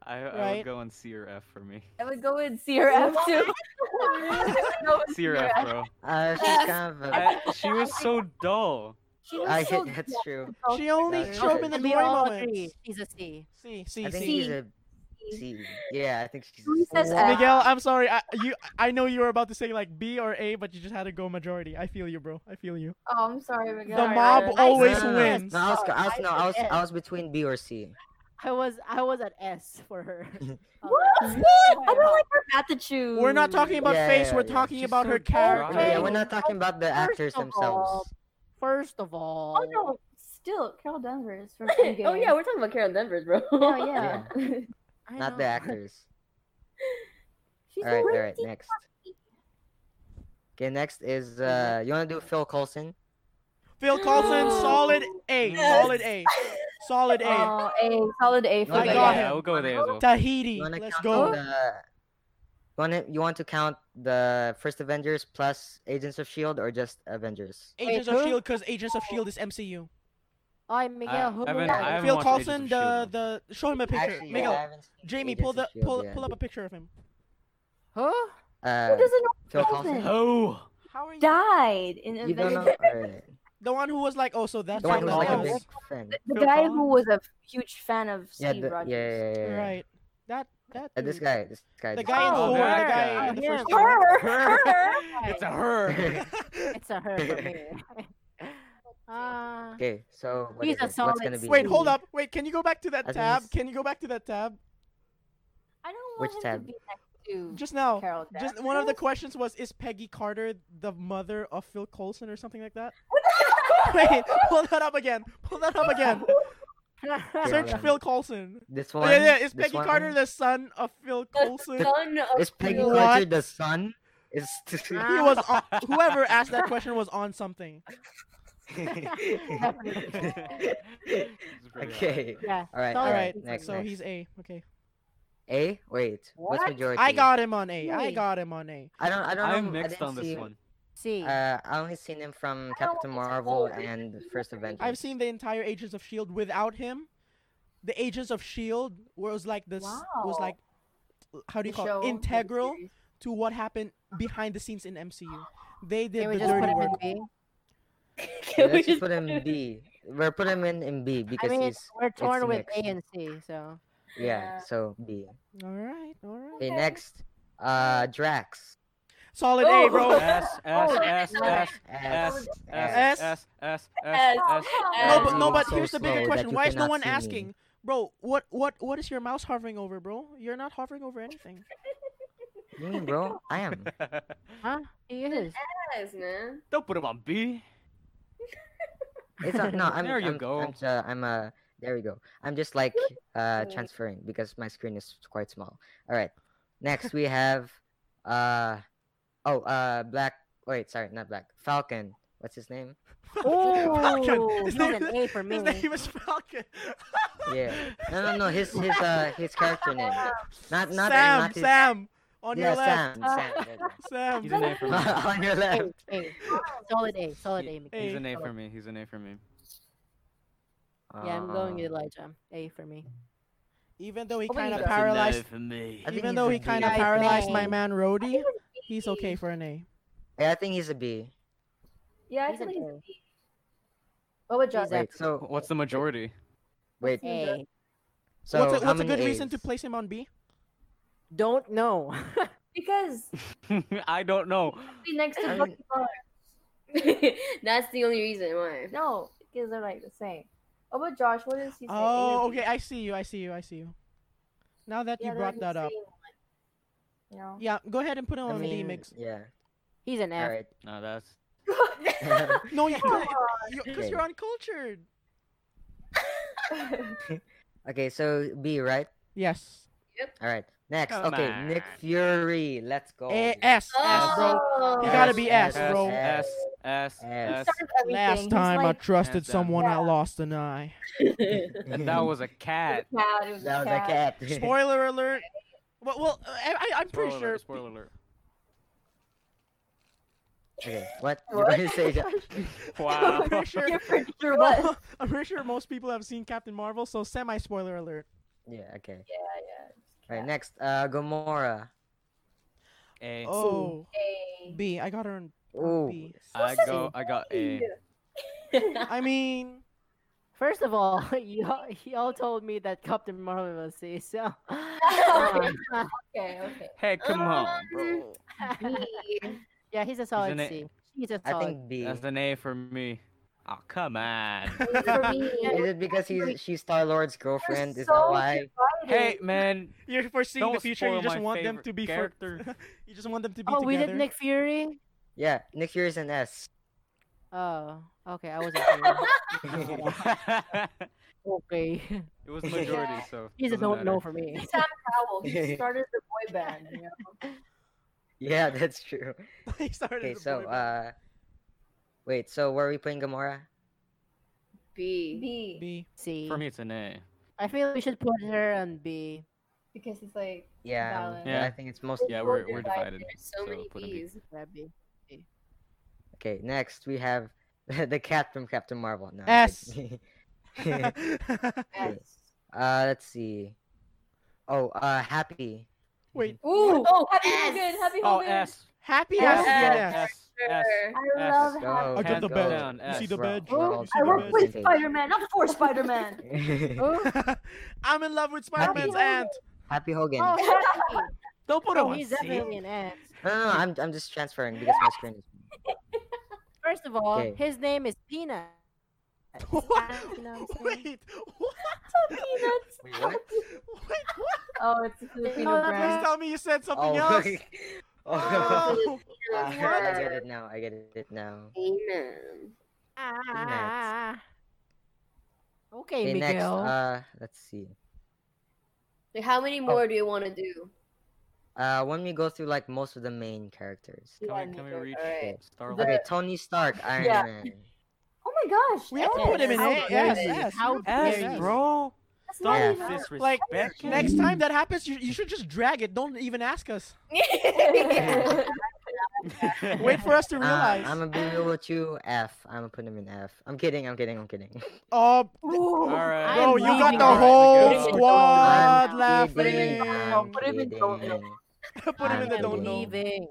Speaker 3: I, I
Speaker 2: Right.
Speaker 3: would go on C or F for me.
Speaker 5: I would go with CRF too.
Speaker 3: C or F, bro.
Speaker 1: Uh, she's
Speaker 5: Yes.
Speaker 1: kind of a-
Speaker 3: I- she was so dull.
Speaker 6: She
Speaker 1: (laughs) I,
Speaker 6: looks so
Speaker 1: that's true.
Speaker 2: She only
Speaker 1: That's
Speaker 2: strove
Speaker 1: right.
Speaker 2: in the
Speaker 4: And we
Speaker 2: glory
Speaker 4: all agree,
Speaker 2: moments.
Speaker 4: She's a C.
Speaker 2: See,
Speaker 1: I
Speaker 2: see,
Speaker 1: think
Speaker 2: see.
Speaker 1: she's a C. Yeah, I think she's.
Speaker 5: Who
Speaker 1: a
Speaker 5: says
Speaker 1: C.
Speaker 5: F?
Speaker 2: Miguel, I'm sorry. I you I know you were about to say like B or A, but you just had to go majority. I feel you, bro. I feel you.
Speaker 5: Oh, I'm sorry, Miguel.
Speaker 2: The
Speaker 5: (laughs)
Speaker 2: mob
Speaker 5: I-
Speaker 2: always
Speaker 1: no, no, no.
Speaker 2: wins.
Speaker 1: No, I was, I was, no, I was,
Speaker 4: I
Speaker 1: I was between B or C.
Speaker 4: I was I was at S for her. (laughs)
Speaker 6: What? I don't like her attitude.
Speaker 2: We're not
Speaker 6: (laughs)
Speaker 2: talking about
Speaker 1: Yeah,
Speaker 2: face.
Speaker 1: yeah,
Speaker 2: We're
Speaker 1: yeah.
Speaker 2: talking
Speaker 3: She's
Speaker 2: about
Speaker 3: so
Speaker 2: her
Speaker 3: dry.
Speaker 1: Oh,
Speaker 2: character.
Speaker 1: yeah, we're
Speaker 4: Okay.
Speaker 1: not talking about the actors
Speaker 4: First of all,
Speaker 1: themselves.
Speaker 4: First of all,
Speaker 5: Oh no, still Carol Danvers (laughs) from Endgame.
Speaker 6: oh yeah, we're talking about Karen Denvers, (laughs) bro.
Speaker 5: yeah, yeah.
Speaker 4: I
Speaker 1: Not
Speaker 4: (laughs)
Speaker 1: the
Speaker 4: know.
Speaker 1: actors.
Speaker 5: She's
Speaker 1: All right, all
Speaker 5: already
Speaker 1: right, next. Okay, next is uh, you want to do Phil Coulson?
Speaker 2: Phil Coulson, solid A,
Speaker 3: Yes.
Speaker 2: solid A, solid A.
Speaker 5: Oh, a solid A for
Speaker 2: I
Speaker 5: Miguel.
Speaker 2: got
Speaker 3: yeah,
Speaker 2: him.
Speaker 3: we'll go there as well.
Speaker 2: Tahiti,
Speaker 1: You wanna
Speaker 2: let's
Speaker 1: count
Speaker 2: go.
Speaker 1: The, you want to you want to count the first Avengers plus Agents of Shield E or just Avengers?
Speaker 2: Agents
Speaker 4: Wait,
Speaker 2: of
Speaker 4: who?
Speaker 2: Shield, because Agents of Shield E is MCU.
Speaker 4: Ay, Miguel, who
Speaker 3: I've been-
Speaker 4: that?
Speaker 3: I E haven't
Speaker 2: Phil
Speaker 3: watched Agents
Speaker 2: Coulson,
Speaker 3: of
Speaker 2: the
Speaker 3: Shield.
Speaker 2: the show him a picture.
Speaker 1: Actually, yeah,
Speaker 2: Miguel,
Speaker 1: I haven't seen
Speaker 2: Jamie,
Speaker 1: Agents
Speaker 2: pull
Speaker 1: of
Speaker 2: the
Speaker 1: Shield
Speaker 2: pull
Speaker 1: E yet.
Speaker 2: pull up a picture of him.
Speaker 4: Huh?
Speaker 1: Uh,
Speaker 5: Who doesn't know
Speaker 1: Phil
Speaker 5: Coulson?
Speaker 1: Coulson.
Speaker 3: Oh,
Speaker 2: How are you?
Speaker 5: died in
Speaker 1: You don't
Speaker 5: Avengers?
Speaker 1: know.
Speaker 2: (laughs)
Speaker 1: Alright.
Speaker 2: The one who was like, oh, so that's
Speaker 1: The
Speaker 2: why
Speaker 1: one who's like a
Speaker 2: Miles.
Speaker 1: big fan.
Speaker 5: The
Speaker 2: Phil
Speaker 5: guy who
Speaker 2: Collins?
Speaker 5: was a huge fan of
Speaker 1: Yeah,
Speaker 5: Steve
Speaker 1: the, yeah,
Speaker 5: Rogers.
Speaker 1: yeah, yeah, yeah.
Speaker 2: Right. That that.
Speaker 1: Uh, this
Speaker 2: dude.
Speaker 1: guy, this guy.
Speaker 2: The
Speaker 1: this
Speaker 2: guy in
Speaker 4: Oh,
Speaker 2: Thor. The
Speaker 3: that
Speaker 2: guy
Speaker 3: guy.
Speaker 2: in the
Speaker 4: Yeah.
Speaker 2: first
Speaker 4: Her.
Speaker 2: one.
Speaker 3: it's
Speaker 1: (laughs)
Speaker 3: a (laughs) her.
Speaker 4: It's a her for me. (laughs)
Speaker 1: (laughs)
Speaker 4: Ah.
Speaker 1: Okay, so what
Speaker 4: He's
Speaker 1: is
Speaker 4: a
Speaker 1: it? what's
Speaker 4: solid
Speaker 1: gonna be?
Speaker 2: Wait,
Speaker 1: the-
Speaker 2: hold up. Wait, can you go back to
Speaker 1: I
Speaker 2: that
Speaker 1: think
Speaker 2: tab?
Speaker 1: it's-
Speaker 2: Can you go back to that tab?
Speaker 5: I don't want
Speaker 1: Which
Speaker 5: him
Speaker 1: tab?
Speaker 5: to be next to
Speaker 2: Just now.
Speaker 5: Carol
Speaker 2: Just one
Speaker 6: (laughs)
Speaker 2: of the questions was, is Peggy Carter the mother of Phil Coulson or something like that? (laughs) Wait, pull that up again. Pull that up (laughs) again.
Speaker 4: (laughs)
Speaker 2: Search
Speaker 1: hold on.
Speaker 2: Phil Coulson.
Speaker 1: This
Speaker 2: Oh,
Speaker 1: one.
Speaker 2: yeah, yeah. Is
Speaker 1: this
Speaker 2: Peggy
Speaker 1: one?
Speaker 2: Carter the son of Phil Coulson?
Speaker 6: Son of
Speaker 1: Is Peggy
Speaker 6: Phil.
Speaker 1: Carter the son? Is (laughs)
Speaker 2: He was on, whoever asked that question was on something. Ah.
Speaker 1: (laughs) okay.
Speaker 4: yeah.
Speaker 1: All right.
Speaker 4: All
Speaker 1: All right.
Speaker 4: right,
Speaker 1: Next.
Speaker 2: so
Speaker 1: next.
Speaker 2: he's A. Okay.
Speaker 1: A. Wait. What's
Speaker 4: What?
Speaker 1: majority?
Speaker 2: I got him on A. I
Speaker 4: Really?
Speaker 2: got him on A.
Speaker 1: I don't. I don't. know,
Speaker 3: I'm
Speaker 1: I
Speaker 3: mixed
Speaker 1: didn't
Speaker 3: on this
Speaker 1: see-
Speaker 3: one.
Speaker 4: C.
Speaker 1: Uh, I only seen him from Captain Marvel and First Avengers.
Speaker 2: Oh. I've seen the entire Agents of Shield E without him. The Agents of Shield E was like this was
Speaker 5: Wow.
Speaker 2: like how do you
Speaker 5: The
Speaker 2: call
Speaker 5: show,
Speaker 2: it?
Speaker 5: the
Speaker 2: Integral
Speaker 5: series.
Speaker 2: to what happened behind the scenes in MCU. They did
Speaker 4: Can we
Speaker 2: the
Speaker 4: just put
Speaker 2: dirty
Speaker 4: him in
Speaker 2: work.
Speaker 4: B?
Speaker 1: Yeah,
Speaker 6: Can we
Speaker 1: let's just
Speaker 6: just
Speaker 1: put
Speaker 2: (laughs)
Speaker 1: him in B. We're put him in in B
Speaker 4: I
Speaker 1: because
Speaker 4: mean,
Speaker 1: he's
Speaker 4: we're torn
Speaker 1: a
Speaker 4: with
Speaker 1: mix.
Speaker 4: A and C, so.
Speaker 1: yeah.
Speaker 5: Yeah.
Speaker 1: So B.
Speaker 2: All right, all right.
Speaker 1: Okay. Next. Uh, Drax.
Speaker 2: Solid A,
Speaker 6: Oh.
Speaker 2: bro.
Speaker 3: (laughs) S S S S
Speaker 1: S.
Speaker 3: S S S S S
Speaker 6: S. (laughs)
Speaker 3: S.
Speaker 2: No,
Speaker 6: S.
Speaker 2: but no,
Speaker 1: Moving
Speaker 2: but
Speaker 1: so
Speaker 2: here's the
Speaker 1: slow
Speaker 2: bigger
Speaker 1: that
Speaker 2: question.
Speaker 1: you
Speaker 2: Why is no
Speaker 1: cannot
Speaker 2: one
Speaker 1: see me.
Speaker 2: asking, bro? What, what, what is your mouse hovering over, bro? You're not hovering over
Speaker 5: (laughs)
Speaker 2: anything.
Speaker 1: You mean, bro? I am.
Speaker 3: (laughs)
Speaker 4: Huh? He is.
Speaker 6: S, man.
Speaker 3: Don't put him on B.
Speaker 1: It's not, no. I'm.
Speaker 3: There you
Speaker 1: I'm,
Speaker 3: go.
Speaker 1: I'm, uh, I'm uh, There we go. I'm just like uh
Speaker 6: Wait.
Speaker 1: transferring because my screen is quite small. All right. Next we have uh oh uh Black. Wait, sorry, not Black. Falcon. What's his name?
Speaker 4: Oh,
Speaker 2: Falcon. His
Speaker 4: he's
Speaker 2: name,
Speaker 4: an A for me.
Speaker 2: his name is Falcon.
Speaker 1: Yeah. No, no, no. His
Speaker 2: (laughs)
Speaker 1: his uh his character
Speaker 4: (laughs)
Speaker 1: name. Not not
Speaker 2: Sam,
Speaker 1: not his,
Speaker 2: Sam, on
Speaker 1: yeah,
Speaker 2: your left.
Speaker 1: Sam, Sam. there you go.
Speaker 2: Sam.
Speaker 3: He's an A
Speaker 1: (laughs)
Speaker 3: for
Speaker 2: (laughs)
Speaker 3: me.
Speaker 1: on your
Speaker 4: A,
Speaker 3: (laughs)
Speaker 1: left.
Speaker 4: A. Solid A. Solid A. Miguel.
Speaker 3: He's an A for me. He's an A for me.
Speaker 4: Yeah, I'm
Speaker 3: Uh-uh.
Speaker 4: going with
Speaker 1: Uh,
Speaker 4: Elijah. A for me.
Speaker 2: Even though he
Speaker 5: Oh,
Speaker 2: kind of
Speaker 5: yeah.
Speaker 2: paralyzed,
Speaker 3: for me.
Speaker 1: I think
Speaker 2: even
Speaker 1: he's
Speaker 2: though
Speaker 1: a
Speaker 2: he
Speaker 1: B.
Speaker 2: kind of
Speaker 4: Yeah, he's an
Speaker 2: paralyzed
Speaker 4: A.
Speaker 2: my man
Speaker 5: I
Speaker 2: Rhodey,
Speaker 5: think it's B.
Speaker 2: he's okay for an A.
Speaker 1: yeah, I think he's a B.
Speaker 5: Yeah, I
Speaker 4: He's an
Speaker 5: think he's
Speaker 4: A.
Speaker 5: a B. What would Josh?
Speaker 4: He's a-
Speaker 1: Wait, so
Speaker 3: What's the majority?
Speaker 1: wait,
Speaker 4: A.
Speaker 1: so
Speaker 2: what's a,
Speaker 1: how
Speaker 2: what's a
Speaker 1: many
Speaker 2: good reason to
Speaker 1: A's?
Speaker 2: place him on B?
Speaker 4: Don't know. (laughs)
Speaker 5: Because
Speaker 3: (laughs) I don't know.
Speaker 5: be next to
Speaker 1: I
Speaker 5: Bucky
Speaker 1: mean-
Speaker 5: Barnes.
Speaker 6: (laughs) That's the only reason why.
Speaker 5: No, because they're like the same. What about Josh? What is he saying?
Speaker 2: Oh, okay. I see you. I see you. I see you. Now that you
Speaker 5: Yeah, they're
Speaker 2: brought
Speaker 5: the
Speaker 2: that up,
Speaker 5: same one, You know?
Speaker 2: yeah, go ahead and put him
Speaker 1: I
Speaker 2: on B
Speaker 1: mean,
Speaker 2: (laughs) mix.
Speaker 1: yeah.
Speaker 4: He's an
Speaker 1: All
Speaker 4: F.
Speaker 1: right.
Speaker 3: No, that's
Speaker 2: No, you because
Speaker 1: Okay.
Speaker 2: you're uncultured.
Speaker 6: (laughs)
Speaker 1: (laughs) okay, so B, right?
Speaker 2: Yes.
Speaker 1: All right. Next.
Speaker 3: Come
Speaker 1: okay, Nick
Speaker 3: on.
Speaker 1: Fury. Let's go. (laughs)
Speaker 2: A S S bro.
Speaker 3: Oh,
Speaker 2: You gotta be S, bro.
Speaker 3: S S
Speaker 1: S.
Speaker 3: S.
Speaker 2: Last time I trusted
Speaker 3: Hands down.
Speaker 2: someone, I lost
Speaker 1: (laughs)
Speaker 2: an eye.
Speaker 3: And that was a cat.
Speaker 1: That was a cat.
Speaker 2: Spoiler alert. Well, well, I, I, I'm
Speaker 3: Spoiler
Speaker 2: (laughs) pretty sure.
Speaker 3: alert, spoiler alert.
Speaker 1: (laughs)
Speaker 2: (laughs)
Speaker 1: okay, what? You want to (laughs) say that?
Speaker 3: Wow.
Speaker 2: I'm pretty sure. (laughs)
Speaker 5: Sure was.
Speaker 2: I'm pretty sure most people have seen Captain Marvel, so semi spoiler alert.
Speaker 1: Yeah. Okay.
Speaker 5: Yeah, yeah.
Speaker 1: All right. Next, uh, Gamora.
Speaker 3: A.
Speaker 2: Oh,
Speaker 5: A.
Speaker 2: B. I got her on
Speaker 1: Ooh.
Speaker 2: B.
Speaker 3: I go. I got A.
Speaker 2: I mean,
Speaker 4: (laughs) First of all, (laughs) y'all, y'all told me that Captain Marvel was C, (laughs) so um, (laughs)
Speaker 6: okay, okay.
Speaker 3: Hey, come on,
Speaker 1: Mm-hmm.
Speaker 3: bro.
Speaker 4: yeah, he's a solid
Speaker 3: Isn't it-
Speaker 4: C. He's a
Speaker 1: I
Speaker 4: solid.
Speaker 1: think B.
Speaker 3: That's an A for me. Oh, come (laughs) on.
Speaker 6: For me,
Speaker 1: Is it because he's she's Star Lord's girlfriend? Is that
Speaker 5: so
Speaker 1: why?
Speaker 3: hey, man.
Speaker 2: you're foreseeing
Speaker 3: Don't
Speaker 2: the future. You
Speaker 3: spoil
Speaker 2: just
Speaker 3: my
Speaker 2: want them
Speaker 3: favorite
Speaker 2: to be for,
Speaker 3: character. (laughs)
Speaker 2: You just want them to be
Speaker 4: oh, we
Speaker 2: together.
Speaker 4: did Nick Fury.
Speaker 1: Yeah, Nick Fury's an S. (laughs)
Speaker 4: Oh, okay, I (laughs) wasn't sure.
Speaker 3: it
Speaker 4: okay, (laughs)
Speaker 3: was majority, (laughs) so.
Speaker 4: he's a
Speaker 3: doesn't
Speaker 4: don't know
Speaker 3: matter.
Speaker 4: for me.
Speaker 5: Sam Howell,
Speaker 1: (laughs)
Speaker 5: he started the boy band. You know?
Speaker 1: yeah, that's true.
Speaker 2: (laughs) He started
Speaker 1: Okay,
Speaker 2: the
Speaker 1: so
Speaker 2: boy band.
Speaker 1: uh, wait, so where are we putting Gamora?
Speaker 6: B.
Speaker 5: B
Speaker 4: (laughs)
Speaker 2: B.
Speaker 4: C.
Speaker 3: For me, it's an A.
Speaker 4: I feel we should put her on B.
Speaker 5: because it's like
Speaker 1: Yeah, um,
Speaker 5: Valid.
Speaker 1: yeah. I
Speaker 3: Yeah.
Speaker 1: think it's mostly
Speaker 3: Yeah, we're, we're
Speaker 5: There's
Speaker 3: divided.
Speaker 6: So many
Speaker 3: put a B.
Speaker 6: B's.
Speaker 4: Yeah, B.
Speaker 1: okay. Next, we have (laughs) the cat from Captain Marvel. No, I'm
Speaker 2: S.
Speaker 1: kidding. (laughs)
Speaker 5: S.
Speaker 1: uh, let's see. Oh, uh, happy.
Speaker 2: Wait,
Speaker 5: Ooh, oh, happy
Speaker 6: S.
Speaker 5: Hogan, happy
Speaker 3: Oh,
Speaker 5: Hogan.
Speaker 3: S.
Speaker 2: happy
Speaker 4: Yeah.
Speaker 2: has to be an S.
Speaker 3: S. S.
Speaker 5: I
Speaker 3: S.
Speaker 5: love
Speaker 1: Let's
Speaker 5: how
Speaker 1: go.
Speaker 2: I got
Speaker 1: hands
Speaker 2: the
Speaker 1: go
Speaker 2: badge.
Speaker 3: down,
Speaker 2: You see
Speaker 1: S.
Speaker 2: the
Speaker 1: Roll-
Speaker 2: badge?
Speaker 1: roll
Speaker 2: You see
Speaker 5: I
Speaker 2: the
Speaker 5: work
Speaker 1: Superman.
Speaker 5: with
Speaker 2: badge?
Speaker 5: Spider Man, not for Spider Man.
Speaker 2: (laughs) I'm in love with Spider-Man's aunt.
Speaker 1: (laughs) happy Hogan. No,
Speaker 2: (laughs)
Speaker 4: Oh, he's a B.
Speaker 3: Don't put it
Speaker 4: oh,
Speaker 3: on
Speaker 4: he's
Speaker 3: C.
Speaker 4: definitely an S.
Speaker 1: no, no, I'm I'm just transferring because my screen is.
Speaker 4: First of all,
Speaker 1: Okay.
Speaker 4: his name is Peanut.
Speaker 2: Wait, what?
Speaker 5: Peanuts.
Speaker 1: Wait, what?
Speaker 2: Wait, what?
Speaker 5: (laughs) Oh, it's a
Speaker 4: No,
Speaker 5: Filipino
Speaker 4: that
Speaker 2: Please
Speaker 5: brand.
Speaker 2: tell me you said (laughs) something
Speaker 1: Oh, (laughs)
Speaker 2: else.
Speaker 1: oh. (laughs)
Speaker 2: Oh,
Speaker 1: Uh,
Speaker 6: Peanut.
Speaker 1: I get it now. I get it now.
Speaker 6: Peanut.
Speaker 4: Ah. Okay,
Speaker 1: Okay, next.
Speaker 4: Miguel.
Speaker 1: Uh, let's see.
Speaker 6: Like, how many more do you want to do?
Speaker 5: (laughs)
Speaker 1: Uh, when we go through like most of the main characters.
Speaker 6: Yeah,
Speaker 3: Can we, can we
Speaker 6: Nico,
Speaker 3: reach
Speaker 6: alright.
Speaker 3: Star
Speaker 1: Okay, Tony Stark, Iron
Speaker 5: Yeah.
Speaker 1: Man.
Speaker 5: Oh my gosh.
Speaker 2: we have to
Speaker 5: S.
Speaker 2: put him in
Speaker 4: How
Speaker 2: A.
Speaker 4: dare
Speaker 2: Yes,
Speaker 4: you.
Speaker 2: yes.
Speaker 4: How
Speaker 2: we have to
Speaker 4: dare
Speaker 2: put him in
Speaker 4: you.
Speaker 3: S, bro.
Speaker 5: That's not
Speaker 1: Yeah.
Speaker 3: Don't
Speaker 5: (laughs) even-
Speaker 2: Like,
Speaker 3: disrespect me.
Speaker 2: Next time that happens, you, you should just drag it. Don't even
Speaker 1: (laughs)
Speaker 2: ask us.
Speaker 5: (laughs)
Speaker 3: (laughs)
Speaker 2: Wait for
Speaker 1: Uh,
Speaker 2: us to realize.
Speaker 1: I'm gonna be real with you. F. I'm gonna put him in F. I'm kidding. I'm kidding. I'm kidding. (laughs)
Speaker 2: oh,
Speaker 3: All right.
Speaker 2: bro,
Speaker 4: I'm
Speaker 2: you got
Speaker 4: leaving
Speaker 2: the
Speaker 4: now.
Speaker 2: whole
Speaker 4: Put him in
Speaker 2: squad
Speaker 1: I'm
Speaker 2: laughing.
Speaker 1: kidding, I'm
Speaker 2: Put
Speaker 5: him in don't know.
Speaker 1: kidding.
Speaker 2: him in the
Speaker 1: I'm
Speaker 2: don't know.
Speaker 4: leaving.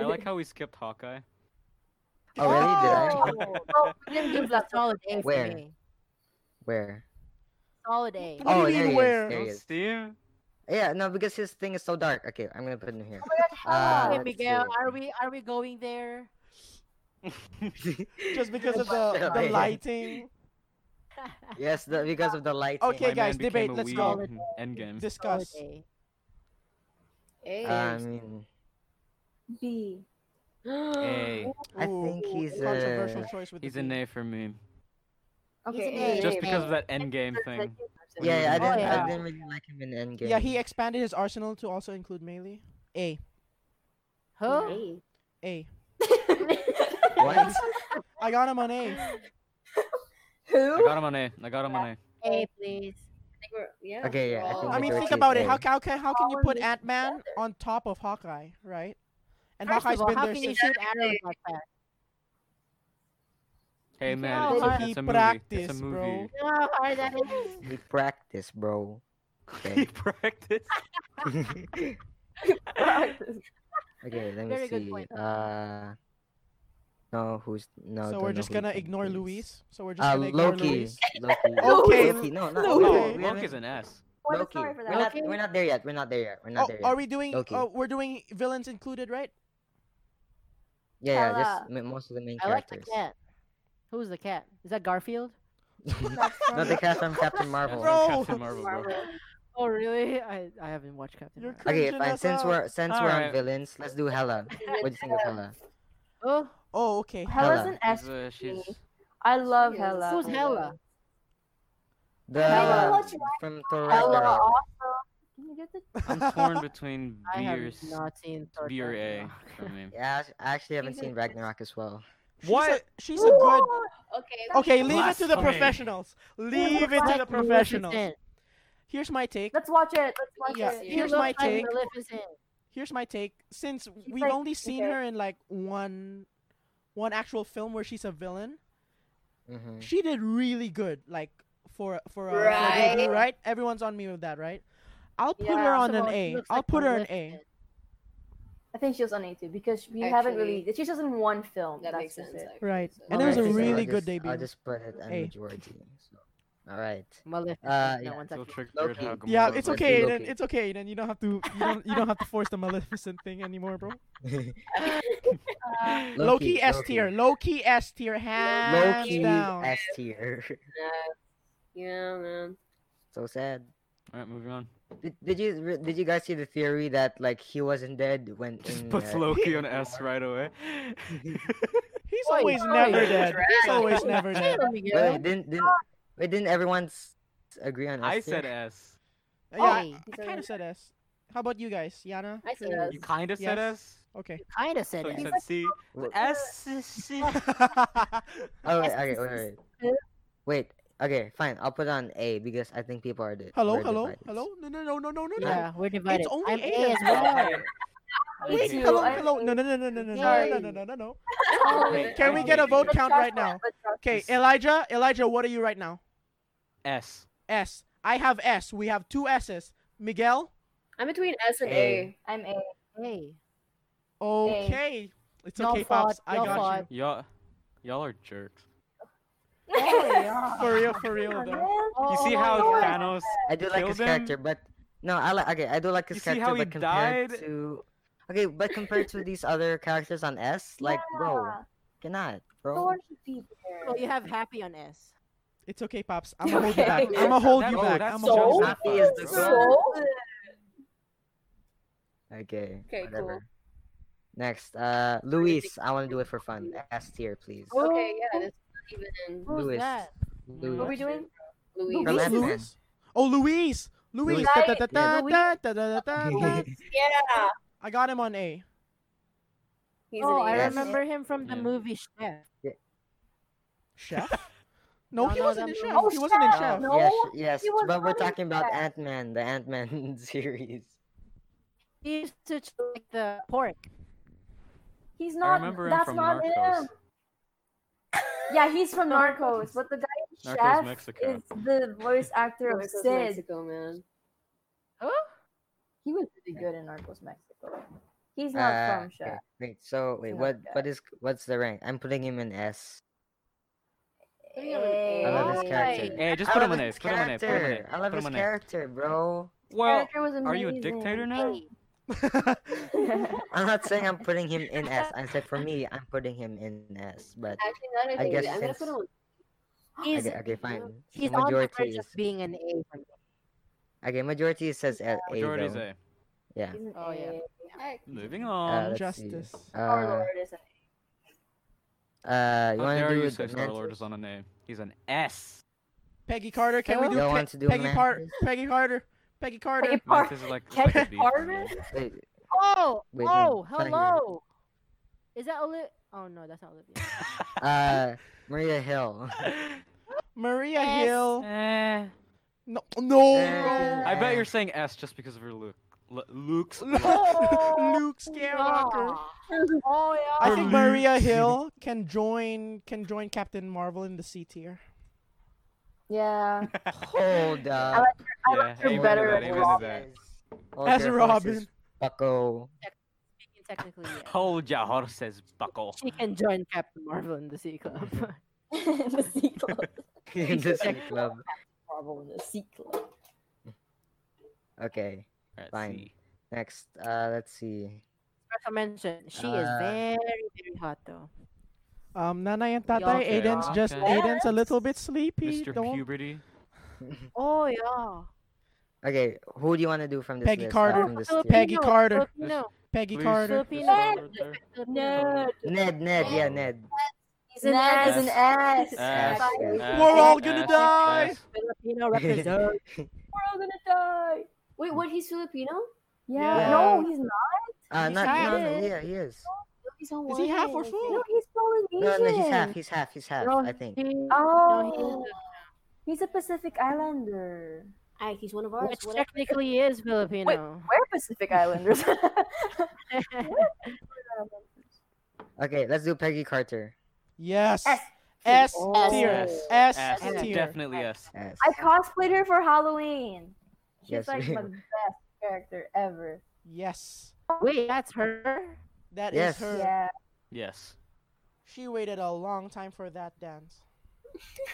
Speaker 3: I like how we skipped Hawkeye.
Speaker 1: Oh really? Did I?
Speaker 5: Oh, we didn't
Speaker 4: Give
Speaker 5: give
Speaker 4: a
Speaker 5: that
Speaker 4: solid A for
Speaker 1: Where?
Speaker 4: me.
Speaker 1: Where?
Speaker 4: Solid A.
Speaker 1: oh,
Speaker 2: What do you mean,
Speaker 1: there he
Speaker 2: where?
Speaker 1: is. There he
Speaker 3: Don't
Speaker 1: is.
Speaker 3: see him.
Speaker 1: Yeah, no, because his thing is so dark. Okay, I'm gonna put him
Speaker 2: Oh
Speaker 1: here.
Speaker 4: okay,
Speaker 1: Uh,
Speaker 4: Miguel,
Speaker 1: let's see.
Speaker 4: are we are we going there?
Speaker 1: (laughs)
Speaker 2: Just because of
Speaker 1: Shut
Speaker 2: the,
Speaker 1: up,
Speaker 2: the
Speaker 1: man.
Speaker 2: lighting.
Speaker 1: Yes, the, because of the lighting.
Speaker 3: My
Speaker 2: Okay, guys,
Speaker 3: man became
Speaker 2: debate,
Speaker 3: a
Speaker 2: let's
Speaker 4: go.
Speaker 3: weeb in Endgame.
Speaker 2: (gasps)
Speaker 4: Solid
Speaker 2: Discuss.
Speaker 4: A.
Speaker 1: I mean,
Speaker 5: B.
Speaker 3: A.
Speaker 1: I
Speaker 2: Ooh,
Speaker 1: think he's
Speaker 2: controversial
Speaker 1: a-
Speaker 2: choice with the
Speaker 3: He's an
Speaker 2: B.
Speaker 3: A for me.
Speaker 5: Okay,
Speaker 4: He's an
Speaker 5: A.
Speaker 4: A.
Speaker 3: Just because of that Endgame thing.
Speaker 1: yeah, yeah, I
Speaker 4: Oh,
Speaker 1: didn't,
Speaker 4: yeah.
Speaker 1: I didn't really like him in Endgame.
Speaker 2: Yeah, he expanded his arsenal to also include melee. A.
Speaker 4: Huh?
Speaker 2: A.
Speaker 1: What?
Speaker 2: I got him on A.
Speaker 3: I
Speaker 5: Who?
Speaker 3: got him on A. I got him on A.
Speaker 4: A, please.
Speaker 6: Yeah.
Speaker 1: Okay, yeah, I
Speaker 6: we're
Speaker 1: think
Speaker 6: all-
Speaker 2: I
Speaker 1: we
Speaker 2: mean,
Speaker 1: go
Speaker 2: think
Speaker 1: to
Speaker 2: about it.
Speaker 1: A.
Speaker 2: How, ca- how can how can you
Speaker 5: All
Speaker 2: put
Speaker 5: mixed
Speaker 2: Ant Man
Speaker 5: together.
Speaker 2: on top of Hawkeye, right? And
Speaker 4: First
Speaker 2: Hawkeye's
Speaker 4: of all,
Speaker 2: been
Speaker 4: how
Speaker 2: there
Speaker 4: can you
Speaker 2: since.
Speaker 4: shoot arrows like
Speaker 2: (laughs)
Speaker 4: that?
Speaker 3: Hey
Speaker 4: Yeah,
Speaker 3: man, it's, a-
Speaker 2: Oh, he
Speaker 3: it's a movie. It's a
Speaker 2: practiced, bro.
Speaker 3: movie.
Speaker 4: You know how hard that is?
Speaker 1: He practice, bro. (laughs)
Speaker 3: (laughs) he
Speaker 1: Okay.
Speaker 3: practiced.
Speaker 1: okay, let me
Speaker 4: Very good
Speaker 1: see.
Speaker 4: point.
Speaker 1: Uh, no, who's no?
Speaker 2: So
Speaker 1: don't
Speaker 2: we're
Speaker 1: know
Speaker 2: just
Speaker 1: who
Speaker 2: gonna
Speaker 1: it
Speaker 2: ignore
Speaker 1: is.
Speaker 2: Luis. So we're just
Speaker 1: Uh,
Speaker 2: gonna ignore
Speaker 1: Loki.
Speaker 2: Luis.
Speaker 1: (laughs) Loki.
Speaker 2: Okay,
Speaker 1: Oh, Loki. No, not
Speaker 5: Loki.
Speaker 1: Loki.
Speaker 3: No,
Speaker 1: We're
Speaker 3: Oh, Monk is an S.
Speaker 5: Well,
Speaker 1: Loki.
Speaker 5: sorry for
Speaker 1: We're not,
Speaker 4: that.
Speaker 1: we're not there yet. We're not there yet. We're not
Speaker 2: Oh,
Speaker 1: there yet.
Speaker 2: are we doing?
Speaker 1: Loki.
Speaker 2: Oh, we're doing villains
Speaker 1: (laughs)
Speaker 2: included, right?
Speaker 1: yeah, yeah.
Speaker 5: Hella.
Speaker 1: Just m- most of the main
Speaker 4: I like the
Speaker 1: characters.
Speaker 4: cat. Who's the cat? Is that Garfield?
Speaker 1: (laughs) not the cat from (laughs) Captain
Speaker 3: That's
Speaker 1: Marvel.
Speaker 2: Bro.
Speaker 3: from Captain Marvel, bro.
Speaker 4: Oh really? I, I haven't watched Captain
Speaker 2: You're
Speaker 4: Marvel.
Speaker 1: Okay,
Speaker 2: Cringing
Speaker 1: fine.
Speaker 2: us
Speaker 1: Since
Speaker 2: out.
Speaker 1: we're since we're on
Speaker 3: Alright.
Speaker 1: villains, let's do Hella. What do you think of
Speaker 2: (laughs)
Speaker 1: Hella?
Speaker 4: Oh,
Speaker 2: Oh, okay.
Speaker 5: Hella's
Speaker 1: Hella.
Speaker 5: an S.
Speaker 3: She's, uh, she's-
Speaker 5: I love
Speaker 6: Serious.
Speaker 5: Hella.
Speaker 4: who's Hella?
Speaker 1: The
Speaker 5: Hella. What's your-
Speaker 1: from Thor
Speaker 5: Hella
Speaker 1: Ragnarok.
Speaker 5: also. Can you get the
Speaker 2: (laughs)
Speaker 3: I'm torn between
Speaker 4: I
Speaker 3: B
Speaker 4: have
Speaker 3: or, C-
Speaker 4: not seen Thor
Speaker 3: B or A
Speaker 4: Ragnarok.
Speaker 3: for me.
Speaker 1: (laughs) Yeah, I actually haven't
Speaker 5: She's an
Speaker 1: seen Ragnarok as well.
Speaker 2: She's a, she's a good.
Speaker 6: Okay.
Speaker 2: Okay, leave it to the
Speaker 3: Blasphemy.
Speaker 2: professionals. Leave it to the
Speaker 4: Like
Speaker 2: professionals.
Speaker 4: Maleficent.
Speaker 2: Here's my take.
Speaker 5: Let's watch it. Let's watch
Speaker 2: Yeah,
Speaker 5: it.
Speaker 4: You
Speaker 2: here's
Speaker 4: look
Speaker 2: my
Speaker 4: like
Speaker 2: take.
Speaker 4: Maleficent.
Speaker 2: here's my take since we've
Speaker 5: like-
Speaker 2: only seen
Speaker 5: okay.
Speaker 2: her in like one one actual film where she's a villain
Speaker 1: hmm
Speaker 2: she did really good like for for a
Speaker 6: Right.
Speaker 2: debut, right everyone's on me with that right i'll put
Speaker 5: Yeah.
Speaker 2: her
Speaker 5: First
Speaker 2: on
Speaker 4: First of
Speaker 2: an
Speaker 4: all, she
Speaker 2: A.
Speaker 4: looks
Speaker 2: will
Speaker 4: like
Speaker 2: put her an a
Speaker 4: Maleficent.
Speaker 5: I think she was on A2 because we haven't
Speaker 6: Actually,
Speaker 5: really. She's just in one film.
Speaker 6: That
Speaker 5: That's
Speaker 6: makes
Speaker 5: just
Speaker 6: sense.
Speaker 5: it.
Speaker 6: actually.
Speaker 2: Right.
Speaker 6: So-
Speaker 2: And there's a
Speaker 1: Alright, so I'll
Speaker 2: really good
Speaker 1: just- I'll
Speaker 2: debut.
Speaker 1: just put it on
Speaker 2: Hey.
Speaker 1: majority. So. All right. (laughs)
Speaker 4: Maleficent.
Speaker 1: Uh,
Speaker 4: no
Speaker 1: yeah.
Speaker 4: one's
Speaker 3: Still
Speaker 4: actually.
Speaker 3: tricked
Speaker 1: Loki.
Speaker 3: weird how Gamora
Speaker 2: Yeah,
Speaker 1: Loki.
Speaker 2: it's
Speaker 1: Let's
Speaker 3: was-
Speaker 1: do
Speaker 2: okay, Aiden.
Speaker 1: Loki.
Speaker 2: It's okay, Aiden. You don't have to. You don't. You don't have to force the Maleficent thing anymore, bro. Loki S tier. Loki S tier. Hands
Speaker 1: Loki
Speaker 2: down.
Speaker 1: S tier. (laughs)
Speaker 6: Yeah, man.
Speaker 1: So sad.
Speaker 3: All right, moving on.
Speaker 1: Did, did you re- did you guys see the theory that like he wasn't dead when
Speaker 3: Just
Speaker 1: in,
Speaker 3: puts
Speaker 1: uh,
Speaker 3: Loki (laughs) on S right away.
Speaker 2: He's
Speaker 4: Oi,
Speaker 2: always
Speaker 4: oi,
Speaker 2: never
Speaker 4: oi.
Speaker 2: dead. He's always never
Speaker 4: Hey,
Speaker 2: dead.
Speaker 1: But
Speaker 4: Miguel.
Speaker 1: wait, didn't didn't wait, didn't everyone s- agree on S
Speaker 3: I
Speaker 1: tier?
Speaker 3: said S.
Speaker 2: Yeah, I,
Speaker 4: Oi.
Speaker 2: kind of said S. How about you guys, Yana?
Speaker 6: I said S.
Speaker 3: You kind of said S.
Speaker 2: Yes. Okay.
Speaker 4: kind of said
Speaker 3: So you
Speaker 4: it.
Speaker 3: said C.
Speaker 1: Well-
Speaker 3: S. (laughs) is-
Speaker 1: Oh wait,
Speaker 6: S
Speaker 1: okay, wait,
Speaker 6: is-
Speaker 1: wait, wait. Wait, okay, fine. I'll put on A because I think people are. Di-
Speaker 2: hello,
Speaker 1: were
Speaker 2: hello,
Speaker 1: divided.
Speaker 2: hello. No, no, no, no, no, no, no.
Speaker 4: Yeah, we're divided.
Speaker 2: only
Speaker 4: I'm
Speaker 2: eight as
Speaker 4: A as well.
Speaker 3: Okay.
Speaker 2: Wait,
Speaker 3: Okay.
Speaker 5: too.
Speaker 2: hello,
Speaker 5: I-
Speaker 2: hello. No, no, no, no, no, no, no,
Speaker 5: Sorry.
Speaker 2: no, no, no, no, no.
Speaker 3: wait,
Speaker 2: Can we
Speaker 3: I
Speaker 2: get a
Speaker 3: hate
Speaker 2: vote
Speaker 3: you.
Speaker 2: count right now? Okay, Elijah, Elijah, what are you right now?
Speaker 3: S.
Speaker 2: S. I have S. We have two S's. Miguel.
Speaker 6: (laughs) I'm between S and
Speaker 1: A.
Speaker 6: A. (laughs)
Speaker 5: I'm A.
Speaker 4: Hey,
Speaker 2: Okay. It's
Speaker 4: No
Speaker 2: okay,
Speaker 4: fault,
Speaker 2: pops. I
Speaker 4: no
Speaker 2: got you.
Speaker 4: fault.
Speaker 3: Y'all, y'all are jerks.
Speaker 2: For real, for real.
Speaker 5: Come
Speaker 2: Though.
Speaker 5: on,
Speaker 3: You see
Speaker 4: Oh,
Speaker 3: how
Speaker 5: Lord.
Speaker 3: Thanos?
Speaker 1: I do like
Speaker 3: Kill
Speaker 1: his
Speaker 3: them?
Speaker 1: character, but no, I like. Okay, I do like his
Speaker 3: You
Speaker 1: character,
Speaker 3: see how he
Speaker 1: but compared
Speaker 3: died?
Speaker 1: to okay, but compared to these other characters on S, like bro,
Speaker 5: Yeah.
Speaker 1: cannot, bro.
Speaker 5: Thor should be there.
Speaker 4: so you have happy on S.
Speaker 2: It's okay, pops. I'm gonna hold you
Speaker 6: Okay.
Speaker 2: back. I'm gonna hold
Speaker 3: That-
Speaker 2: you
Speaker 3: oh,
Speaker 2: back.
Speaker 3: that's
Speaker 2: I'm gonna
Speaker 6: so
Speaker 2: hold you
Speaker 1: (laughs) Happy
Speaker 2: back.
Speaker 1: is the god.
Speaker 6: So
Speaker 1: Okay.
Speaker 6: Okay, cool.
Speaker 1: whatever. Next, uh, Luis. I want to do it for fun. S tier, please.
Speaker 6: okay, yeah, this is not even
Speaker 4: Who's
Speaker 1: Louis.
Speaker 4: that?
Speaker 1: Louis.
Speaker 5: What are we doing?
Speaker 6: Louis.
Speaker 1: Louis.
Speaker 2: Who's
Speaker 1: Aladdin.
Speaker 2: Luis? Oh, Luis. Luis.
Speaker 1: Luis.
Speaker 2: Da- da-
Speaker 6: Right,
Speaker 2: da- da-
Speaker 5: Luis.
Speaker 2: da- da- da- da- da.
Speaker 6: Yeah,
Speaker 2: I got him on A.
Speaker 6: he's
Speaker 4: Oh,
Speaker 6: an
Speaker 4: I
Speaker 6: A.
Speaker 1: Yes.
Speaker 4: remember him from the
Speaker 3: Yeah.
Speaker 4: movie Chef. (laughs)
Speaker 2: Chef? No,
Speaker 4: No,
Speaker 2: he
Speaker 4: no,
Speaker 2: wasn't in
Speaker 4: that
Speaker 2: chef.
Speaker 4: movie.
Speaker 2: He wasn't in
Speaker 5: Oh,
Speaker 2: chef.
Speaker 5: No,
Speaker 1: yes, yes.
Speaker 5: he was
Speaker 1: But we're
Speaker 5: not in
Speaker 1: talking about
Speaker 5: that.
Speaker 1: Ant Man, the Ant Man (laughs) series.
Speaker 4: He used to ch- like the pork.
Speaker 5: He's
Speaker 3: I
Speaker 5: not.
Speaker 3: remember him
Speaker 5: that's
Speaker 3: from
Speaker 5: not
Speaker 3: Narcos.
Speaker 5: him. Yeah, he's
Speaker 6: (laughs)
Speaker 5: from Narcos, but the guy
Speaker 3: Narcos
Speaker 5: chef
Speaker 3: Mexico.
Speaker 5: is the voice actor of
Speaker 6: Narcos
Speaker 5: Sid.
Speaker 6: Mexico, man.
Speaker 4: Oh,
Speaker 5: He was really good in Narcos Mexico. He's not
Speaker 1: Uh,
Speaker 5: from Chef.
Speaker 1: okay, Wait. So wait.
Speaker 5: not
Speaker 1: What?
Speaker 5: Chef.
Speaker 1: What is? What's the rank? I'm putting him in S.
Speaker 5: Hey.
Speaker 1: I love his character.
Speaker 3: Hey, just
Speaker 1: I
Speaker 3: put him
Speaker 1: love
Speaker 3: on A.
Speaker 1: his
Speaker 3: Put him on A. Put him on
Speaker 1: character.
Speaker 3: A.
Speaker 1: I love
Speaker 3: put him
Speaker 1: his
Speaker 3: on A.
Speaker 1: character, bro.
Speaker 3: Well,
Speaker 5: Character was
Speaker 3: are you a
Speaker 5: amazing.
Speaker 3: dictator
Speaker 5: (laughs)
Speaker 3: now?
Speaker 1: I'm not saying I'm putting him in S. I said for me, I'm putting him in S. But
Speaker 6: Actually, not
Speaker 1: I
Speaker 6: even.
Speaker 1: guess
Speaker 6: I'm gonna
Speaker 1: since-
Speaker 6: put him on
Speaker 4: He's
Speaker 1: okay, okay, fine.
Speaker 4: he's on the
Speaker 1: majority
Speaker 4: verge of
Speaker 1: is-
Speaker 4: being an A. for me.
Speaker 1: okay. Majority says A.
Speaker 3: majority
Speaker 1: though.
Speaker 3: A.
Speaker 1: Yeah. Uh,
Speaker 5: He's an
Speaker 4: Oh, yeah.
Speaker 5: A.
Speaker 3: Moving on.
Speaker 1: let's see.
Speaker 2: Justice.
Speaker 5: Our
Speaker 1: Uh,
Speaker 5: Lord is an
Speaker 1: uh, you
Speaker 3: How
Speaker 1: want to
Speaker 3: dare
Speaker 1: do
Speaker 3: you
Speaker 1: with
Speaker 3: say
Speaker 1: the
Speaker 3: Star Lord
Speaker 1: Mantis?
Speaker 3: is on an A? He's an
Speaker 5: (laughs)
Speaker 3: S.
Speaker 2: (laughs) Peggy Carter. Can we
Speaker 4: Hello?
Speaker 2: do,
Speaker 1: Y'all
Speaker 2: Pe-
Speaker 1: want to do
Speaker 2: Peggy, Par-
Speaker 1: Mantis?
Speaker 2: Peggy Carter? Peggy Carter.
Speaker 5: Peggy Par-
Speaker 3: Mantis is like
Speaker 5: Kevin
Speaker 3: the beef on
Speaker 5: Harmon? (laughs)
Speaker 3: it.
Speaker 1: Wait,
Speaker 4: Oh,
Speaker 1: Wait, no,
Speaker 4: oh,
Speaker 1: sorry.
Speaker 4: hello. Is that Olivia? Oh no, that's not Olivia.
Speaker 1: uh, Maria
Speaker 3: (laughs)
Speaker 1: Hill.
Speaker 2: Maria
Speaker 4: Yes.
Speaker 2: Hill.
Speaker 3: (laughs) Eh.
Speaker 2: No, no.
Speaker 1: Eh.
Speaker 3: Oh, I bet you're saying S just because of her look. L- Luke's. (laughs)
Speaker 5: (laughs)
Speaker 2: no. (laughs) (laughs) Luke Skywalker.
Speaker 4: Oh yeah.
Speaker 2: I think
Speaker 3: Luke. (laughs)
Speaker 2: Maria Hill can join can join Captain Marvel in the C tier.
Speaker 5: A. Yeah.
Speaker 1: (laughs) Hold up.
Speaker 5: I like her
Speaker 3: amen to
Speaker 5: better
Speaker 3: that,
Speaker 5: as
Speaker 3: amen to that.
Speaker 1: Hold
Speaker 2: As
Speaker 1: your
Speaker 2: a
Speaker 1: horses,
Speaker 2: Robin.
Speaker 1: Bucko.
Speaker 3: (laughs)
Speaker 4: Technically, yeah.
Speaker 2: Oh.
Speaker 3: Hold your horses, buckle.
Speaker 4: she can join Captain Marvel in the C Club.
Speaker 2: (laughs)
Speaker 4: (laughs)
Speaker 6: A. (laughs) the C club.
Speaker 1: in the Sea Club.
Speaker 6: Marvel in the C club.
Speaker 1: Okay.
Speaker 3: Alright,
Speaker 1: Fine.
Speaker 3: C.
Speaker 1: Next, uh, let's see.
Speaker 4: Special mention. She is
Speaker 1: Uh,
Speaker 4: very, very hot though.
Speaker 2: Um, Nanay and Tatay,
Speaker 3: Okay,
Speaker 2: Aiden's just
Speaker 3: okay.
Speaker 2: Aiden's a little bit sleepy.
Speaker 3: Mr.
Speaker 2: Don't
Speaker 3: Puberty.
Speaker 4: Oh yeah.
Speaker 1: okay, who do you want to do from this
Speaker 2: Peggy
Speaker 1: list?
Speaker 4: Oh,
Speaker 2: Carter.
Speaker 1: Uh, from this tier?
Speaker 2: Peggy Carter.
Speaker 4: No.
Speaker 2: Peggy
Speaker 3: Please,
Speaker 2: Carter.
Speaker 3: Mr.
Speaker 4: Filipino.
Speaker 3: Lord there.
Speaker 6: No.
Speaker 1: Ned, Ned, yeah,
Speaker 3: Ned.
Speaker 1: Ned.
Speaker 5: He's an S. He's an S.
Speaker 3: S,
Speaker 5: We're
Speaker 3: S,
Speaker 2: We're all gonna
Speaker 3: S,
Speaker 2: die.
Speaker 3: S.
Speaker 1: (laughs)
Speaker 4: Filipino represent.
Speaker 5: all gonna die.
Speaker 6: Wait, what? He's Filipino?
Speaker 5: Yeah.
Speaker 2: Yeah.
Speaker 5: No, he's not.
Speaker 1: Uh,
Speaker 2: He's
Speaker 1: not,
Speaker 2: half.
Speaker 1: no, no, yeah, he is.
Speaker 6: He's on
Speaker 2: Is he half or
Speaker 5: No,
Speaker 2: full?
Speaker 5: he's Polynesian.
Speaker 1: No, no, he's half, he's half, he's half,
Speaker 4: No,
Speaker 1: I think.
Speaker 4: she-
Speaker 5: Oh.
Speaker 4: No,
Speaker 5: He's a Pacific Islander.
Speaker 6: Aye, he's one of ours.
Speaker 4: which
Speaker 6: whatever.
Speaker 4: technically (laughs) is Filipino.
Speaker 5: We're Pacific (laughs) Islanders.
Speaker 1: Okay, let's do Peggy Carter.
Speaker 2: Yes.
Speaker 5: S.
Speaker 2: S
Speaker 4: Oh.
Speaker 2: tier.
Speaker 3: S.
Speaker 2: S
Speaker 3: S.
Speaker 4: S.
Speaker 2: tier.
Speaker 3: Definitely S.
Speaker 1: Yes.
Speaker 5: I cosplayed her for Halloween. She's
Speaker 1: Yes,
Speaker 5: like
Speaker 1: we-
Speaker 5: my best character ever.
Speaker 2: Yes.
Speaker 4: (laughs) Wait, that's her.
Speaker 2: That is
Speaker 1: Yes.
Speaker 2: her.
Speaker 5: Yeah,
Speaker 3: Yes.
Speaker 2: She waited a long time for that dance.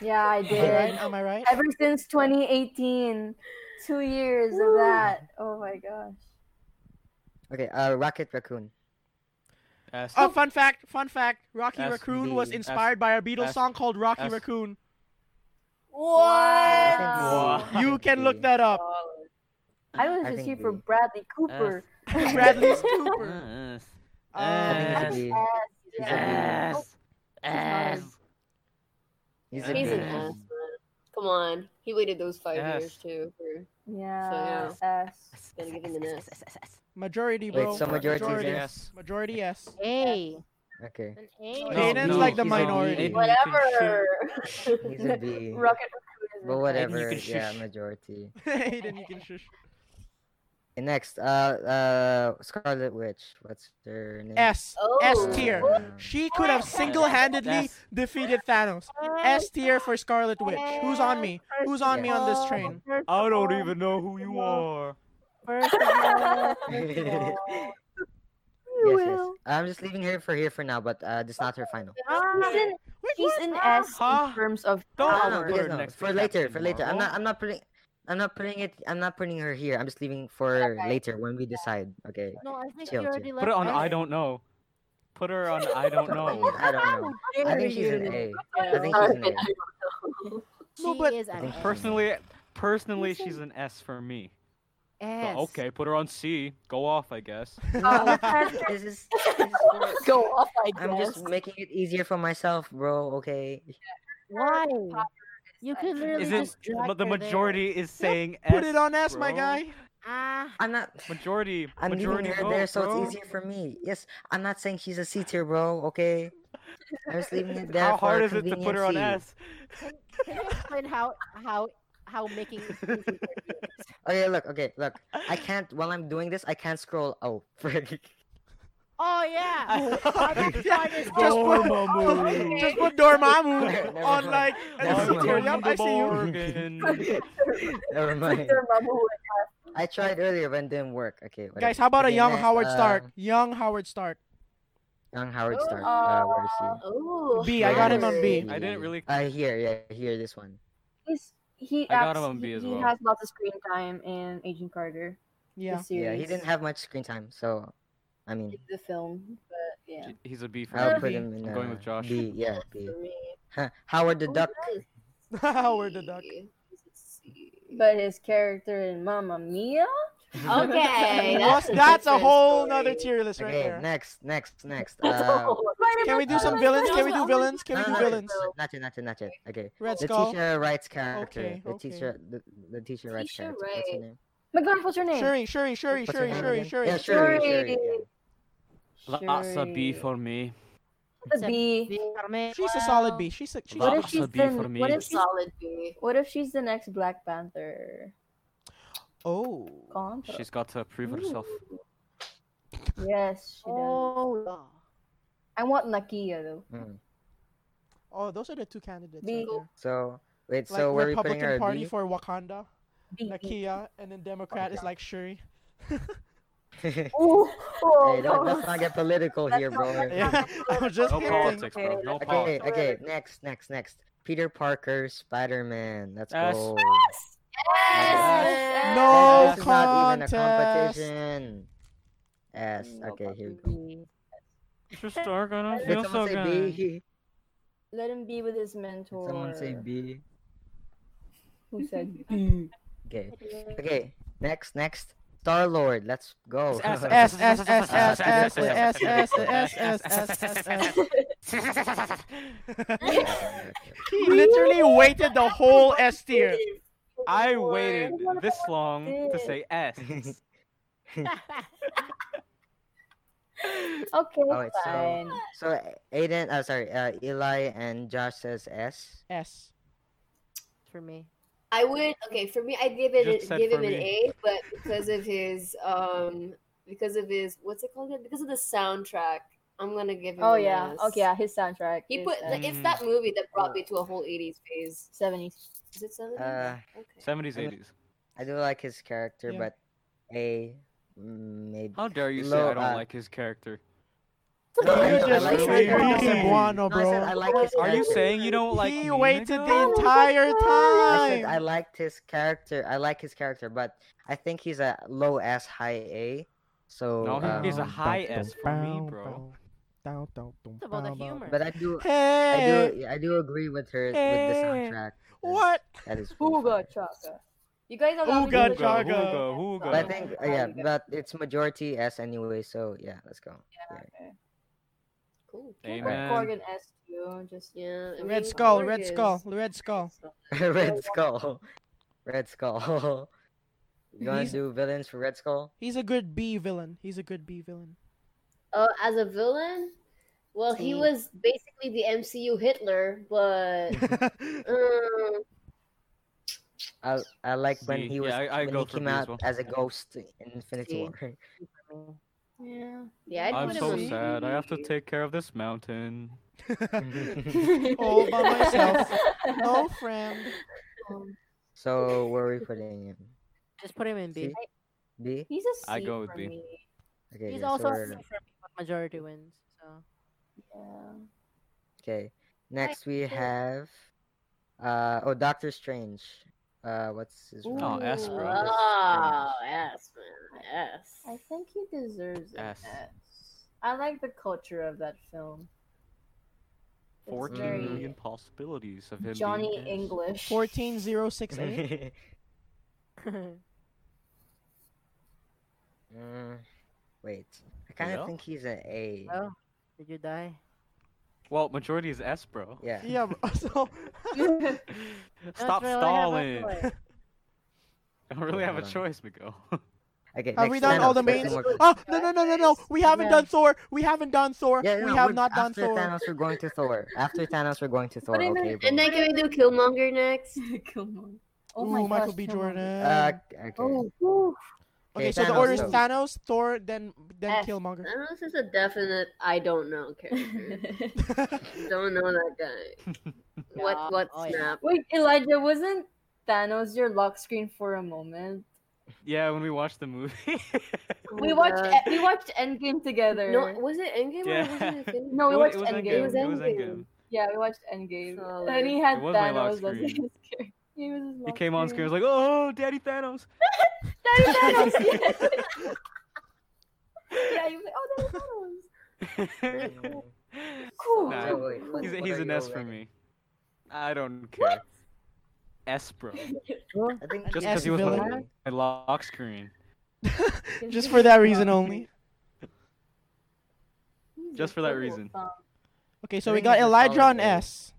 Speaker 5: yeah, I
Speaker 2: Am I right?
Speaker 5: did.
Speaker 2: Am I right?
Speaker 5: Ever since 2018, two years of that. Oh my gosh.
Speaker 1: Okay, uh, Rocket Raccoon.
Speaker 3: Yes.
Speaker 2: Oh, fun fact! Fun fact! Rocky
Speaker 3: That's
Speaker 2: Raccoon was
Speaker 1: the-
Speaker 2: inspired by a Beatles
Speaker 3: that's-
Speaker 2: song called Rocky
Speaker 3: that's-
Speaker 2: Raccoon.
Speaker 5: Wow.
Speaker 3: Wow.
Speaker 2: You can look that up.
Speaker 6: (laughs)
Speaker 5: I was
Speaker 1: I
Speaker 5: just
Speaker 1: think
Speaker 5: here for
Speaker 1: we-
Speaker 5: Bradley Cooper.
Speaker 2: Bradley Cooper.
Speaker 3: (laughs) Yes.
Speaker 1: I think he's a B. He's a B.
Speaker 2: Uh,
Speaker 6: Yes.
Speaker 5: Yes.
Speaker 1: He's a
Speaker 6: He's
Speaker 1: B.
Speaker 6: an ass. man. Come on, he waited those five
Speaker 3: Yes.
Speaker 6: years too. For
Speaker 5: Yeah.
Speaker 6: So,
Speaker 5: S.
Speaker 6: gonna give him an S.
Speaker 2: majority,
Speaker 1: Wait,
Speaker 2: bro.
Speaker 1: so majority is
Speaker 2: majority.
Speaker 1: yes.
Speaker 3: Yes.
Speaker 2: Majority, (laughs) yes.
Speaker 4: A.
Speaker 1: (laughs) Okay,
Speaker 4: An
Speaker 2: No,
Speaker 4: A.
Speaker 2: Aiden's
Speaker 3: no,
Speaker 2: like the
Speaker 3: he's a B.
Speaker 2: minority.
Speaker 3: Aiden, you can
Speaker 6: Whatever.
Speaker 1: he's a B.
Speaker 5: Rocket
Speaker 1: But
Speaker 5: Raccoon.
Speaker 1: whatever,
Speaker 3: can
Speaker 1: yeah,
Speaker 3: shush.
Speaker 1: majority.
Speaker 2: Aiden, you (laughs) can shush.
Speaker 1: Okay, next, uh, uh, Scarlet Witch. What's her name?
Speaker 2: S.
Speaker 6: Oh.
Speaker 2: S tier.
Speaker 1: Uh, (laughs)
Speaker 2: She could have single-handedly
Speaker 3: Yes.
Speaker 2: defeated Thanos. S tier for Scarlet Witch. Who's on me? Who's on me on this train?
Speaker 3: I don't even know who you are.
Speaker 4: First of all, (laughs)
Speaker 1: yes, (laughs) yes.
Speaker 5: will.
Speaker 1: I'm just leaving her for here for now, but uh, this is not her final.
Speaker 5: He's in,
Speaker 2: Wait,
Speaker 5: he's
Speaker 2: what?
Speaker 5: in S
Speaker 3: Huh?
Speaker 5: in terms of
Speaker 3: Don't
Speaker 1: No, no,
Speaker 3: Our
Speaker 1: yes,
Speaker 5: power.
Speaker 3: word
Speaker 1: no,
Speaker 3: next to
Speaker 1: for later, for
Speaker 3: Captain
Speaker 1: later. I'm not. I'm
Speaker 3: Marvel.
Speaker 1: not putting. I'm not putting it. I'm not putting her here. I'm just leaving for later when we decide. Okay.
Speaker 4: no, I think
Speaker 1: Chill,
Speaker 4: you already left.
Speaker 3: Put it on
Speaker 4: S.
Speaker 3: I don't know. Put her on I don't know.
Speaker 1: (laughs) I don't know. I think she's an A. I think she's an A.
Speaker 4: She
Speaker 2: No, but-
Speaker 4: is an
Speaker 1: think
Speaker 4: A.
Speaker 3: Personally, personally, she's an S for me. But
Speaker 4: S.
Speaker 3: Oh, okay, put her on C. Go off,
Speaker 1: (laughs)
Speaker 3: I guess.
Speaker 1: Oh,
Speaker 5: Uh,
Speaker 3: (laughs)
Speaker 1: This is.
Speaker 2: (laughs)
Speaker 1: this is for-
Speaker 6: Go off, I
Speaker 1: I'm just making it easier for myself, bro. Okay.
Speaker 4: Why? You could
Speaker 5: Is
Speaker 4: literally
Speaker 3: Is it?
Speaker 4: just drag
Speaker 3: The
Speaker 4: her there.
Speaker 3: majority is saying S.
Speaker 2: Put it on S, my
Speaker 3: bro.
Speaker 1: (laughs)
Speaker 2: guy.
Speaker 4: Ah, (laughs)
Speaker 1: I'm not.
Speaker 3: Majority.
Speaker 1: I'm
Speaker 3: majority
Speaker 1: leaving her
Speaker 3: vote,
Speaker 1: there, so
Speaker 3: bro.
Speaker 1: it's easier for me. Yes, I'm not saying she's a C tier, bro. Okay. I'm just leaving
Speaker 2: (laughs)
Speaker 1: it there.
Speaker 3: How
Speaker 1: for
Speaker 3: hard is it to put her on
Speaker 1: conveniency.
Speaker 3: S?
Speaker 4: can you explain how how how
Speaker 1: (laughs)
Speaker 4: making it easy for you?
Speaker 1: Okay, look. Okay, look. I can't. While I'm doing this, I can't scroll. Oh, (laughs) frick.
Speaker 4: Oh
Speaker 3: (laughs)
Speaker 4: yeah.
Speaker 2: Yeah, (laughs) just put, (laughs)
Speaker 3: Dormammu.
Speaker 2: just put
Speaker 1: Okay,
Speaker 2: Dormammu
Speaker 1: (laughs) never
Speaker 2: on
Speaker 1: mind.
Speaker 2: like
Speaker 1: Never
Speaker 2: S tier.
Speaker 1: mind.
Speaker 2: Yup, I see you.
Speaker 3: Morgan.
Speaker 1: Never mind.
Speaker 5: Their mom would-
Speaker 1: I tried earlier, but it didn't work. Okay. whatever.
Speaker 2: (laughs) Guys, how about a
Speaker 1: Okay,
Speaker 2: young
Speaker 1: next,
Speaker 2: Howard
Speaker 1: uh,
Speaker 2: Stark? Young Howard Stark.
Speaker 1: Young Howard Stark.
Speaker 5: Oh,
Speaker 1: Uh, where is he?
Speaker 6: Oh,
Speaker 2: B, I got him on B.
Speaker 1: Where is
Speaker 3: I didn't
Speaker 1: he?
Speaker 3: really-
Speaker 1: Uh, here, yeah, here, this one.
Speaker 5: he's- He,
Speaker 3: I got
Speaker 5: acts-
Speaker 3: him on B
Speaker 5: he-
Speaker 3: as
Speaker 5: he
Speaker 3: well.
Speaker 5: has lots of screen time in Agent Carter.
Speaker 2: Yeah. (laughs)
Speaker 5: The
Speaker 1: Yeah,
Speaker 5: series.
Speaker 1: he didn't have much screen time, so I mean,
Speaker 6: The film, but yeah.
Speaker 3: He's a B
Speaker 1: (laughs)
Speaker 3: for
Speaker 1: I'll
Speaker 3: me.
Speaker 1: put him in.
Speaker 3: I'm
Speaker 1: uh,
Speaker 3: going with Josh.
Speaker 1: B,
Speaker 2: (laughs)
Speaker 1: yeah, B.
Speaker 6: For me.
Speaker 1: Huh, Howard the
Speaker 6: Oh,
Speaker 1: Duck.
Speaker 6: nice.
Speaker 2: Howard the Duck.
Speaker 6: C. C.
Speaker 5: But his character in Mamma Mia?
Speaker 6: okay,
Speaker 2: That's,
Speaker 6: that's,
Speaker 2: that's a
Speaker 6: different
Speaker 2: whole
Speaker 6: story.
Speaker 2: nother tier list right
Speaker 1: Okay,
Speaker 2: there. Oh.
Speaker 1: next, next,
Speaker 2: (laughs)
Speaker 1: next.
Speaker 6: That's a
Speaker 1: Uh,
Speaker 6: whole-
Speaker 2: Can we do some
Speaker 1: Uh,
Speaker 2: villains? Can we
Speaker 6: no,
Speaker 2: do
Speaker 6: no,
Speaker 2: villains?
Speaker 3: Ah.
Speaker 2: Can we
Speaker 1: no,
Speaker 2: do
Speaker 1: no,
Speaker 2: villains?
Speaker 1: no, Not yet, not yet, not yet. Okay.
Speaker 2: Red
Speaker 1: The
Speaker 2: Skull.
Speaker 1: teacher writes character.
Speaker 2: Okay,
Speaker 1: the
Speaker 2: okay.
Speaker 1: teacher, the, the teacher writes
Speaker 6: Teacher
Speaker 1: character. What's her
Speaker 6: Wright.
Speaker 1: name?
Speaker 5: My God, what's your name?
Speaker 2: Shuri, Shuri, Shuri,
Speaker 1: What's her
Speaker 2: Shuri,
Speaker 1: name
Speaker 2: Shuri,
Speaker 1: again?
Speaker 2: Shuri.
Speaker 1: Yeah, Shuri, Shuri.
Speaker 5: Shuri.
Speaker 3: That's a B
Speaker 5: Shuri.
Speaker 3: for me.
Speaker 5: It's a B.
Speaker 4: Carmen.
Speaker 2: She's a solid B. She's a she's
Speaker 5: What
Speaker 2: a,
Speaker 5: if
Speaker 3: That's
Speaker 5: she's
Speaker 3: a B for
Speaker 5: been-
Speaker 3: me.
Speaker 5: what if she's-
Speaker 6: Solid B.
Speaker 5: What if she's the next Black Panther?
Speaker 2: oh.
Speaker 5: Gonzo.
Speaker 3: She's got to prove herself.
Speaker 5: Ooh. Yes, she does.
Speaker 4: Oh, yeah.
Speaker 5: I want Nakia though.
Speaker 1: Mm.
Speaker 2: Oh, those are the two candidates.
Speaker 5: B.
Speaker 2: Right there.
Speaker 1: So wait,
Speaker 2: Like
Speaker 1: so where are we putting
Speaker 2: Republican
Speaker 1: her?
Speaker 2: Party
Speaker 1: B?
Speaker 2: for Wakanda,
Speaker 5: B.
Speaker 2: Nakia, and then Democrat is like
Speaker 3: (laughs)
Speaker 2: Shuri.
Speaker 1: (laughs) hey,
Speaker 5: Ooh, oh,
Speaker 1: don't, let's
Speaker 2: (laughs)
Speaker 1: not get political here, bro.
Speaker 2: Yeah, (laughs) I'm just
Speaker 3: No
Speaker 2: hinting.
Speaker 3: politics, bro. No
Speaker 1: (laughs) Okay,
Speaker 2: (laughs)
Speaker 3: politics.
Speaker 1: okay, next, next, next. Peter Parker, Spider Man. Let's
Speaker 3: Yes.
Speaker 1: go.
Speaker 5: Yes.
Speaker 2: No
Speaker 1: this is not even a
Speaker 2: contest.
Speaker 1: competition. Yes, okay, here we go.
Speaker 3: Mr. Stark, I don't
Speaker 1: Did
Speaker 3: feel so
Speaker 1: someone say
Speaker 3: (laughs) good.
Speaker 1: (laughs) B?
Speaker 5: Let him be with his
Speaker 1: Did
Speaker 5: mentor.
Speaker 1: someone say B?
Speaker 5: Who said
Speaker 1: Okay, okay, next, next. Star Lord, let's go.
Speaker 3: S,
Speaker 2: S
Speaker 1: (laughs)
Speaker 2: S S S S the S S the S S S S S. He literally waited the whole S tier.
Speaker 3: (laughs) I waited this long to say S.
Speaker 1: (laughs)
Speaker 5: Okay,
Speaker 1: Oh, wait, so-
Speaker 5: fine.
Speaker 1: so Aiden, uh, sorry, uh, Eli and Josh says S.
Speaker 2: S.
Speaker 1: (laughs)
Speaker 4: for me.
Speaker 6: I would okay for me. I'd give it
Speaker 3: Just said
Speaker 6: give
Speaker 3: for
Speaker 6: him an
Speaker 3: me.
Speaker 6: A, but because of his um because of his what's it called again? because of the soundtrack, I'm gonna give him.
Speaker 5: Oh
Speaker 6: an
Speaker 5: yeah.
Speaker 6: S.
Speaker 5: Oh yeah. His soundtrack.
Speaker 6: He
Speaker 5: is,
Speaker 6: put
Speaker 5: uh,
Speaker 6: like, it's
Speaker 3: Mm.
Speaker 6: that movie that brought me to a whole '80s phase.
Speaker 5: 70s.
Speaker 6: Is it 70s?
Speaker 1: Uh,
Speaker 6: okay.
Speaker 3: 70s, 80s.
Speaker 1: I do like his character,
Speaker 2: Yeah.
Speaker 1: but A Maybe.
Speaker 3: How dare you say
Speaker 1: Low,
Speaker 3: I don't
Speaker 1: uh,
Speaker 3: like his character?
Speaker 1: No, (laughs) I-
Speaker 2: (laughs) you
Speaker 1: I
Speaker 2: just
Speaker 1: like his
Speaker 2: say
Speaker 1: character.
Speaker 2: Ricky Buono,
Speaker 1: No, I said I
Speaker 2: bro.
Speaker 1: like his
Speaker 3: Are you
Speaker 1: character.
Speaker 3: saying you don't like
Speaker 2: He
Speaker 3: me,
Speaker 2: waited
Speaker 3: nigga?
Speaker 2: the entire
Speaker 1: I said I
Speaker 2: time.
Speaker 1: liked his character. I like his character, but I think he's a low S high A. So
Speaker 3: No, he- he's a
Speaker 1: um,
Speaker 3: high S for me, bro.
Speaker 2: Down, down, down,
Speaker 4: about the humor.
Speaker 1: But I do, I
Speaker 2: Hey,
Speaker 1: do, I do agree with her with
Speaker 2: Hey.
Speaker 1: the soundtrack.
Speaker 2: what?
Speaker 1: That is pretty
Speaker 5: Ooga
Speaker 1: fire.
Speaker 5: Chaka. You guys are
Speaker 2: Ooga
Speaker 5: loving
Speaker 3: Ooga,
Speaker 5: the-
Speaker 2: Chaka.
Speaker 3: ooga,
Speaker 1: But I
Speaker 3: ooga.
Speaker 1: think uh, yeah,
Speaker 5: Ooga.
Speaker 1: but it's majority S anyway. So yeah, let's go. (laughs)
Speaker 6: Cool.
Speaker 3: Amen.
Speaker 5: Corgan S too. Just
Speaker 6: Yeah. I mean,
Speaker 2: Red Skull, Red
Speaker 6: Gorg
Speaker 2: Skull,
Speaker 6: is-
Speaker 2: Red Skull.
Speaker 1: Red Skull, (laughs) Red Skull. you want
Speaker 2: He's-
Speaker 1: to do villains for Red Skull?
Speaker 2: He's a good B villain. He's a good B villain. (laughs)
Speaker 6: Uh, as a villain, well, he
Speaker 4: See.
Speaker 6: was basically the MCU Hitler, but
Speaker 3: (laughs)
Speaker 6: um,
Speaker 1: I I like when
Speaker 3: See,
Speaker 1: he was
Speaker 3: yeah, I- I
Speaker 1: when
Speaker 3: go
Speaker 1: he
Speaker 3: for
Speaker 1: came
Speaker 3: B as
Speaker 1: out
Speaker 3: well.
Speaker 1: as a ghost in Infinity
Speaker 4: See.
Speaker 1: War.
Speaker 2: (laughs)
Speaker 1: (laughs)
Speaker 6: yeah, yeah. I'd
Speaker 3: I'm
Speaker 6: put him
Speaker 3: so
Speaker 6: in-
Speaker 3: sad. I have to take care of this mountain.
Speaker 2: All by
Speaker 3: (laughs)
Speaker 2: myself.
Speaker 1: (laughs)
Speaker 2: No friend.
Speaker 1: so where are we putting him?
Speaker 4: Just put him in B.
Speaker 1: See? B.
Speaker 5: (laughs) He's a C
Speaker 3: I go with
Speaker 5: for
Speaker 3: B.
Speaker 5: me.
Speaker 1: Okay.
Speaker 4: He's
Speaker 1: yeah, so
Speaker 4: also a
Speaker 1: we're-
Speaker 4: C for me, but majority wins. So (laughs)
Speaker 5: Yeah.
Speaker 1: Okay. Next we have uh oh Doctor Strange. Uh what's his real
Speaker 3: Oh,
Speaker 1: name?
Speaker 3: S, bro.
Speaker 1: Doctor
Speaker 6: Oh,
Speaker 1: Strange.
Speaker 6: yes, man, yes.
Speaker 5: I think he deserves an
Speaker 3: S.
Speaker 5: S. I like the culture of that film. It's
Speaker 3: 14
Speaker 5: very
Speaker 3: million possibilities of him.
Speaker 5: Johnny
Speaker 3: being
Speaker 1: (laughs)
Speaker 3: pissed.
Speaker 5: English.
Speaker 2: 14068.
Speaker 1: Mm, wait. I kind of
Speaker 3: Hello?
Speaker 1: think he's an A.
Speaker 4: Oh. did you die?
Speaker 3: Well, majority is S, bro. (laughs)
Speaker 1: Yeah.
Speaker 2: (laughs) yeah, (laughs) but also.
Speaker 3: Stop
Speaker 4: really have a
Speaker 3: stalling.
Speaker 4: choice.
Speaker 3: (laughs) I don't really have a
Speaker 1: Hold on.
Speaker 3: choice, Miguel. (laughs)
Speaker 1: Okay.
Speaker 2: Have we
Speaker 1: next,
Speaker 2: done all
Speaker 1: Thanos.
Speaker 2: the
Speaker 1: Let's
Speaker 2: mains?
Speaker 1: do more-
Speaker 2: Oh, no, no, no, no, no. We haven't
Speaker 4: Yeah.
Speaker 2: done Thor. We haven't done Thor.
Speaker 1: Yeah,
Speaker 2: we
Speaker 1: no,
Speaker 2: have
Speaker 1: we're-
Speaker 2: not done
Speaker 1: after
Speaker 2: Thor.
Speaker 1: Thanos, we're going to Thor. After Thanos, we're going to Thor.
Speaker 5: in a-
Speaker 1: Okay, bro.
Speaker 6: And then can we do
Speaker 4: (laughs)
Speaker 6: Killmonger next?
Speaker 5: Killmonger.
Speaker 2: Ooh,
Speaker 5: Oh my
Speaker 2: Michael
Speaker 5: gosh,
Speaker 2: B.
Speaker 5: Killmonger.
Speaker 2: Jordan.
Speaker 3: (laughs)
Speaker 1: Uh, okay.
Speaker 5: Oh, whew.
Speaker 2: okay,
Speaker 1: okay,
Speaker 2: so the
Speaker 1: Thanos
Speaker 2: order is
Speaker 1: though.
Speaker 2: Thanos, Thor, then then
Speaker 5: F.
Speaker 2: Killmonger.
Speaker 6: I don't know if it's a definite. I don't know
Speaker 4: (laughs)
Speaker 6: character.
Speaker 2: (laughs)
Speaker 6: don't know that guy.
Speaker 3: (laughs)
Speaker 4: Yeah,
Speaker 6: What? What?
Speaker 4: oh, yeah.
Speaker 6: snap?
Speaker 5: Wait, Elijah, wasn't Thanos your lock screen for a moment?
Speaker 3: yeah, when we watched the movie. (laughs)
Speaker 5: We
Speaker 6: Oh,
Speaker 5: watched E,
Speaker 6: God.
Speaker 5: we watched Endgame together.
Speaker 6: No, was it Endgame
Speaker 3: Yeah.
Speaker 6: or was it
Speaker 3: (laughs)
Speaker 4: (laughs)
Speaker 6: Infinity?
Speaker 5: No, we
Speaker 3: it, wa-
Speaker 5: watched
Speaker 3: it was
Speaker 5: Endgame.
Speaker 3: Endgame. It was Endgame.
Speaker 5: Yeah, we watched Endgame.
Speaker 6: Solid.
Speaker 5: And he had
Speaker 3: It was my lock
Speaker 5: Thanos as
Speaker 3: screen.
Speaker 5: his character. He was his
Speaker 3: He
Speaker 5: lock
Speaker 3: came on screen. I was like, "Oh, Daddy Thanos."
Speaker 5: (laughs) Daddy Thanos. yes.
Speaker 3: (laughs)
Speaker 5: yeah, he was like, oh, Daddy Thanos. Cool.
Speaker 3: Nah,
Speaker 1: So wait, what-
Speaker 3: (laughs) he's
Speaker 1: what
Speaker 3: he's
Speaker 1: are
Speaker 3: an
Speaker 1: you
Speaker 3: S for
Speaker 1: already?
Speaker 3: me. I don't care. S, bro.
Speaker 1: I think
Speaker 3: Just
Speaker 2: S
Speaker 3: because he was
Speaker 2: villain.
Speaker 3: my, my lock screen.
Speaker 2: Just for that reason only.
Speaker 5: He's
Speaker 3: Just
Speaker 5: a
Speaker 3: for that
Speaker 5: total
Speaker 3: reason.
Speaker 5: thumb.
Speaker 2: Okay, so
Speaker 1: I
Speaker 2: we
Speaker 1: think
Speaker 2: got
Speaker 1: he's a solid
Speaker 2: Elijah on
Speaker 1: A.
Speaker 2: S.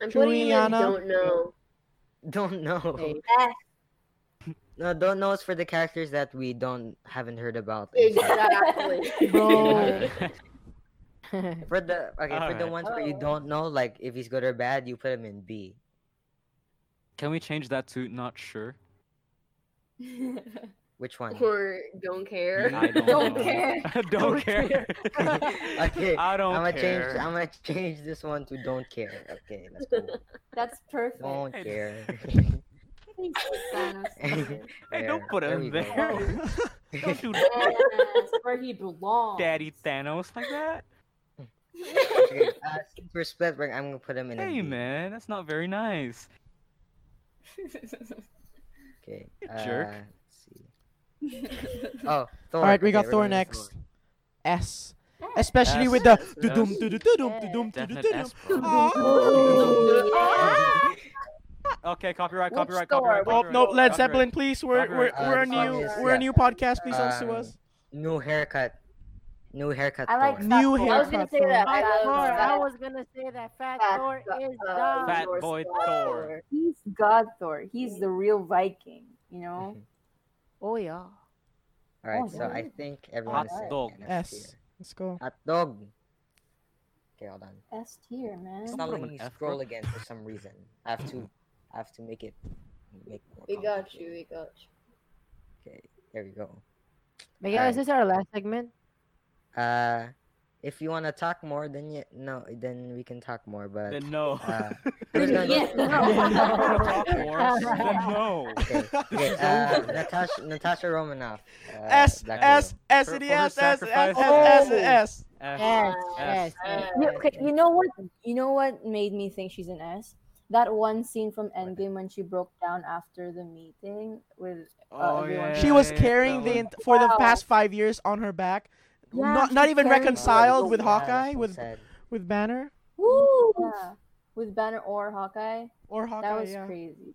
Speaker 6: I'm putting him in
Speaker 2: Juliana.
Speaker 3: (laughs)
Speaker 6: don't know.
Speaker 1: (laughs) Don't know.
Speaker 4: Hey.
Speaker 1: No, don't know is for the characters that we don't haven't heard about. and stuff.
Speaker 6: Exactly. (laughs)
Speaker 2: Bro.
Speaker 3: (laughs)
Speaker 1: For the okay, for the
Speaker 3: Alright.
Speaker 1: ones where you
Speaker 5: Oh.
Speaker 1: don't know, like if he's good or bad, you put him in B.
Speaker 3: Can we change that to not sure?
Speaker 1: Which one?
Speaker 6: or don't care. (laughs)
Speaker 3: I don't,
Speaker 5: Don't
Speaker 3: know.
Speaker 5: care.
Speaker 3: I (laughs) don't (laughs) care.
Speaker 1: Okay,
Speaker 3: I don't
Speaker 1: I'm gonna (laughs)
Speaker 3: care.
Speaker 1: change. I'm gonna change this one to don't care. Okay, let's go.
Speaker 5: That's perfect.
Speaker 1: Don't
Speaker 3: Hey,
Speaker 1: care. (laughs)
Speaker 5: Thank you,
Speaker 2: (laughs)
Speaker 5: Thanos.
Speaker 3: (laughs) Hey, don't put him
Speaker 1: we go.
Speaker 3: there.
Speaker 1: (laughs)
Speaker 3: (laughs) don't do
Speaker 5: (laughs) yes, where he belongs.
Speaker 3: Daddy Thanos like that.
Speaker 1: okay, uh, since we're split, we're- I'm gonna put him in. a
Speaker 3: Hey
Speaker 1: B.
Speaker 3: man, that's not very nice.
Speaker 5: (laughs)
Speaker 1: Okay.
Speaker 3: You
Speaker 1: Uh,
Speaker 3: jerk.
Speaker 1: Let's see. Oh, Thor.
Speaker 2: All right, we
Speaker 1: okay,
Speaker 2: got
Speaker 1: we're
Speaker 2: Thor
Speaker 1: going with
Speaker 2: next. S. Especially with the
Speaker 6: S.
Speaker 2: dudum
Speaker 3: S.
Speaker 2: dudum dudum dudum Ah.
Speaker 4: Yeah.
Speaker 3: Definite
Speaker 2: dudum.
Speaker 3: S, bro.
Speaker 1: (laughs)
Speaker 3: (laughs) Okay, copyright,
Speaker 6: Which
Speaker 3: copyright,
Speaker 6: store?
Speaker 3: copyright.
Speaker 2: Ah. Oh
Speaker 3: copyright,
Speaker 2: no, Led
Speaker 3: copyright.
Speaker 2: Zeppelin, please. We're we're,
Speaker 3: Copyright.
Speaker 1: Uh,
Speaker 2: we're a
Speaker 1: the
Speaker 2: new
Speaker 1: song is-
Speaker 2: we're a
Speaker 1: yeah.
Speaker 2: new podcast. Please don't sue
Speaker 1: Um,
Speaker 2: us.
Speaker 1: New haircut. New haircut.
Speaker 5: I like
Speaker 1: Thor. (laughs)
Speaker 5: that
Speaker 2: New
Speaker 5: Thor.
Speaker 6: I was
Speaker 2: haircut.
Speaker 6: gonna say that.
Speaker 4: Fat
Speaker 6: I
Speaker 4: Thor. I
Speaker 6: love
Speaker 4: was gonna say that Fat
Speaker 6: Fat
Speaker 4: Thor
Speaker 6: Thor.
Speaker 4: is
Speaker 6: that, uh,
Speaker 4: dumb.
Speaker 3: Fat
Speaker 6: Norse
Speaker 3: boy
Speaker 6: god.
Speaker 3: Thor.
Speaker 5: He's God Thor. He's the real Viking, you know?
Speaker 1: Mhm.
Speaker 4: Oh yeah.
Speaker 1: All right,
Speaker 5: Oh,
Speaker 1: so I
Speaker 5: yeah.
Speaker 1: think everyone is
Speaker 3: Hot
Speaker 1: saying
Speaker 3: dog.
Speaker 2: S. Let's go.
Speaker 1: Hot dog. Okay, hold on.
Speaker 5: S tier,
Speaker 1: It's
Speaker 5: man.
Speaker 1: not
Speaker 3: put 'em
Speaker 1: letting
Speaker 3: in
Speaker 1: me
Speaker 3: F, bro.
Speaker 1: scroll again for some reason. I have to, I have to make it. Make more
Speaker 6: We got you.
Speaker 1: complicated.
Speaker 6: We got
Speaker 1: Okay, there we go.
Speaker 4: Miguel,
Speaker 1: Alright.
Speaker 4: is this our last segment?
Speaker 1: Uh, if you want to talk more, then you, no, then we can talk more. But
Speaker 3: Then no. (laughs)
Speaker 1: Uh,
Speaker 6: Then
Speaker 1: we're gonna- (laughs)
Speaker 6: yes, no.
Speaker 3: If you wanna talk more,
Speaker 5: (laughs)
Speaker 3: then no.
Speaker 1: okay, okay. Uh, Natasha, Natasha Romanoff. Uh,
Speaker 2: S
Speaker 1: Black
Speaker 2: S
Speaker 1: Widow.
Speaker 2: S
Speaker 3: For-
Speaker 2: it is,
Speaker 3: for her
Speaker 2: S S S
Speaker 3: sacrifice.
Speaker 2: S
Speaker 6: Oh.
Speaker 2: S.
Speaker 3: F.
Speaker 4: Yes,
Speaker 3: F.
Speaker 4: yes. yes,
Speaker 5: You-
Speaker 4: yes,
Speaker 5: okay,
Speaker 4: yes.
Speaker 5: you
Speaker 6: You know what? You know what made me think she's an S? That one scene from Endgame when she broke down after the meeting with
Speaker 3: Oh,
Speaker 6: everyone-
Speaker 3: yeah,
Speaker 2: She was
Speaker 3: yeah, yeah,
Speaker 2: carrying the
Speaker 3: that one.
Speaker 2: ent- for the
Speaker 5: Wow.
Speaker 2: past five years on her back.
Speaker 6: Yeah,
Speaker 2: not
Speaker 6: she
Speaker 2: not even
Speaker 6: carried-
Speaker 2: reconciled
Speaker 6: Oh,
Speaker 2: with
Speaker 1: Yeah,
Speaker 2: Hawkeye
Speaker 1: that's so
Speaker 2: with
Speaker 1: sad.
Speaker 2: with Banner
Speaker 6: Woo!
Speaker 5: yeah, with Banner or Hawkeye.
Speaker 2: or Hawkeye.
Speaker 5: that was
Speaker 2: yeah.
Speaker 5: crazy.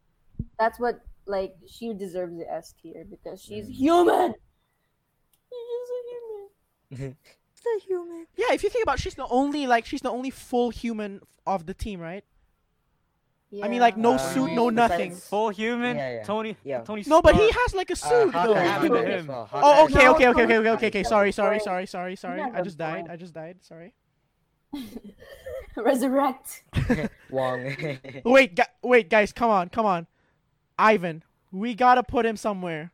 Speaker 5: That's what like she deserves the S tier because she's
Speaker 1: Mm.
Speaker 5: human. She's a human.
Speaker 1: It's a human.
Speaker 2: Yeah, if you think about, it, she's the only like she's the only full human of the team, right? I mean, like no
Speaker 1: Uh,
Speaker 2: suit, no
Speaker 1: besides-
Speaker 2: nothing.
Speaker 3: Full human.
Speaker 1: Yeah, yeah.
Speaker 3: Tony.
Speaker 1: Yeah.
Speaker 3: Tony.
Speaker 2: No, but he
Speaker 3: Stark.
Speaker 2: has like a
Speaker 1: Uh,
Speaker 2: suit
Speaker 1: Hawkeye,
Speaker 2: though.
Speaker 3: what
Speaker 1: Happened
Speaker 3: happened to
Speaker 1: as
Speaker 3: him?
Speaker 1: well. Hawkeye as
Speaker 2: Oh, okay,
Speaker 1: well.
Speaker 2: okay, okay,
Speaker 5: no,
Speaker 2: okay, okay,
Speaker 1: no,
Speaker 2: okay.
Speaker 1: no,
Speaker 2: Sorry, sorry,
Speaker 5: no.
Speaker 2: sorry, sorry, sorry.
Speaker 5: Yeah,
Speaker 2: I just
Speaker 5: no,
Speaker 2: died.
Speaker 5: no.
Speaker 2: I just died. Sorry.
Speaker 5: (laughs) Resurrect.
Speaker 1: (laughs) Wong.
Speaker 2: Wait, gu- wait, guys, come on, come on. Ivan, we gotta put him somewhere.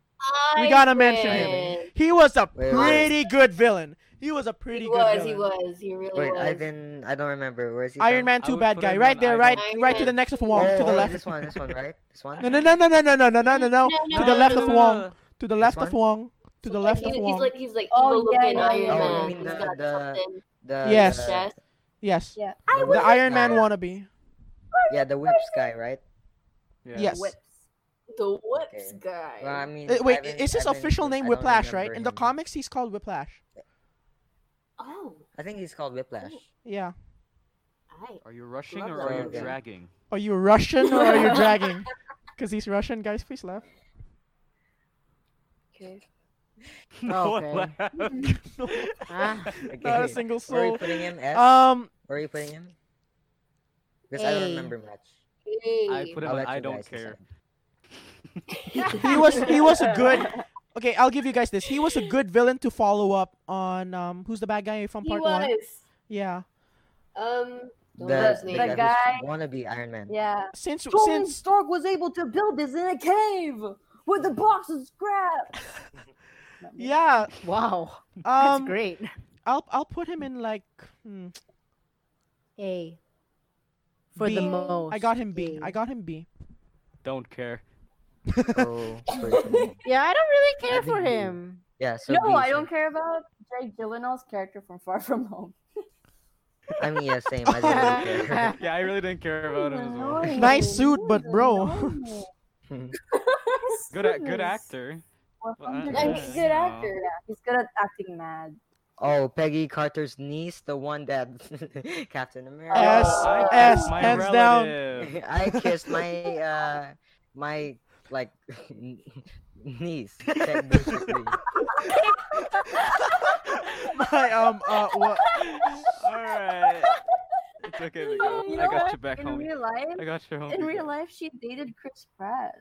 Speaker 2: We gotta mention him. He was a
Speaker 1: Wait, wait.
Speaker 2: pretty good villain. He was a pretty
Speaker 6: He
Speaker 2: good
Speaker 6: was,
Speaker 2: villain.
Speaker 6: he was, he really
Speaker 1: Wait,
Speaker 6: was.
Speaker 1: Ivan. I don't remember. Where's he?
Speaker 2: Iron
Speaker 1: from?
Speaker 2: Man,
Speaker 3: I
Speaker 2: too
Speaker 3: would
Speaker 2: bad
Speaker 3: put
Speaker 2: guy.
Speaker 3: him
Speaker 2: Right
Speaker 3: on
Speaker 2: there, right,
Speaker 6: Iron
Speaker 2: right to the
Speaker 6: Man.
Speaker 2: next of
Speaker 1: Oh,
Speaker 2: Wong, to the
Speaker 1: oh,
Speaker 2: left.
Speaker 1: This one. This one, right? This one.
Speaker 2: No, no, no, no, no, no, no, no, no, no, no.
Speaker 6: no,
Speaker 2: To the
Speaker 6: no,
Speaker 2: left
Speaker 6: no,
Speaker 2: of
Speaker 6: no,
Speaker 2: Wong.
Speaker 3: no. (laughs)
Speaker 2: To the left
Speaker 1: This
Speaker 2: of
Speaker 1: one?
Speaker 2: Wong. To the left
Speaker 6: He's-
Speaker 2: of
Speaker 6: he's,
Speaker 2: Wong.
Speaker 6: like, he's like
Speaker 5: Oh,
Speaker 6: evil looking
Speaker 5: yeah, yeah,
Speaker 6: Iron
Speaker 5: yeah.
Speaker 1: Oh, you
Speaker 6: Man.
Speaker 1: mean
Speaker 6: He's
Speaker 1: the-
Speaker 6: got
Speaker 1: the-
Speaker 6: something.
Speaker 1: The,
Speaker 2: Yes.
Speaker 1: the-
Speaker 6: Yes.
Speaker 2: Yes.
Speaker 5: Yeah.
Speaker 1: The
Speaker 2: The
Speaker 1: whip
Speaker 2: Iron Man
Speaker 1: guy.
Speaker 2: wannabe.
Speaker 1: Yeah, the whips guy, right?
Speaker 2: Yes.
Speaker 6: Whips. The whips
Speaker 1: Okay.
Speaker 6: guy.
Speaker 1: Well, I mean,
Speaker 2: Uh, Wait,
Speaker 1: Ivan-
Speaker 2: is his
Speaker 1: Ivan-
Speaker 2: official name
Speaker 1: I don't
Speaker 2: Whiplash, right?
Speaker 1: remember
Speaker 2: In the
Speaker 1: him.
Speaker 2: comics, he's called Whiplash.
Speaker 6: Oh,
Speaker 1: I think he's called
Speaker 2: (laughs)
Speaker 1: Whiplash.
Speaker 2: Yeah.
Speaker 6: I.
Speaker 3: Are you rushing
Speaker 6: Love
Speaker 3: or
Speaker 1: that.
Speaker 3: are you
Speaker 1: Okay.
Speaker 3: dragging? (laughs)
Speaker 2: Are you Russian or are you dragging? Because he's Russian, guys. Please laugh.
Speaker 5: Okay.
Speaker 2: (laughs)
Speaker 3: No
Speaker 4: Okay.
Speaker 3: one laughed.
Speaker 4: (laughs) Ah.
Speaker 2: Not a
Speaker 1: Okay.
Speaker 2: single
Speaker 1: Where are you
Speaker 2: soul.
Speaker 1: putting him? S?
Speaker 2: Um,
Speaker 1: Where are you putting him? Because I don't
Speaker 4: A.
Speaker 1: remember much.
Speaker 3: I put him.
Speaker 1: I'll
Speaker 3: on
Speaker 1: let
Speaker 3: I
Speaker 1: you
Speaker 3: don't
Speaker 1: guys
Speaker 3: care.
Speaker 1: decide.
Speaker 2: he was he was a good. Okay, I'll give you guys this. He was a good villain to follow up on. Um, who's the bad guy from
Speaker 6: He
Speaker 2: part
Speaker 6: was.
Speaker 2: one? Yeah.
Speaker 6: Um. Don't know
Speaker 1: The,
Speaker 6: his
Speaker 1: the,
Speaker 6: name.
Speaker 1: guy
Speaker 5: The guy-
Speaker 1: who's wannabe Iron Man.
Speaker 5: Yeah.
Speaker 2: Since
Speaker 5: Tony
Speaker 2: since
Speaker 5: Stark was able to build this in a cave with a box
Speaker 3: (laughs)
Speaker 5: of scrap.
Speaker 2: yeah.
Speaker 4: Wow. That's
Speaker 2: Um,
Speaker 4: great.
Speaker 2: I'll I'll put him in like. Hmm,
Speaker 4: A. For
Speaker 2: B.
Speaker 4: the most.
Speaker 2: I got him B.
Speaker 4: A.
Speaker 2: I got him B.
Speaker 3: Don't care.
Speaker 1: Oh,
Speaker 5: (laughs)
Speaker 1: freaking-
Speaker 4: Yeah, I don't really care
Speaker 1: I
Speaker 4: for
Speaker 1: think B.
Speaker 4: him.
Speaker 1: yeah. So
Speaker 5: No,
Speaker 1: B,
Speaker 5: I
Speaker 1: so-
Speaker 5: don't care about Jake Gyllenhaal's character from Far From Home.
Speaker 1: I mean, yeah, same. I don't really care. (laughs)
Speaker 3: (laughs) Yeah, I really didn't care about him as
Speaker 5: (laughs)
Speaker 3: well.
Speaker 2: Nice suit, but bro.
Speaker 3: (laughs) Good, a- good actor.
Speaker 6: I mean,
Speaker 3: Yeah,
Speaker 6: good
Speaker 3: you know.
Speaker 6: actor.
Speaker 5: He's good at acting mad.
Speaker 1: oh, Peggy Carter's niece, the one that (laughs) Captain America.
Speaker 2: S
Speaker 5: I
Speaker 3: I
Speaker 2: S
Speaker 3: kissed my
Speaker 2: hands down.
Speaker 3: relative.
Speaker 1: (laughs)
Speaker 3: (laughs)
Speaker 1: I kissed my uh my like (laughs) niece. Like, basically.
Speaker 2: My um uh what?
Speaker 3: All right. It's okay, Miguel.
Speaker 5: (laughs) You
Speaker 3: I
Speaker 5: know
Speaker 3: got
Speaker 5: what?
Speaker 3: you back,
Speaker 5: In
Speaker 3: homie.
Speaker 5: real life,
Speaker 3: I got you, homie.
Speaker 5: in real life, she dated Chris Pratt.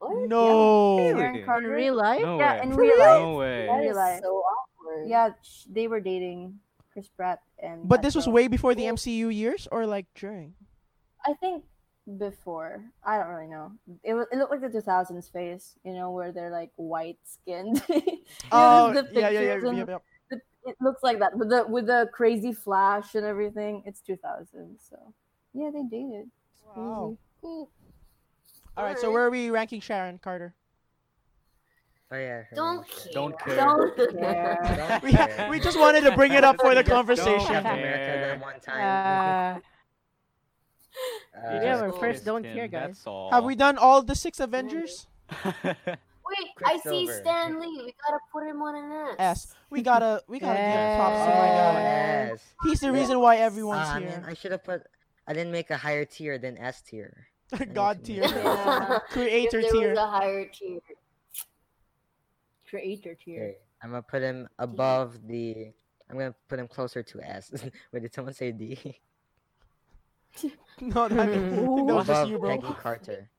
Speaker 5: What?
Speaker 2: No.
Speaker 3: Really?
Speaker 5: Karen
Speaker 4: In
Speaker 5: Carter.
Speaker 4: real life?
Speaker 3: No
Speaker 5: yeah,
Speaker 3: way.
Speaker 5: in
Speaker 3: No
Speaker 5: real life.
Speaker 2: (laughs)
Speaker 3: way.
Speaker 6: (laughs)
Speaker 5: That
Speaker 6: That
Speaker 5: is
Speaker 6: is
Speaker 5: Realize.
Speaker 6: so awkward.
Speaker 5: Yeah, sh- they were dating Chris Pratt and.
Speaker 2: But
Speaker 5: that
Speaker 2: this was
Speaker 5: girl.
Speaker 2: way before the
Speaker 5: Cool.
Speaker 2: MCU years, or like during.
Speaker 5: I think before. I don't really know. It was. It looked like the 2000s phase, you know, where they're like white (laughs) skinned.
Speaker 2: Oh yeah, yeah, yeah, yeah, yeah.
Speaker 5: It looks like that with the with the crazy flash and everything. It's 2000, so yeah, they dated. It's crazy.
Speaker 2: Wow. All right, so where are we ranking Sharon Carter?
Speaker 1: Oh yeah. her
Speaker 6: Don't
Speaker 1: niece.
Speaker 6: care.
Speaker 3: Don't care.
Speaker 6: Don't
Speaker 5: (laughs) Yeah.
Speaker 1: Don't
Speaker 2: We,
Speaker 1: care.
Speaker 2: we just wanted to bring it up for the
Speaker 1: Just don't
Speaker 2: conversation.
Speaker 1: Captain
Speaker 3: care.
Speaker 1: America that one time.
Speaker 4: Uh,
Speaker 1: Uh,
Speaker 3: You
Speaker 4: yeah,
Speaker 3: just
Speaker 4: we're first
Speaker 3: kissed
Speaker 4: don't
Speaker 3: him,
Speaker 4: care, guys.
Speaker 3: That's all.
Speaker 2: Have we done all the six Avengers?
Speaker 3: (laughs)
Speaker 6: Wait, I see
Speaker 1: Quicksilver.
Speaker 6: Stan Lee. We gotta put him on an S.
Speaker 2: S. We gotta we gotta give props to my
Speaker 1: Oh,
Speaker 2: guy.
Speaker 1: yes.
Speaker 2: He's the reason why everyone's
Speaker 1: Ah, man,
Speaker 2: here.
Speaker 1: I should have put. I didn't make a higher tier than S tier. I need
Speaker 2: (laughs) God
Speaker 1: to
Speaker 2: tier,
Speaker 1: make-
Speaker 5: Yeah.
Speaker 6: if
Speaker 2: (laughs) creator
Speaker 6: there was
Speaker 2: tier.
Speaker 6: a higher tier.
Speaker 5: Creator tier.
Speaker 1: Okay, I'm gonna put him above the. I'm gonna put him closer to S. (laughs) Wait, did someone say D?
Speaker 2: (laughs) No, no, I think that was just
Speaker 1: above
Speaker 2: you, bro.
Speaker 1: Peggy Carter.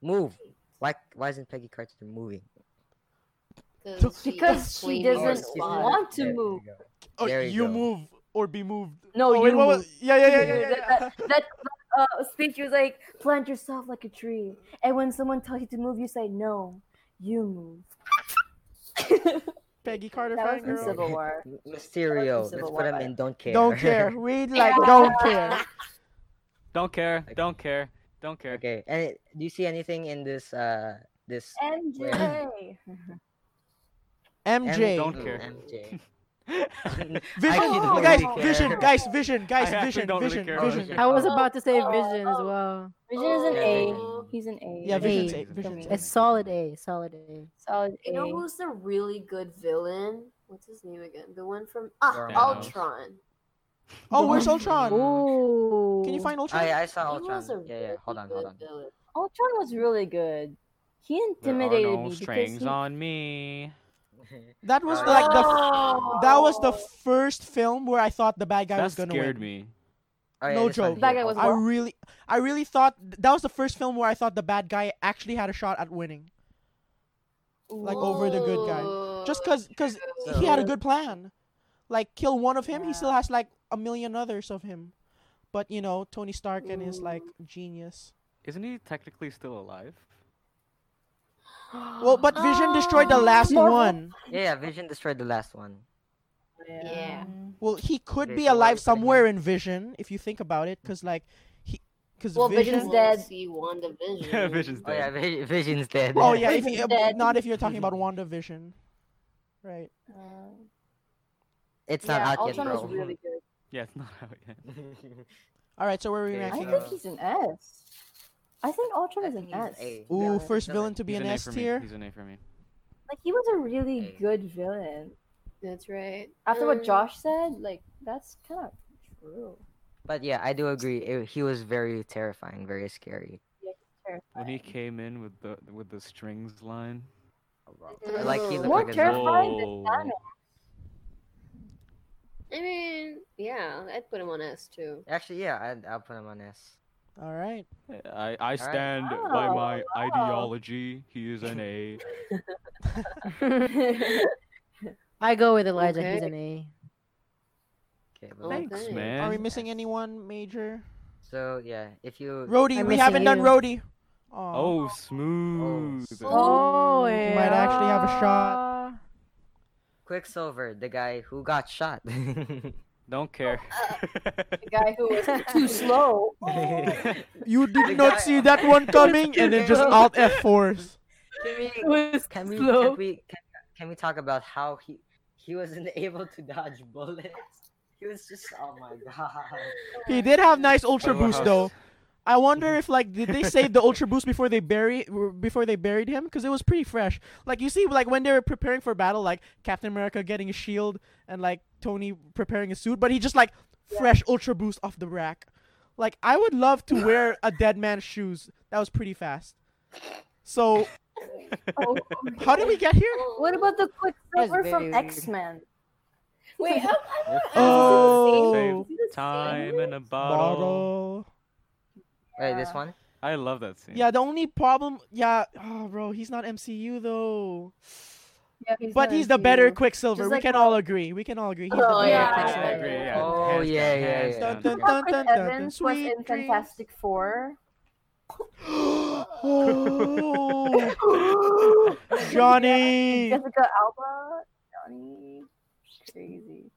Speaker 1: Move. Why? Why isn't Peggy Carter moving?
Speaker 5: Because she
Speaker 6: cleaning
Speaker 5: doesn't
Speaker 6: her
Speaker 1: she's not-
Speaker 6: spot.
Speaker 5: want to
Speaker 1: there we
Speaker 5: move.
Speaker 1: go.
Speaker 2: Oh,
Speaker 1: There you
Speaker 2: you
Speaker 1: go.
Speaker 2: move or be moved.
Speaker 5: No,
Speaker 2: oh, wait,
Speaker 5: you
Speaker 2: what was-
Speaker 5: move.
Speaker 2: Yeah, yeah, yeah, yeah, yeah, yeah.
Speaker 5: that, that uh, speech was like, plant yourself like a tree. (laughs) And when someone tells you to move, you say, no, you move.
Speaker 2: Peggy Carter
Speaker 6: That
Speaker 2: fan
Speaker 6: was in
Speaker 2: girl.
Speaker 6: Civil War.
Speaker 1: Mysterio.
Speaker 6: Civil
Speaker 1: Let's
Speaker 6: War
Speaker 1: put him
Speaker 6: vibe.
Speaker 1: in. Don't care. (laughs)
Speaker 2: Don't care. Read like don't care.
Speaker 3: Don't care. Don't care. Don't care. (laughs)
Speaker 1: okay. And it- do you see anything in this? Uh, this.
Speaker 5: MJ.
Speaker 2: MJ.
Speaker 3: Don't care.
Speaker 1: Mm,
Speaker 3: (laughs)
Speaker 1: MJ.
Speaker 2: (laughs) Vision,
Speaker 1: actually
Speaker 2: oh,
Speaker 1: don't
Speaker 2: guys,
Speaker 1: really care.
Speaker 2: vision, guys, vision, guys,
Speaker 3: actually
Speaker 2: vision,
Speaker 3: don't really
Speaker 2: vision,
Speaker 3: care.
Speaker 2: vision.
Speaker 1: Okay.
Speaker 4: I was
Speaker 5: Oh,
Speaker 4: about to say
Speaker 5: oh,
Speaker 4: Vision as
Speaker 5: oh.
Speaker 4: well.
Speaker 5: (laughs) Vision
Speaker 6: is an
Speaker 1: A.
Speaker 5: He's an A.
Speaker 2: Yeah,
Speaker 4: Vision's
Speaker 5: A.
Speaker 2: A, Vision's
Speaker 5: For
Speaker 2: A.
Speaker 5: me.
Speaker 4: It's solid A, solid A.
Speaker 5: Solid
Speaker 7: You know
Speaker 5: A.
Speaker 7: who's the really good villain? What's his name again? The one from ah
Speaker 1: Dormammu.
Speaker 7: Ultron.
Speaker 2: Oh, where's Ultron?
Speaker 4: Ooh.
Speaker 2: Can you find Ultron?
Speaker 1: I I saw
Speaker 7: He was
Speaker 1: Ultron.
Speaker 7: a
Speaker 1: Yeah, yeah.
Speaker 7: really
Speaker 1: Hold on, hold
Speaker 7: good
Speaker 1: on. (laughs)
Speaker 7: villain.
Speaker 5: Ultron was really good. He
Speaker 3: There are
Speaker 5: intimidated
Speaker 3: no
Speaker 5: me because
Speaker 3: strings
Speaker 5: he,
Speaker 3: on me.
Speaker 2: that was
Speaker 1: Uh,
Speaker 2: like the f-
Speaker 7: Oh.
Speaker 2: that was the first film where I thought the bad guy
Speaker 3: that
Speaker 2: was gonna
Speaker 3: scared
Speaker 2: win.
Speaker 3: me.
Speaker 1: Oh, yeah,
Speaker 2: No
Speaker 1: this one
Speaker 2: joke.
Speaker 5: That
Speaker 1: here.
Speaker 5: guy was
Speaker 2: I
Speaker 5: What?
Speaker 2: really, I really thought that was the first film where I thought the bad guy actually had a shot at winning, like over the good guy, just cause cause he had a good plan, like kill one of him. He still has like a million others of him, but you know Tony Stark and his like genius.
Speaker 3: Isn't he technically still alive?
Speaker 2: Well, but Vision destroyed
Speaker 7: (gasps)
Speaker 2: the last
Speaker 5: Marvel.
Speaker 2: one.
Speaker 1: Yeah, yeah, Vision destroyed the last one.
Speaker 7: Yeah.
Speaker 2: Well, he could
Speaker 1: Okay,
Speaker 2: be
Speaker 1: so why
Speaker 2: alive
Speaker 1: we putting him-
Speaker 2: somewhere in Vision if you think about it, because like he, because
Speaker 5: Well,
Speaker 2: Vision.
Speaker 5: Vision's dead.
Speaker 7: See
Speaker 1: (laughs)
Speaker 7: WandaVision.
Speaker 3: Vision's
Speaker 1: Oh yeah,
Speaker 3: dead.
Speaker 1: Vi- Vision's dead.
Speaker 2: Oh yeah, if
Speaker 5: Vision's
Speaker 2: you,
Speaker 5: dead.
Speaker 2: not if you're talking about WandaVision, right?
Speaker 1: (laughs) It's
Speaker 7: Yeah,
Speaker 1: not out yet,
Speaker 7: Ultron was
Speaker 1: bro. (laughs)
Speaker 7: really good.
Speaker 3: Yeah, it's (laughs) not out yet.
Speaker 2: All right, so where are we
Speaker 1: Okay,
Speaker 5: I
Speaker 2: ranking?
Speaker 5: think he's an S. I think Ultron
Speaker 1: I
Speaker 5: is
Speaker 1: think
Speaker 5: an
Speaker 1: he's
Speaker 5: S.
Speaker 1: A.
Speaker 2: Ooh,
Speaker 1: Yeah,
Speaker 2: first
Speaker 1: villain.
Speaker 2: villain to be
Speaker 3: He's
Speaker 2: an
Speaker 3: A
Speaker 2: S
Speaker 3: for me.
Speaker 2: tier.
Speaker 3: He's an A for me.
Speaker 5: Like he was a really
Speaker 1: A.
Speaker 5: good villain.
Speaker 7: That's right.
Speaker 5: After what
Speaker 2: Um,
Speaker 7: Mm.
Speaker 5: Josh said, like that's kind of true.
Speaker 1: But yeah, I do agree. It, he was very terrifying, very scary.
Speaker 3: When he came in with the with the strings line.
Speaker 1: I Like he
Speaker 7: Ooh.
Speaker 1: looked
Speaker 5: More
Speaker 1: like a zombie.
Speaker 5: terrifying- Terrifying the
Speaker 3: Whoa.
Speaker 5: Thanos.
Speaker 7: I mean, yeah, I'd put him on S too.
Speaker 1: Actually, yeah, I'd, I'll put him on S.
Speaker 2: All right.
Speaker 3: I, I stand by
Speaker 5: Wow,
Speaker 3: my
Speaker 5: wow.
Speaker 3: ideology. He is an A.
Speaker 4: I go with Elijah.
Speaker 7: Okay.
Speaker 4: He's an A.
Speaker 1: Okay, but
Speaker 7: Oh,
Speaker 1: like-
Speaker 3: Thanks,
Speaker 7: thanks.
Speaker 3: man.
Speaker 2: Are we
Speaker 1: And
Speaker 2: missing
Speaker 1: S.
Speaker 2: anyone major?
Speaker 1: So yeah, if you
Speaker 2: Rhodey,
Speaker 4: I'm
Speaker 2: we haven't
Speaker 4: missing
Speaker 2: done
Speaker 4: you.
Speaker 2: Rhodey. Aw.
Speaker 3: Oh, smooth.
Speaker 4: Oh,
Speaker 2: You might actually have a shot.
Speaker 1: Quicksilver, the guy who got shot. (laughs)
Speaker 2: Oh
Speaker 3: Don't care.
Speaker 5: The guy who (laughs) was too slow.
Speaker 2: you
Speaker 1: The
Speaker 2: did not
Speaker 1: guy-
Speaker 2: see that one coming, and then just Alt F fours.
Speaker 4: (laughs)
Speaker 1: can
Speaker 2: (laughs)
Speaker 1: we
Speaker 4: Was
Speaker 1: can we can
Speaker 4: slow.
Speaker 1: we, can, can we talk about how he he wasn't (laughs) able to dodge bullets? He was just oh my (laughs) god.
Speaker 2: He did have nice Ultra
Speaker 3: Oh,
Speaker 2: Boost
Speaker 3: wow.
Speaker 2: though. I wonder if like did they save the Ultra Boost before they bury before they buried him because it was pretty fresh. Like you see, like when they were preparing for battle, like Captain America getting a shield and like Tony preparing a suit, but he just like fresh Ultra Boost off the rack. Like I would love to wear a dead man's shoes. That was pretty fast. So how did we get here?
Speaker 5: What about the Quicksilver
Speaker 4: That's very
Speaker 5: from
Speaker 4: weird.
Speaker 5: X Men?
Speaker 7: Wait,
Speaker 5: (laughs)
Speaker 7: how, how,
Speaker 2: Oh,
Speaker 3: Time in a bottle.
Speaker 2: bottle.
Speaker 1: Wait, this one?
Speaker 3: I love that scene.
Speaker 2: Yeah, the only problem, yeah, oh, bro, he's not MCU though. But he's the better Quicksilver.
Speaker 5: Just
Speaker 2: we
Speaker 5: like
Speaker 2: can
Speaker 5: the-
Speaker 2: all agree. We can all agree. He's the
Speaker 7: Oh,
Speaker 2: better
Speaker 7: yeah,
Speaker 3: I
Speaker 2: Quicksilver.
Speaker 3: agree, yeah.
Speaker 1: Oh,
Speaker 3: Hands down,
Speaker 1: yeah, yeah,
Speaker 3: hands
Speaker 1: yeah.
Speaker 3: down.
Speaker 2: Dun, dun, (laughs)
Speaker 5: How Chris
Speaker 2: dun, dun, dun,
Speaker 5: Evans was
Speaker 2: sweet
Speaker 5: in
Speaker 2: dreams.
Speaker 5: Fantastic Four.
Speaker 3: (laughs)
Speaker 2: Oh, Johnny.
Speaker 5: Jessica Alba. Johnny. Crazy.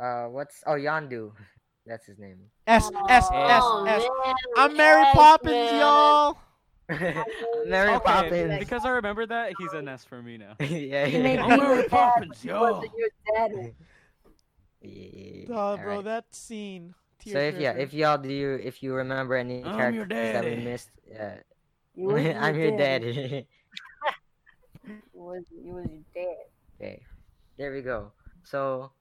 Speaker 1: Uh, what's oh Yondu? (laughs) That's his name.
Speaker 2: S S S
Speaker 7: Oh,
Speaker 2: S.
Speaker 7: man,
Speaker 2: I'm Mary
Speaker 7: yes,
Speaker 2: Poppins,
Speaker 7: man.
Speaker 2: y'all.
Speaker 1: Mary
Speaker 3: Okay,
Speaker 1: Poppins.
Speaker 3: Because I remember that, he's an S for me now.
Speaker 1: (laughs) yeah,
Speaker 5: He made
Speaker 1: yeah.
Speaker 3: I'm
Speaker 5: me
Speaker 3: Mary
Speaker 5: sad
Speaker 3: Poppins,
Speaker 5: because
Speaker 3: yo.
Speaker 5: you're
Speaker 1: (laughs)
Speaker 5: dead.
Speaker 1: Yeah,
Speaker 2: Oh, bro,
Speaker 1: alright.
Speaker 2: that scene.
Speaker 1: So if yeah,
Speaker 2: tearjerker.
Speaker 1: if y'all do, if you remember any
Speaker 3: I'm your
Speaker 1: characters that we
Speaker 3: daddy.
Speaker 1: missed, yeah,
Speaker 5: You
Speaker 1: (laughs)
Speaker 5: was
Speaker 1: I'm
Speaker 5: you
Speaker 1: your
Speaker 5: dead.
Speaker 1: daddy.
Speaker 5: You was you was you dead.
Speaker 1: (laughs) okay, there we go. So,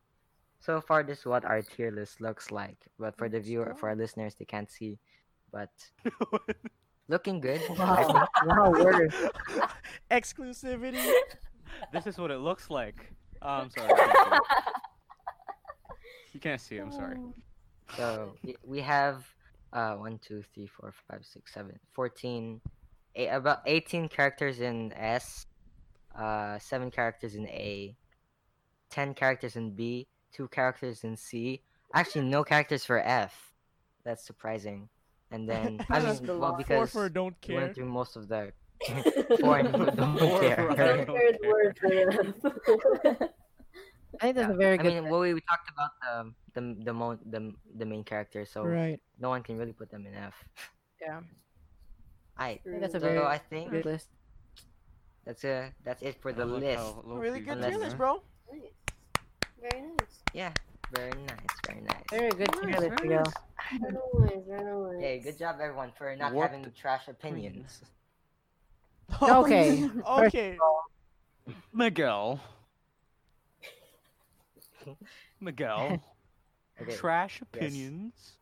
Speaker 1: so far this is what our tier list looks like. But for the viewer, for our listeners, they can't see. But (laughs) looking good. I think.
Speaker 4: Wow, word.
Speaker 2: (laughs) exclusivity.
Speaker 3: (laughs) this is what it looks like. Oh,
Speaker 1: (laughs)
Speaker 3: I'm sorry. I can't see it. you can't see. it, I'm (laughs) sorry.
Speaker 1: So y- we have uh one, two, three, four, five, six, seven, fourteen, eight, about eighteen characters in S, uh seven characters in A, ten characters in B, two characters in C. Actually, no characters for F. That's surprising. And then
Speaker 2: (laughs)
Speaker 1: I
Speaker 2: That's
Speaker 1: mean, well,
Speaker 2: Four
Speaker 1: because
Speaker 2: for don't
Speaker 1: we
Speaker 2: care.
Speaker 1: went through most of
Speaker 2: (laughs)
Speaker 5: (laughs)
Speaker 1: the foreign who don't
Speaker 3: (laughs) Four for
Speaker 1: care.
Speaker 3: I don't care.
Speaker 7: Third word, man.
Speaker 4: I think that's a very
Speaker 1: I
Speaker 4: good.
Speaker 1: mean, well, we, we talked about the the the, mo- the the main character, so
Speaker 2: Right.
Speaker 1: no one can really put them in F.
Speaker 4: Yeah.
Speaker 1: I
Speaker 4: I think that's a
Speaker 1: so
Speaker 4: very
Speaker 1: I think
Speaker 4: good list.
Speaker 1: that's a that's it for
Speaker 3: I
Speaker 1: the
Speaker 3: like
Speaker 1: list.
Speaker 3: how low
Speaker 2: Really
Speaker 3: key
Speaker 2: good
Speaker 1: Unless-
Speaker 3: you
Speaker 2: tier list,
Speaker 3: are.
Speaker 2: bro. (laughs)
Speaker 7: Nice. Very nice.
Speaker 1: Yeah, very nice, very nice.
Speaker 4: Very good tier
Speaker 3: Nice,
Speaker 4: list to
Speaker 3: very
Speaker 4: go.
Speaker 3: nice.
Speaker 7: Very nice. Very nice.
Speaker 1: Hey, good job everyone for not
Speaker 3: Warped
Speaker 1: having trash opinions.
Speaker 4: Okay.
Speaker 2: okay.
Speaker 1: (laughs)
Speaker 3: Miguel. Miguel.
Speaker 1: Okay.
Speaker 3: Trash opinions.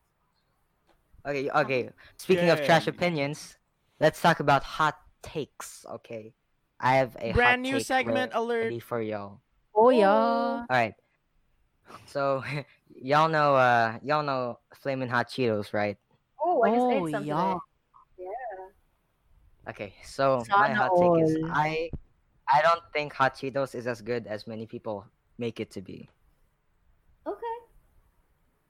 Speaker 1: Okay, okay. Speaking of trash
Speaker 3: Yay.
Speaker 1: opinions, let's talk about hot takes. Okay, I have a hot
Speaker 2: Brand new
Speaker 1: take
Speaker 2: segment
Speaker 1: re-
Speaker 2: alert.
Speaker 1: ready for y'all.
Speaker 4: Oh yeah.
Speaker 1: All right. So (laughs) y'all know, uh, y'all know flaming hot Cheetos, right?
Speaker 5: (laughs) Oh, I just
Speaker 4: Oh,
Speaker 5: ate something.
Speaker 4: yeah.
Speaker 1: Okay. So my hot take is
Speaker 4: Sana all.
Speaker 1: I, I don't think hot Cheetos is as good as many people make it to be
Speaker 6: Okay.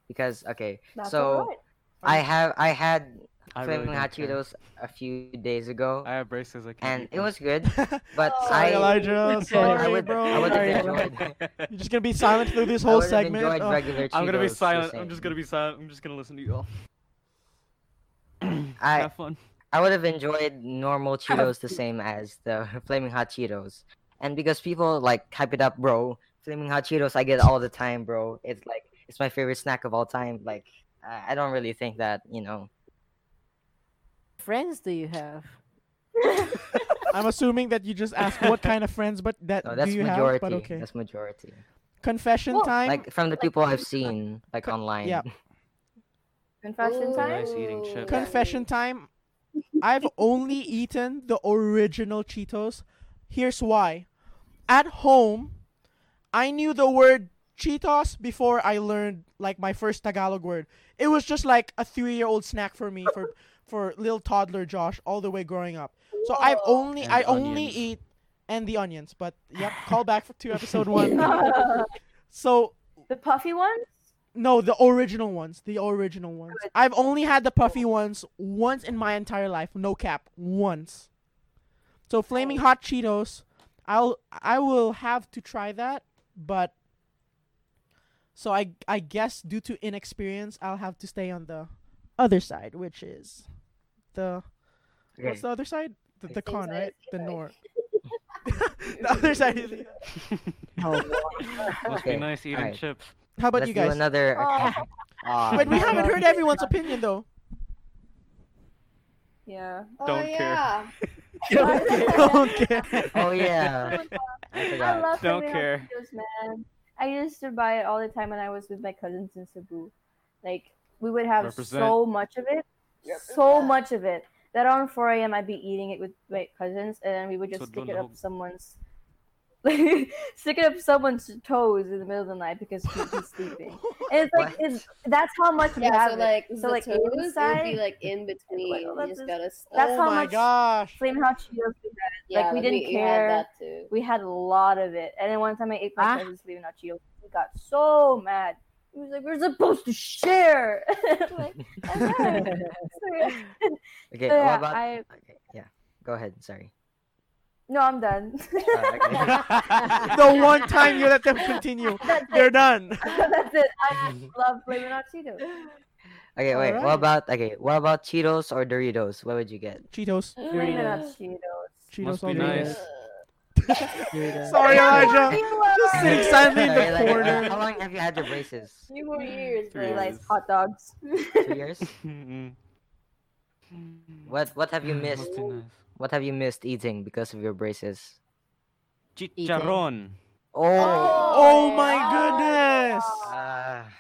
Speaker 1: because okay.
Speaker 5: That's
Speaker 1: so
Speaker 5: alright.
Speaker 1: I have I had
Speaker 3: I
Speaker 1: flaming
Speaker 3: really
Speaker 1: hot
Speaker 3: don't care.
Speaker 1: Cheetos a few days ago,
Speaker 3: I have braces. I
Speaker 1: and
Speaker 3: can't. eat
Speaker 1: it
Speaker 3: them. (laughs)
Speaker 1: was good, but
Speaker 2: (laughs) Sorry,
Speaker 1: I.
Speaker 2: Elijah.
Speaker 1: (laughs)
Speaker 2: Sorry,
Speaker 1: I would,
Speaker 2: bro.
Speaker 1: I would
Speaker 2: Sorry.
Speaker 1: have enjoyed. (laughs)
Speaker 2: You're just gonna be silent through this
Speaker 1: I
Speaker 2: whole
Speaker 1: would have
Speaker 2: segment.
Speaker 1: enjoyed
Speaker 2: Oh,
Speaker 1: regular
Speaker 3: (laughs) I'm gonna be
Speaker 1: Cheetos the
Speaker 3: silent. I'm just
Speaker 1: same.
Speaker 3: gonna be silent. I'm just gonna listen to you all.
Speaker 1: I-
Speaker 3: Have fun.
Speaker 1: I would have enjoyed normal Cheetos the same as the (laughs) Flaming Hot Cheetos. And because people like hype it up, bro, Flaming Hot Cheetos I get all the time, bro. It's like it's my favorite snack of all time. Like I I don't really think that, you know.
Speaker 4: Friends, do you have?
Speaker 2: I'm assuming that you just asked what kind of friends, but that
Speaker 1: No, that's
Speaker 2: do you
Speaker 1: majority.
Speaker 2: have? But okay.
Speaker 1: That's majority.
Speaker 2: Confession
Speaker 5: Well,
Speaker 2: time.
Speaker 1: Like from the people I've seen like online. (laughs)
Speaker 2: yeah.
Speaker 5: Confession
Speaker 7: Ooh.
Speaker 5: time.
Speaker 3: Nice eating chips.
Speaker 2: Confession time. I've only eaten the original Cheetos. Here's why. At home, I knew the word Cheetos before I learned like my first Tagalog word. It was just like a three-year-old snack for me for for little toddler Josh all the way growing up. So I've only
Speaker 3: And
Speaker 2: I only
Speaker 3: onions.
Speaker 2: eat and the onions, but yep, call back to episode one.
Speaker 5: (laughs)
Speaker 2: so
Speaker 5: the puffy ones.
Speaker 2: no, the original ones. The original ones. I've only had the puffy ones once in my entire life. No cap, once. So flaming hot Cheetos, I'll I will have to try that, but so I I guess due to inexperience, I'll have to stay on the other side, which is the
Speaker 1: Okay.
Speaker 2: what's
Speaker 1: Mm.
Speaker 2: the other side? The, the con,
Speaker 7: side
Speaker 2: right?
Speaker 7: is
Speaker 2: The
Speaker 7: the
Speaker 2: (laughs) north. the other side is. the-
Speaker 3: Must
Speaker 1: Okay,
Speaker 3: be nice eating
Speaker 1: alright. (laughs)
Speaker 2: (laughs)
Speaker 3: chips.
Speaker 2: How about
Speaker 1: Let's
Speaker 2: you
Speaker 1: do
Speaker 2: guys? (laughs)
Speaker 1: another
Speaker 5: Aw.
Speaker 1: (laughs) Aw.
Speaker 2: Wait, we haven't (laughs) heard everyone's opinion though.
Speaker 5: Yeah.
Speaker 3: Don't
Speaker 7: oh,
Speaker 3: care.
Speaker 7: Yeah.
Speaker 1: (laughs)
Speaker 2: okay.
Speaker 1: Oh yeah.
Speaker 3: (laughs)
Speaker 1: I
Speaker 5: I
Speaker 1: forgot.
Speaker 5: love
Speaker 3: Don't
Speaker 5: Flaming Hot
Speaker 3: care.
Speaker 5: Cheetos, man. I used to buy it all the time when I was with my cousins in Cebu. Like we would have
Speaker 3: Represent.
Speaker 5: so much of it, so much of it that on 4 a.m. I'd be eating it with my cousins, and then we would just
Speaker 3: So
Speaker 5: stick
Speaker 3: don't
Speaker 5: it up
Speaker 3: hold-
Speaker 5: someone's, (laughs) stick it up someone's toes in the middle of the night because he'd be sleeping. And it's like
Speaker 1: What?
Speaker 5: it's, that's how much we
Speaker 7: Yeah.
Speaker 5: have
Speaker 7: So
Speaker 5: it.
Speaker 7: like,
Speaker 5: So,
Speaker 7: the
Speaker 5: like,
Speaker 7: toes, it'd
Speaker 5: inside-
Speaker 7: be like in between.
Speaker 5: Like, oh,
Speaker 7: you just
Speaker 5: that's-
Speaker 7: gotta.
Speaker 5: that's
Speaker 2: oh
Speaker 5: how
Speaker 2: my
Speaker 5: much-
Speaker 2: gosh.
Speaker 5: Flaming Hot Cheetos. We had,
Speaker 7: yeah,
Speaker 5: like, we didn't
Speaker 7: We had
Speaker 5: care.
Speaker 7: that too.
Speaker 5: we had a lot of it, and then one time I ate my
Speaker 4: Ah.
Speaker 5: cousins' Flaming Hot Cheetos. He got so mad. He was like, "We're supposed to share." (laughs) like, I know. So, yeah.
Speaker 1: Okay,
Speaker 5: So,
Speaker 1: what
Speaker 5: yeah,
Speaker 1: about
Speaker 5: I
Speaker 1: okay, yeah. Go ahead, sorry.
Speaker 5: no, I'm
Speaker 1: Uh,
Speaker 5: done. (laughs)
Speaker 1: okay.
Speaker 2: (laughs) the one time you let them continue, they're done.
Speaker 5: That's it. I
Speaker 1: (laughs)
Speaker 5: love Flamin' Hot Cheetos.
Speaker 1: Okay, wait.
Speaker 2: Alright.
Speaker 1: What about okay? What about Cheetos or Doritos? What would you
Speaker 2: (laughs)
Speaker 1: get?
Speaker 2: (laughs) Cheetos.
Speaker 5: Flamin' Hot Cheetos.
Speaker 2: Cheetos
Speaker 3: Must be
Speaker 2: all the way. (laughs)
Speaker 3: nice.
Speaker 2: Sorry,
Speaker 5: (laughs)
Speaker 2: Elijah. Just sitting silently in
Speaker 1: Sorry,
Speaker 2: the
Speaker 1: like, uh,
Speaker 2: corner.
Speaker 1: how long have you had your braces?
Speaker 7: Few more years,
Speaker 3: Three
Speaker 7: bro.
Speaker 5: Realize
Speaker 3: years.
Speaker 5: hot dogs. (laughs)
Speaker 1: Two years.
Speaker 3: Mm.
Speaker 1: What What have you
Speaker 2: (laughs)
Speaker 1: missed?
Speaker 3: Must be nice.
Speaker 1: What have you missed eating because of your braces?
Speaker 3: Chicharron.
Speaker 1: Oh.
Speaker 2: Oh my goodness.
Speaker 1: Ah. (laughs)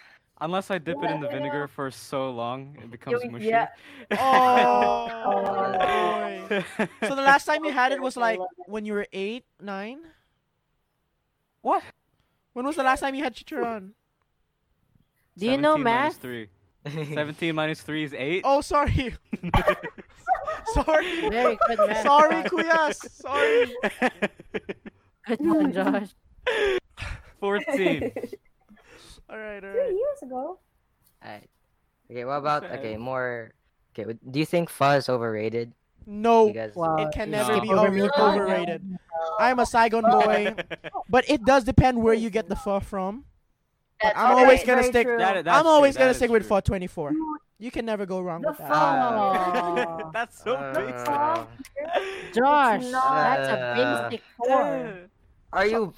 Speaker 3: Unless I dip it in the vinegar for so long, it becomes
Speaker 5: yeah.
Speaker 3: mushy. (laughs)
Speaker 5: (laughs)
Speaker 2: Oh. boy. So the last time you had it was like when you were eight, nine.
Speaker 3: what?
Speaker 2: When was the last time you had chicharron?
Speaker 4: Do you know
Speaker 3: 17 minus
Speaker 4: math?
Speaker 3: Three. Seventeen minus three is eight.
Speaker 2: Oh, sorry. (laughs) Oh, sorry.
Speaker 4: Very good math.
Speaker 2: Sorry,
Speaker 4: Josh.
Speaker 2: Kuyas. Sorry.
Speaker 4: (laughs)
Speaker 3: (laughs)
Speaker 2: (laughs)
Speaker 4: Good one, Josh.
Speaker 2: (laughs)
Speaker 3: Fourteen.
Speaker 2: All right, all
Speaker 5: (laughs) Three
Speaker 2: right.
Speaker 5: years ago.
Speaker 1: Alright. Okay. What about
Speaker 3: Sad.
Speaker 1: okay more? Okay. w- Do you guys think pho is overrated?
Speaker 2: No,
Speaker 1: You guys.
Speaker 4: Wow.
Speaker 2: it can never
Speaker 3: No.
Speaker 2: be
Speaker 4: Overrated.
Speaker 2: over- overrated. I'm a Saigon boy, but it does depend where you get the pho from.
Speaker 6: That's
Speaker 2: I'm
Speaker 6: okay.
Speaker 2: always gonna
Speaker 5: very
Speaker 2: stick-
Speaker 5: true.
Speaker 3: (laughs) That- that's
Speaker 2: I'm
Speaker 3: true,
Speaker 2: always gonna
Speaker 3: that is
Speaker 2: stick with
Speaker 3: true.
Speaker 2: pho 24. You can never go wrong
Speaker 5: The
Speaker 2: with that.
Speaker 5: pho-
Speaker 4: Oh,
Speaker 3: (laughs) That's so
Speaker 1: Uh,
Speaker 4: Josh,
Speaker 5: It's not-
Speaker 4: that's a (laughs) basic core.
Speaker 3: basic.
Speaker 1: are you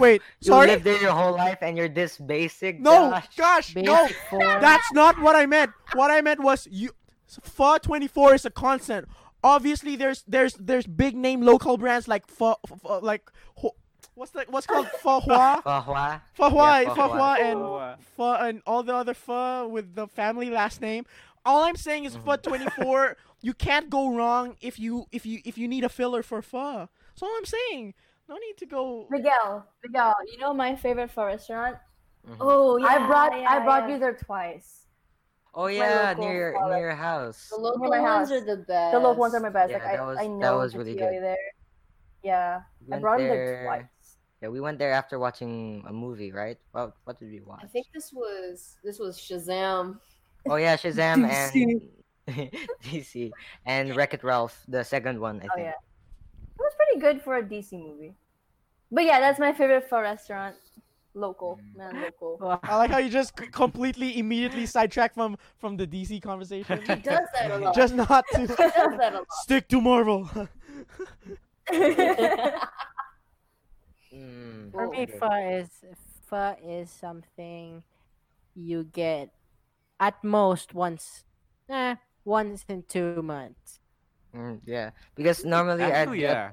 Speaker 2: Wait,
Speaker 1: you
Speaker 2: sorry.
Speaker 1: lived there your whole life and you're this basic?
Speaker 2: No,
Speaker 1: Josh?
Speaker 2: gosh, no.
Speaker 4: Basic core.
Speaker 2: That's not what I meant. What I meant was you. Pho 24 is a constant. Obviously, there's there's there's big name local brands like pho, pho like ho- what's that? What's called pho hua,
Speaker 1: Pho hua?
Speaker 2: pho hua,
Speaker 1: Yeah, pho
Speaker 2: pho
Speaker 1: hua.
Speaker 2: hua, and
Speaker 3: Oh,
Speaker 2: pho and all the other pho with the family last name. All I'm saying is pho
Speaker 1: Mm-hmm. (laughs)
Speaker 2: 24. you can't go wrong if you if you if you need a filler for pho. That's all I'm saying. No need to go.
Speaker 5: Miguel,
Speaker 6: Miguel, you know my favorite pho restaurant?
Speaker 1: Mhm.
Speaker 6: Oh, yeah.
Speaker 5: I brought
Speaker 6: yeah,
Speaker 5: I brought
Speaker 6: yeah.
Speaker 5: you there twice.
Speaker 1: Oh
Speaker 5: my
Speaker 1: yeah,
Speaker 5: local
Speaker 1: near your,
Speaker 5: product.
Speaker 1: near your house.
Speaker 6: The local
Speaker 5: Near my
Speaker 6: ones
Speaker 5: house.
Speaker 6: are the best.
Speaker 5: The local ones are my best.
Speaker 1: Yeah,
Speaker 5: like I,
Speaker 1: that was-
Speaker 5: I
Speaker 1: that
Speaker 5: know
Speaker 1: was really
Speaker 5: Tatioy
Speaker 1: good.
Speaker 5: there. Yeah,
Speaker 1: We
Speaker 5: I
Speaker 1: went
Speaker 5: brought him
Speaker 1: there.
Speaker 5: there twice.
Speaker 1: Yeah, we went there after watching a movie, right? What what did we watch?
Speaker 7: I think this was this was Shazam.
Speaker 1: Oh yeah, Shazam and (laughs) DC and Wreck It Ralph, the second one, I
Speaker 5: Oh
Speaker 1: think.
Speaker 5: yeah, it was pretty good for a DC movie. But yeah, that's my favorite pho restaurant. Local, man, local.
Speaker 2: I like how you just c- completely immediately sidetrack from from the DC
Speaker 5: (laughs)
Speaker 2: conversation. (laughs)
Speaker 7: He does that a lot.
Speaker 2: just not
Speaker 7: he
Speaker 2: to
Speaker 7: does that a lot.
Speaker 2: stick to Marvel.
Speaker 1: Mm.
Speaker 4: For me,
Speaker 1: Okay.
Speaker 4: pho is pho is something you get at most once, eh, once in two months.
Speaker 1: Mm, yeah, because normally I
Speaker 3: Actually,
Speaker 1: get,
Speaker 3: yeah.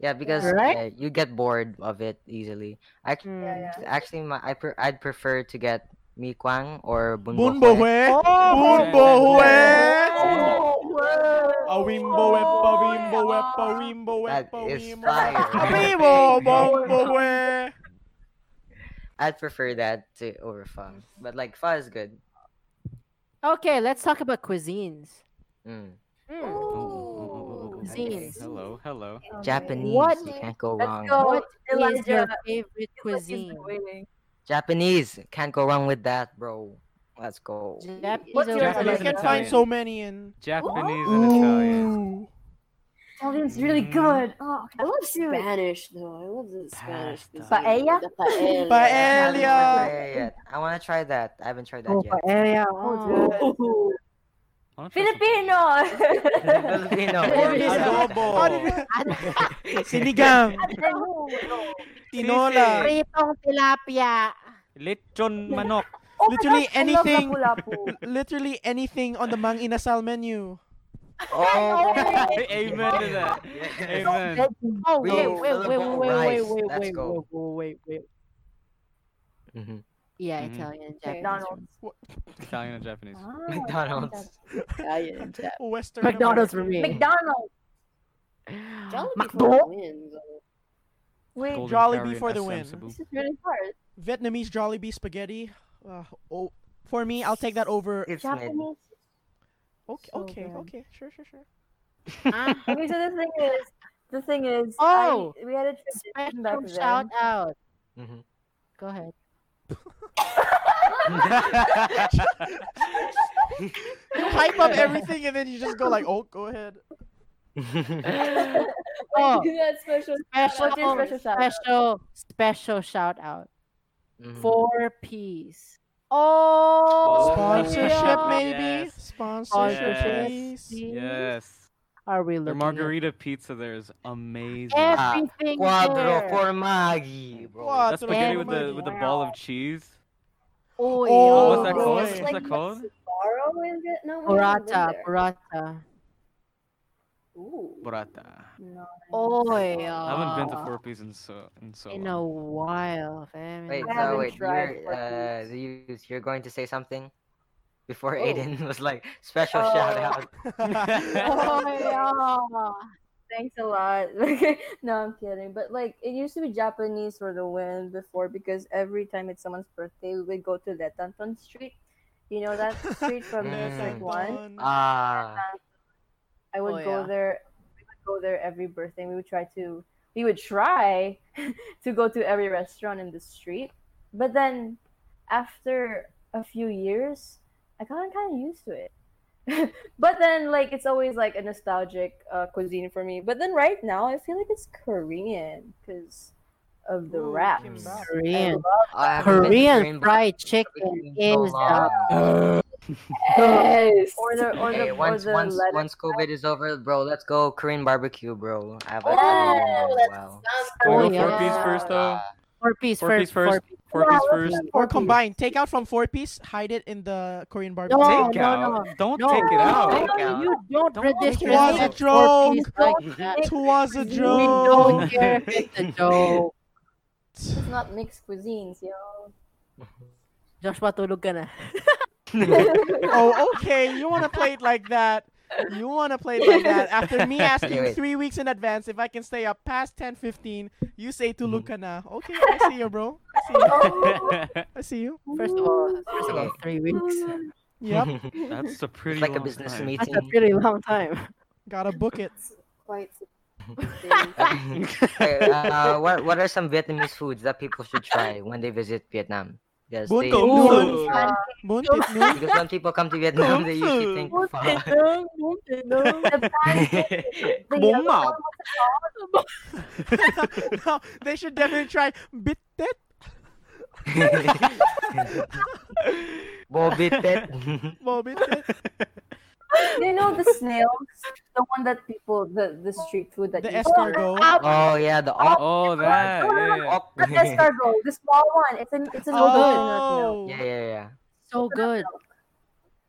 Speaker 1: yeah because
Speaker 4: Right?
Speaker 1: uh, you get bored of it easily. I
Speaker 4: Mm.
Speaker 5: yeah.
Speaker 1: actually my I pre- I'd prefer to get mi kwang or bun
Speaker 2: (laughs) Bunbo
Speaker 1: Bohue.
Speaker 2: hue,
Speaker 4: Oh!
Speaker 2: bunbo hue.
Speaker 5: Oh,
Speaker 2: A wimbo wepa, wimbo wepa, wimbo
Speaker 1: That
Speaker 2: wepa,
Speaker 1: is
Speaker 2: wimbo.
Speaker 1: fire.
Speaker 2: A
Speaker 1: (laughs)
Speaker 2: wimbo, bunbo hue.
Speaker 1: I'd prefer that to over pho, but like pho is good.
Speaker 4: Okay, let's talk about cuisines.
Speaker 1: Mm.
Speaker 3: oh,
Speaker 4: Mm.
Speaker 3: oh, oh, oh,
Speaker 4: Zing.
Speaker 3: okay. Hello, hello.
Speaker 1: Japanese,
Speaker 4: What-
Speaker 1: you can't go wrong.
Speaker 5: Um, Let's go.
Speaker 4: What is your
Speaker 5: Elijah,
Speaker 4: favorite
Speaker 5: Like, he's been
Speaker 4: cuisine?
Speaker 5: waiting.
Speaker 1: Japanese, can't go wrong with that, bro. Let's go.
Speaker 4: Japanese
Speaker 5: What's
Speaker 4: or
Speaker 5: your
Speaker 2: You
Speaker 3: Japanese
Speaker 2: can
Speaker 3: and
Speaker 2: find
Speaker 4: Italian?
Speaker 2: so many in.
Speaker 3: Japanese and Italian.
Speaker 2: Ooh.
Speaker 5: Italian's really
Speaker 4: Mm-hmm.
Speaker 3: Mm.
Speaker 5: good. Oh,
Speaker 7: I love
Speaker 5: dude.
Speaker 7: Spanish though. I love the Spanish.
Speaker 3: Pasta.
Speaker 7: cuisine.
Speaker 5: Paella?
Speaker 7: The paella.
Speaker 1: I haven't tried
Speaker 2: Paella.
Speaker 1: that yet. I want to try that. I haven't tried that
Speaker 4: Oh,
Speaker 1: yet.
Speaker 4: paella.
Speaker 5: Oh,
Speaker 4: Oh. (laughs)
Speaker 5: dude.
Speaker 3: I wanna try some- (laughs)
Speaker 5: (laughs) Filipino.
Speaker 1: (laughs) Filipino.
Speaker 2: What is
Speaker 1: Yeah.
Speaker 2: that?
Speaker 3: Adobo.
Speaker 2: How did you- Sinigang, (laughs) tinola,
Speaker 4: Pritong tilapia.
Speaker 3: Lechon manok.
Speaker 5: Oh my
Speaker 2: Literally
Speaker 5: gosh, I love
Speaker 2: anything.
Speaker 5: lapu-lapu.
Speaker 2: literally anything on the Mang Inasal menu.
Speaker 1: Oh,
Speaker 4: (laughs)
Speaker 3: Amen to
Speaker 2: (laughs)
Speaker 3: that.
Speaker 1: Yes.
Speaker 3: Amen.
Speaker 4: Oh,
Speaker 1: We
Speaker 4: wait,
Speaker 1: will
Speaker 4: wait,
Speaker 1: fill
Speaker 4: wait,
Speaker 1: up all
Speaker 4: wait, wait,
Speaker 1: rice.
Speaker 4: wait,
Speaker 1: Let's
Speaker 4: wait,
Speaker 1: go.
Speaker 4: wait, wait, wait.
Speaker 1: Mhm.
Speaker 4: Yeah,
Speaker 3: Mhm.
Speaker 4: Italian and Japanese.
Speaker 5: McDonald's. Ah,
Speaker 3: Italian and Japanese.
Speaker 1: McDonald's.
Speaker 4: Italian and Japanese.
Speaker 2: Western
Speaker 4: (laughs) McDonald's for
Speaker 2: American.
Speaker 4: me.
Speaker 5: McDonald's.
Speaker 7: Jollibee for the
Speaker 4: McDo-
Speaker 7: win, though.
Speaker 5: Wait,
Speaker 3: Golden
Speaker 2: Jollibee
Speaker 3: Carrier
Speaker 2: for the
Speaker 3: SM
Speaker 2: win.
Speaker 3: (laughs) Cebu.
Speaker 5: this is really hard.
Speaker 2: Vietnamese Jollibee spaghetti. Uh, oh, for me, I'll take that over.
Speaker 1: It's mid.
Speaker 5: Japanese.
Speaker 2: Okay,
Speaker 5: so
Speaker 2: okay,
Speaker 5: good.
Speaker 2: okay. Sure, sure, sure.
Speaker 4: Ah,
Speaker 5: Okay, so the thing is, the thing is,
Speaker 4: Oh!
Speaker 5: I, we had a trip to come back
Speaker 4: special
Speaker 5: then. (laughs)
Speaker 4: shout (laughs) out.
Speaker 1: (laughs) Mhm.
Speaker 4: Go ahead.
Speaker 2: You hype up everything and then you just go like, "Oh, go ahead."
Speaker 1: Mm-hmm.
Speaker 4: Oh,
Speaker 5: Do that special. What's
Speaker 4: special,
Speaker 5: your special shout out?
Speaker 4: special, special shout out.
Speaker 1: Mhm.
Speaker 4: Four piece. (laughs) Oh,
Speaker 2: Sponsorship,
Speaker 3: (laughs)
Speaker 4: yeah.
Speaker 2: maybe.
Speaker 3: Yes.
Speaker 2: Sponsorship,
Speaker 3: Yes.
Speaker 4: (laughs)
Speaker 2: please.
Speaker 3: yes.
Speaker 4: Are we looking?
Speaker 3: Their
Speaker 4: at
Speaker 3: margarita pizza there is amazing.
Speaker 1: Ah,
Speaker 4: Everything
Speaker 1: Quadro
Speaker 4: there.
Speaker 1: formaggi, bro.
Speaker 2: Quadro
Speaker 3: That spaghetti with
Speaker 2: Everything.
Speaker 3: the with the ball of cheese.
Speaker 4: Oh,
Speaker 2: Oh,
Speaker 3: what's that
Speaker 2: boy.
Speaker 3: called? What's
Speaker 7: Like
Speaker 3: that called?
Speaker 7: Sapporo is it? No, we haven't been
Speaker 4: Burrata,
Speaker 7: there.
Speaker 4: burrata.
Speaker 7: Ooh.
Speaker 3: Burrata.
Speaker 5: No.
Speaker 4: Oh,
Speaker 3: I haven't been to
Speaker 4: yeah.
Speaker 3: four piece in so in so
Speaker 4: in a
Speaker 3: long.
Speaker 4: while, fam. in
Speaker 1: Wait,
Speaker 4: a
Speaker 5: I
Speaker 1: so
Speaker 5: haven't
Speaker 4: while.
Speaker 1: wait,
Speaker 5: tried
Speaker 1: you're,
Speaker 5: four
Speaker 1: uh, you, you're going to say something? Before (laughs)
Speaker 7: Oh.
Speaker 1: Aiden was like, special
Speaker 5: Oh.
Speaker 1: shout out.
Speaker 4: (laughs) Oh, yeah.
Speaker 5: Thanks a lot. (laughs) no, I'm kidding. But like, it used to be Japanese for the win before because every time it's someone's birthday, we would go to Letanton Street. You know that street from
Speaker 1: Mm.
Speaker 5: District One.
Speaker 1: Ah,
Speaker 5: I would
Speaker 4: Oh,
Speaker 5: go
Speaker 4: yeah.
Speaker 5: there. We would go there every birthday. We would try to. We would try (laughs) to go to every restaurant in the street. But then, after a few years, I got kind of used to it. (laughs) but then like it's always like a nostalgic uh, cuisine for me. But then right now I feel like it's Korean because of the
Speaker 2: Ooh,
Speaker 5: wraps.
Speaker 2: kimbap.
Speaker 5: I
Speaker 4: Korean.
Speaker 5: love
Speaker 1: I haven't been to
Speaker 4: Korean
Speaker 1: but
Speaker 4: fried
Speaker 1: Korean
Speaker 4: chicken
Speaker 1: so
Speaker 4: is uh,
Speaker 1: long.
Speaker 4: the
Speaker 5: yes. Or the or the,
Speaker 1: Hey,
Speaker 5: or
Speaker 1: once
Speaker 5: the
Speaker 1: once
Speaker 5: lettuce.
Speaker 1: once COVID is over, bro, let's go Korean barbecue, bro. I've
Speaker 7: Oh, let's
Speaker 1: wow.
Speaker 3: Can we
Speaker 4: Oh,
Speaker 3: go
Speaker 4: yeah.
Speaker 3: four piece first though?
Speaker 1: Ah.
Speaker 4: four piece
Speaker 3: Four piece
Speaker 4: first.
Speaker 3: first. Four
Speaker 5: Yeah,
Speaker 3: piece
Speaker 5: I love
Speaker 3: first.
Speaker 5: that.
Speaker 2: Or combine. Take out from four piece, hide it in the Korean barbecue.
Speaker 4: No,
Speaker 3: Take
Speaker 4: no,
Speaker 3: out. Don't
Speaker 4: No,
Speaker 3: take it
Speaker 4: no,
Speaker 3: out.
Speaker 1: Take out.
Speaker 4: You don't,
Speaker 3: Don't take
Speaker 4: redistribute
Speaker 3: it out.
Speaker 4: it
Speaker 2: It was a
Speaker 4: four-piece like that.
Speaker 2: It was a
Speaker 5: We
Speaker 4: (laughs) We don't
Speaker 2: joke.
Speaker 4: care if it's a joke.
Speaker 5: It's not mixed cuisines, yo.
Speaker 4: Josh, matulog ka na.
Speaker 2: oh, okay. You want to play it like that? You want to play it like that? After me asking
Speaker 1: Anyway.
Speaker 2: three weeks in advance if I can stay up past ten fifteen, you say to Luca na. Okay, I see you, bro. I see you.
Speaker 4: (laughs)
Speaker 2: I see you.
Speaker 4: First of all,
Speaker 5: Oh.
Speaker 4: first of (laughs) all,
Speaker 1: Okay.
Speaker 4: three weeks.
Speaker 2: Yep.
Speaker 3: (laughs) That's a pretty
Speaker 1: It's like a
Speaker 3: long
Speaker 1: business
Speaker 3: time. (laughs)
Speaker 4: That's
Speaker 1: meeting.
Speaker 4: a pretty long time.
Speaker 2: Gotta book it.
Speaker 1: (laughs)
Speaker 7: Quite something.
Speaker 1: (laughs) Okay, uh, what what are some Vietnamese foods that people should try when they visit Vietnam? Because,
Speaker 2: Bún
Speaker 1: they,
Speaker 2: tôm
Speaker 3: Ooh.
Speaker 2: noodles. Bún thịt nướng.
Speaker 1: because when people come to Vietnam, they usually think, "Fuck."
Speaker 3: Bún
Speaker 1: uh, (laughs)
Speaker 3: mọc.
Speaker 2: (laughs) no, they should definitely try bit that.
Speaker 1: (laughs) Bo bit it.
Speaker 2: Well, bit that.
Speaker 5: you know the snails, the one that people the the street food that
Speaker 2: The
Speaker 5: you
Speaker 2: escargot.
Speaker 1: Oh yeah, the ok.
Speaker 3: Oh, that. Yeah, yeah.
Speaker 1: ok.
Speaker 5: Not the escargot, the small one. It's an it's an
Speaker 4: Oh.
Speaker 5: oh.
Speaker 1: (laughs)
Speaker 2: Oh.
Speaker 1: Yeah, yeah, yeah.
Speaker 4: (laughs) So (laughs) good.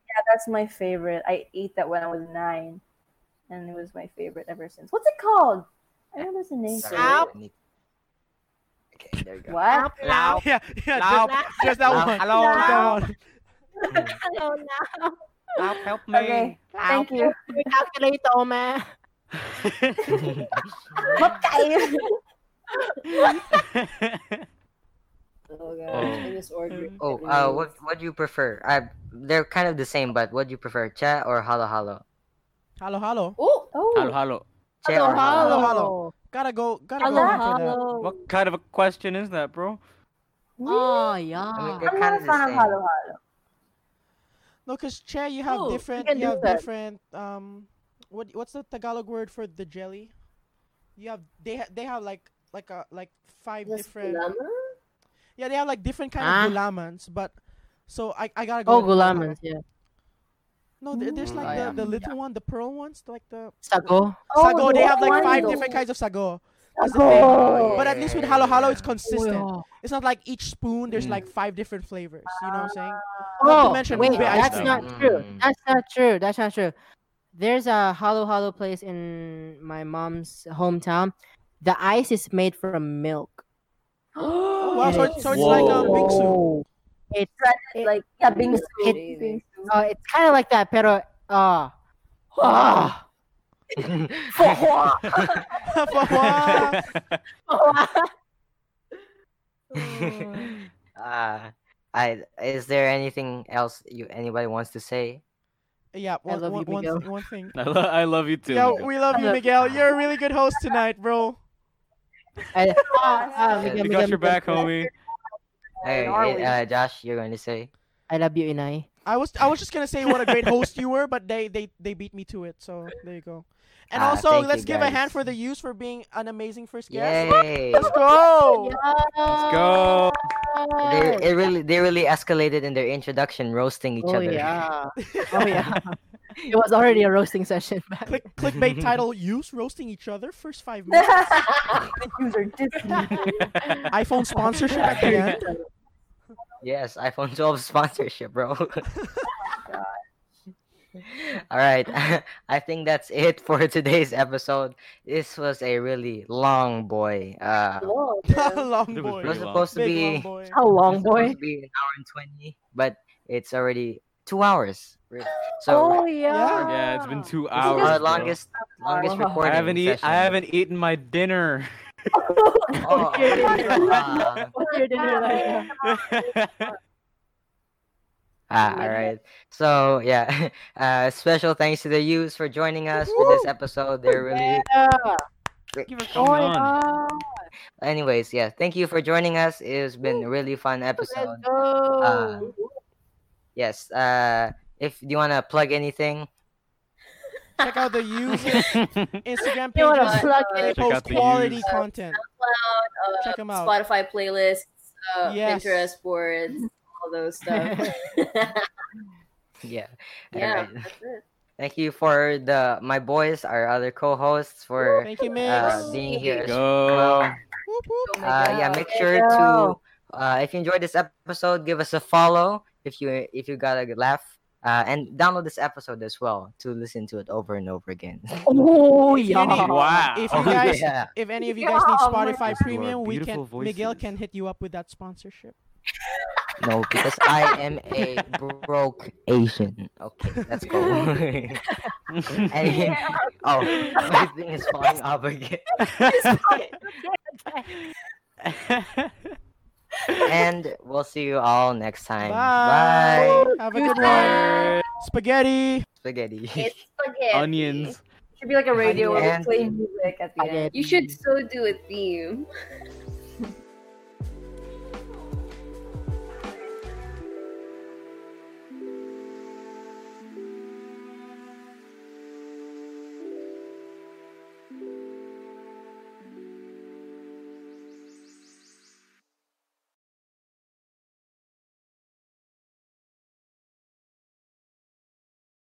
Speaker 5: Yeah, that's my favorite. I ate that when I was nine, and it was my favorite ever since. What's it called? I know there's a name for
Speaker 4: Ow.
Speaker 5: it.
Speaker 1: Sorry, I need- Okay, there you go.
Speaker 5: What?
Speaker 3: Lao.
Speaker 2: Oh. Yeah, yeah,
Speaker 3: Lao.
Speaker 2: just, just that
Speaker 1: Lao.
Speaker 2: one.
Speaker 3: Hello,
Speaker 2: Just that
Speaker 3: Lao.
Speaker 2: one.
Speaker 3: Lao, help me.
Speaker 5: Okay, thank you.
Speaker 4: Calculator, man.
Speaker 5: Okay.
Speaker 7: Oh gosh,
Speaker 3: Oh.
Speaker 7: I just ordered.
Speaker 1: oh,
Speaker 7: it
Speaker 1: uh,
Speaker 7: and
Speaker 1: what what do you prefer? I they're kind of the same, but what do you prefer, cha or halo halo?
Speaker 2: Hello, hello.
Speaker 5: oh,
Speaker 3: (laughs) hello,
Speaker 5: (laughs) oh,
Speaker 3: hello.
Speaker 1: Che or
Speaker 2: Halo,
Speaker 1: halo?
Speaker 2: halo. Gotta go. Gotta
Speaker 5: Hello,
Speaker 2: go.
Speaker 3: What kind of a question is that, bro?
Speaker 4: Oh,
Speaker 1: I mean,
Speaker 4: yeah.
Speaker 1: they're kind
Speaker 5: I'm not a
Speaker 1: of the
Speaker 5: fan of
Speaker 1: same.
Speaker 5: halo halo.
Speaker 2: No, cause chair, you have
Speaker 4: Oh, we
Speaker 2: different.
Speaker 4: can
Speaker 2: You
Speaker 4: do
Speaker 2: have
Speaker 4: that.
Speaker 2: different. Um, what what's the Tagalog word for the jelly? You have they ha- they have like like a like five
Speaker 7: Just
Speaker 2: different.
Speaker 7: llama?
Speaker 2: Yeah, they have like different kind
Speaker 4: Ah.
Speaker 2: of gulamans, but. So I, I gotta go.
Speaker 4: Oh,
Speaker 2: with halo, halo.
Speaker 4: gulamans, yeah.
Speaker 2: No, there- there's
Speaker 3: Mm,
Speaker 2: like
Speaker 3: I
Speaker 2: the,
Speaker 3: am,
Speaker 2: the little one, the pearl ones, like the
Speaker 4: Sago.
Speaker 5: Oh,
Speaker 2: sago. They
Speaker 5: the
Speaker 2: have like
Speaker 5: one
Speaker 2: five
Speaker 5: though.
Speaker 2: different kinds of sago. That's the thing.
Speaker 3: Oh,
Speaker 5: Sago.
Speaker 2: But at least with halo halo, it's consistent.
Speaker 4: Oh,
Speaker 2: It's not like each spoon. There's
Speaker 3: Mm.
Speaker 2: like five different flavors. You know what I'm saying? (laughs) Not to
Speaker 4: oh
Speaker 2: mention
Speaker 4: wait,
Speaker 2: ube ice
Speaker 4: that's
Speaker 2: cream.
Speaker 4: not true.
Speaker 1: Mm.
Speaker 4: That's not true. That's not true. There's a hollow hollow place in my mom's hometown. The ice is made from milk.
Speaker 2: (gasps) Oh, wow, so, it's- so it's like uh, a
Speaker 3: Whoa.
Speaker 2: bingsu.
Speaker 4: It's
Speaker 5: Shredded, like yeah, bingsu.
Speaker 4: It-
Speaker 5: Bingsu.
Speaker 2: (laughs)
Speaker 5: (laughs)
Speaker 4: uh, it's kind of like that, pero uh,
Speaker 2: (laughs)
Speaker 4: ah,
Speaker 3: (laughs)
Speaker 2: Wow.
Speaker 1: (laughs) uh, I is there anything else you anybody wants to say?
Speaker 2: yeah, one,
Speaker 4: love
Speaker 2: one-
Speaker 4: you,
Speaker 2: one-
Speaker 4: Miguel.
Speaker 2: one thing.
Speaker 3: I, lo- I love you too.
Speaker 2: Yo,
Speaker 3: Miguel.
Speaker 2: we love you,
Speaker 4: love-
Speaker 2: Miguel. You're a really good host tonight, bro.
Speaker 4: I- ah, ah,
Speaker 1: We
Speaker 3: we
Speaker 4: Miguel, Miguel,
Speaker 3: got your
Speaker 4: Miguel,
Speaker 3: back, homie.
Speaker 1: Hey,
Speaker 5: are
Speaker 1: hey,
Speaker 5: we?
Speaker 1: uh, Josh, you're going to say.
Speaker 4: I love you, Inai.
Speaker 2: I was I was just gonna say what a great host you were, but they they, they beat me to it. So there you go. And
Speaker 1: Ah,
Speaker 2: also,
Speaker 1: thank you,
Speaker 2: let's give a hand
Speaker 1: guys.
Speaker 2: for the use for being an amazing first guest.
Speaker 1: Yay!
Speaker 2: Let's go.
Speaker 3: Let's go.
Speaker 1: They, it really, they really escalated in their introduction, roasting each
Speaker 4: Oh
Speaker 1: other.
Speaker 2: (laughs)
Speaker 4: yeah, oh yeah.
Speaker 3: (laughs)
Speaker 4: It was already a roasting session. (laughs) back.
Speaker 2: Click clickbait
Speaker 3: (laughs)
Speaker 2: title: Use roasting each other first
Speaker 5: (laughs)
Speaker 2: five minutes.
Speaker 1: (laughs)
Speaker 5: User dis-
Speaker 2: iPhone sponsorship at the end.
Speaker 3: (laughs)
Speaker 1: Yes, iPhone 12 (laughs) sponsorship,
Speaker 4: (laughs)
Speaker 1: bro. All right, (laughs) I think that's it for today's episode. This was a really long boy. Uh,
Speaker 7: Lord, yeah.
Speaker 2: long
Speaker 3: It was
Speaker 2: boy.
Speaker 1: it was
Speaker 3: Pretty long.
Speaker 1: supposed to
Speaker 2: Big long
Speaker 1: be
Speaker 2: boy.
Speaker 4: How
Speaker 1: it was
Speaker 4: long, boy?
Speaker 1: supposed to be an hour and twenty, but it's already two hours. Re- So
Speaker 4: Oh yeah.
Speaker 3: Yeah, it's been two
Speaker 1: our
Speaker 3: hours. bro.
Speaker 1: longest, longest
Speaker 4: Oh, Wow. I
Speaker 1: recording.
Speaker 3: I haven't eat.
Speaker 1: session.
Speaker 3: I haven't eaten my dinner.
Speaker 1: Oh,
Speaker 4: (laughs)
Speaker 1: uh,
Speaker 4: What's your dinner like?
Speaker 1: Ah, all right. So yeah, (laughs) uh, special thanks to the youths for joining us for this episode. They're really.
Speaker 3: Come on.
Speaker 1: Anyways, yeah, thank you for joining us. It's been a really fun episode.
Speaker 4: Let's go.
Speaker 1: Um, Yes. Uh, if you want to plug anything. (laughs)
Speaker 2: Check out the
Speaker 3: (laughs)
Speaker 2: users Instagram
Speaker 4: You wanna
Speaker 1: uh,
Speaker 5: (laughs)
Speaker 2: pages.
Speaker 4: plug
Speaker 2: They
Speaker 4: it?
Speaker 6: Check
Speaker 2: post
Speaker 3: out the
Speaker 2: quality
Speaker 3: used.
Speaker 2: content.
Speaker 6: SoundCloud, uh,
Speaker 2: Check 'em out.
Speaker 6: Spotify playlists, uh,
Speaker 2: Yes.
Speaker 6: Pinterest boards, all those
Speaker 2: (laughs)
Speaker 6: stuff. (laughs)
Speaker 1: Yeah.
Speaker 6: yeah,
Speaker 1: Alright.
Speaker 6: that's it.
Speaker 1: Thank you for the my boys, our other co-hosts for
Speaker 2: Thank you, Migs.
Speaker 1: uh, being here. as
Speaker 3: Go.
Speaker 2: Whoop, whoop.
Speaker 6: Oh my
Speaker 1: uh, yeah
Speaker 6: God.
Speaker 1: make sure to uh, if you enjoyed this episode give us a follow if you if you got a good laugh uh, and download this episode as well to listen to it over and over again (laughs)
Speaker 4: Oh
Speaker 2: If you need-
Speaker 4: yeah.
Speaker 3: Wow.
Speaker 2: If you guys,
Speaker 1: yeah
Speaker 2: if any
Speaker 5: (laughs)
Speaker 2: of you guys need
Speaker 5: Yeah, oh my
Speaker 2: Spotify
Speaker 3: God.
Speaker 2: Premium, we can.
Speaker 3: Beautiful
Speaker 2: Miguel
Speaker 3: voices.
Speaker 2: can hit you up with that sponsorship.
Speaker 1: no because i am a broke asian okay let's go (laughs)
Speaker 2: (laughs)
Speaker 1: and, oh my thing is falling off again
Speaker 3: (laughs)
Speaker 1: and we'll see you all next time
Speaker 2: Bye.
Speaker 1: bye,
Speaker 2: Have a good one. Spaghetti.
Speaker 1: spaghetti
Speaker 7: It's spaghetti.
Speaker 3: Onions.
Speaker 5: should be like a radio where
Speaker 1: And-
Speaker 5: we play music at the end.
Speaker 4: Spaghetti.
Speaker 7: You should so do a theme.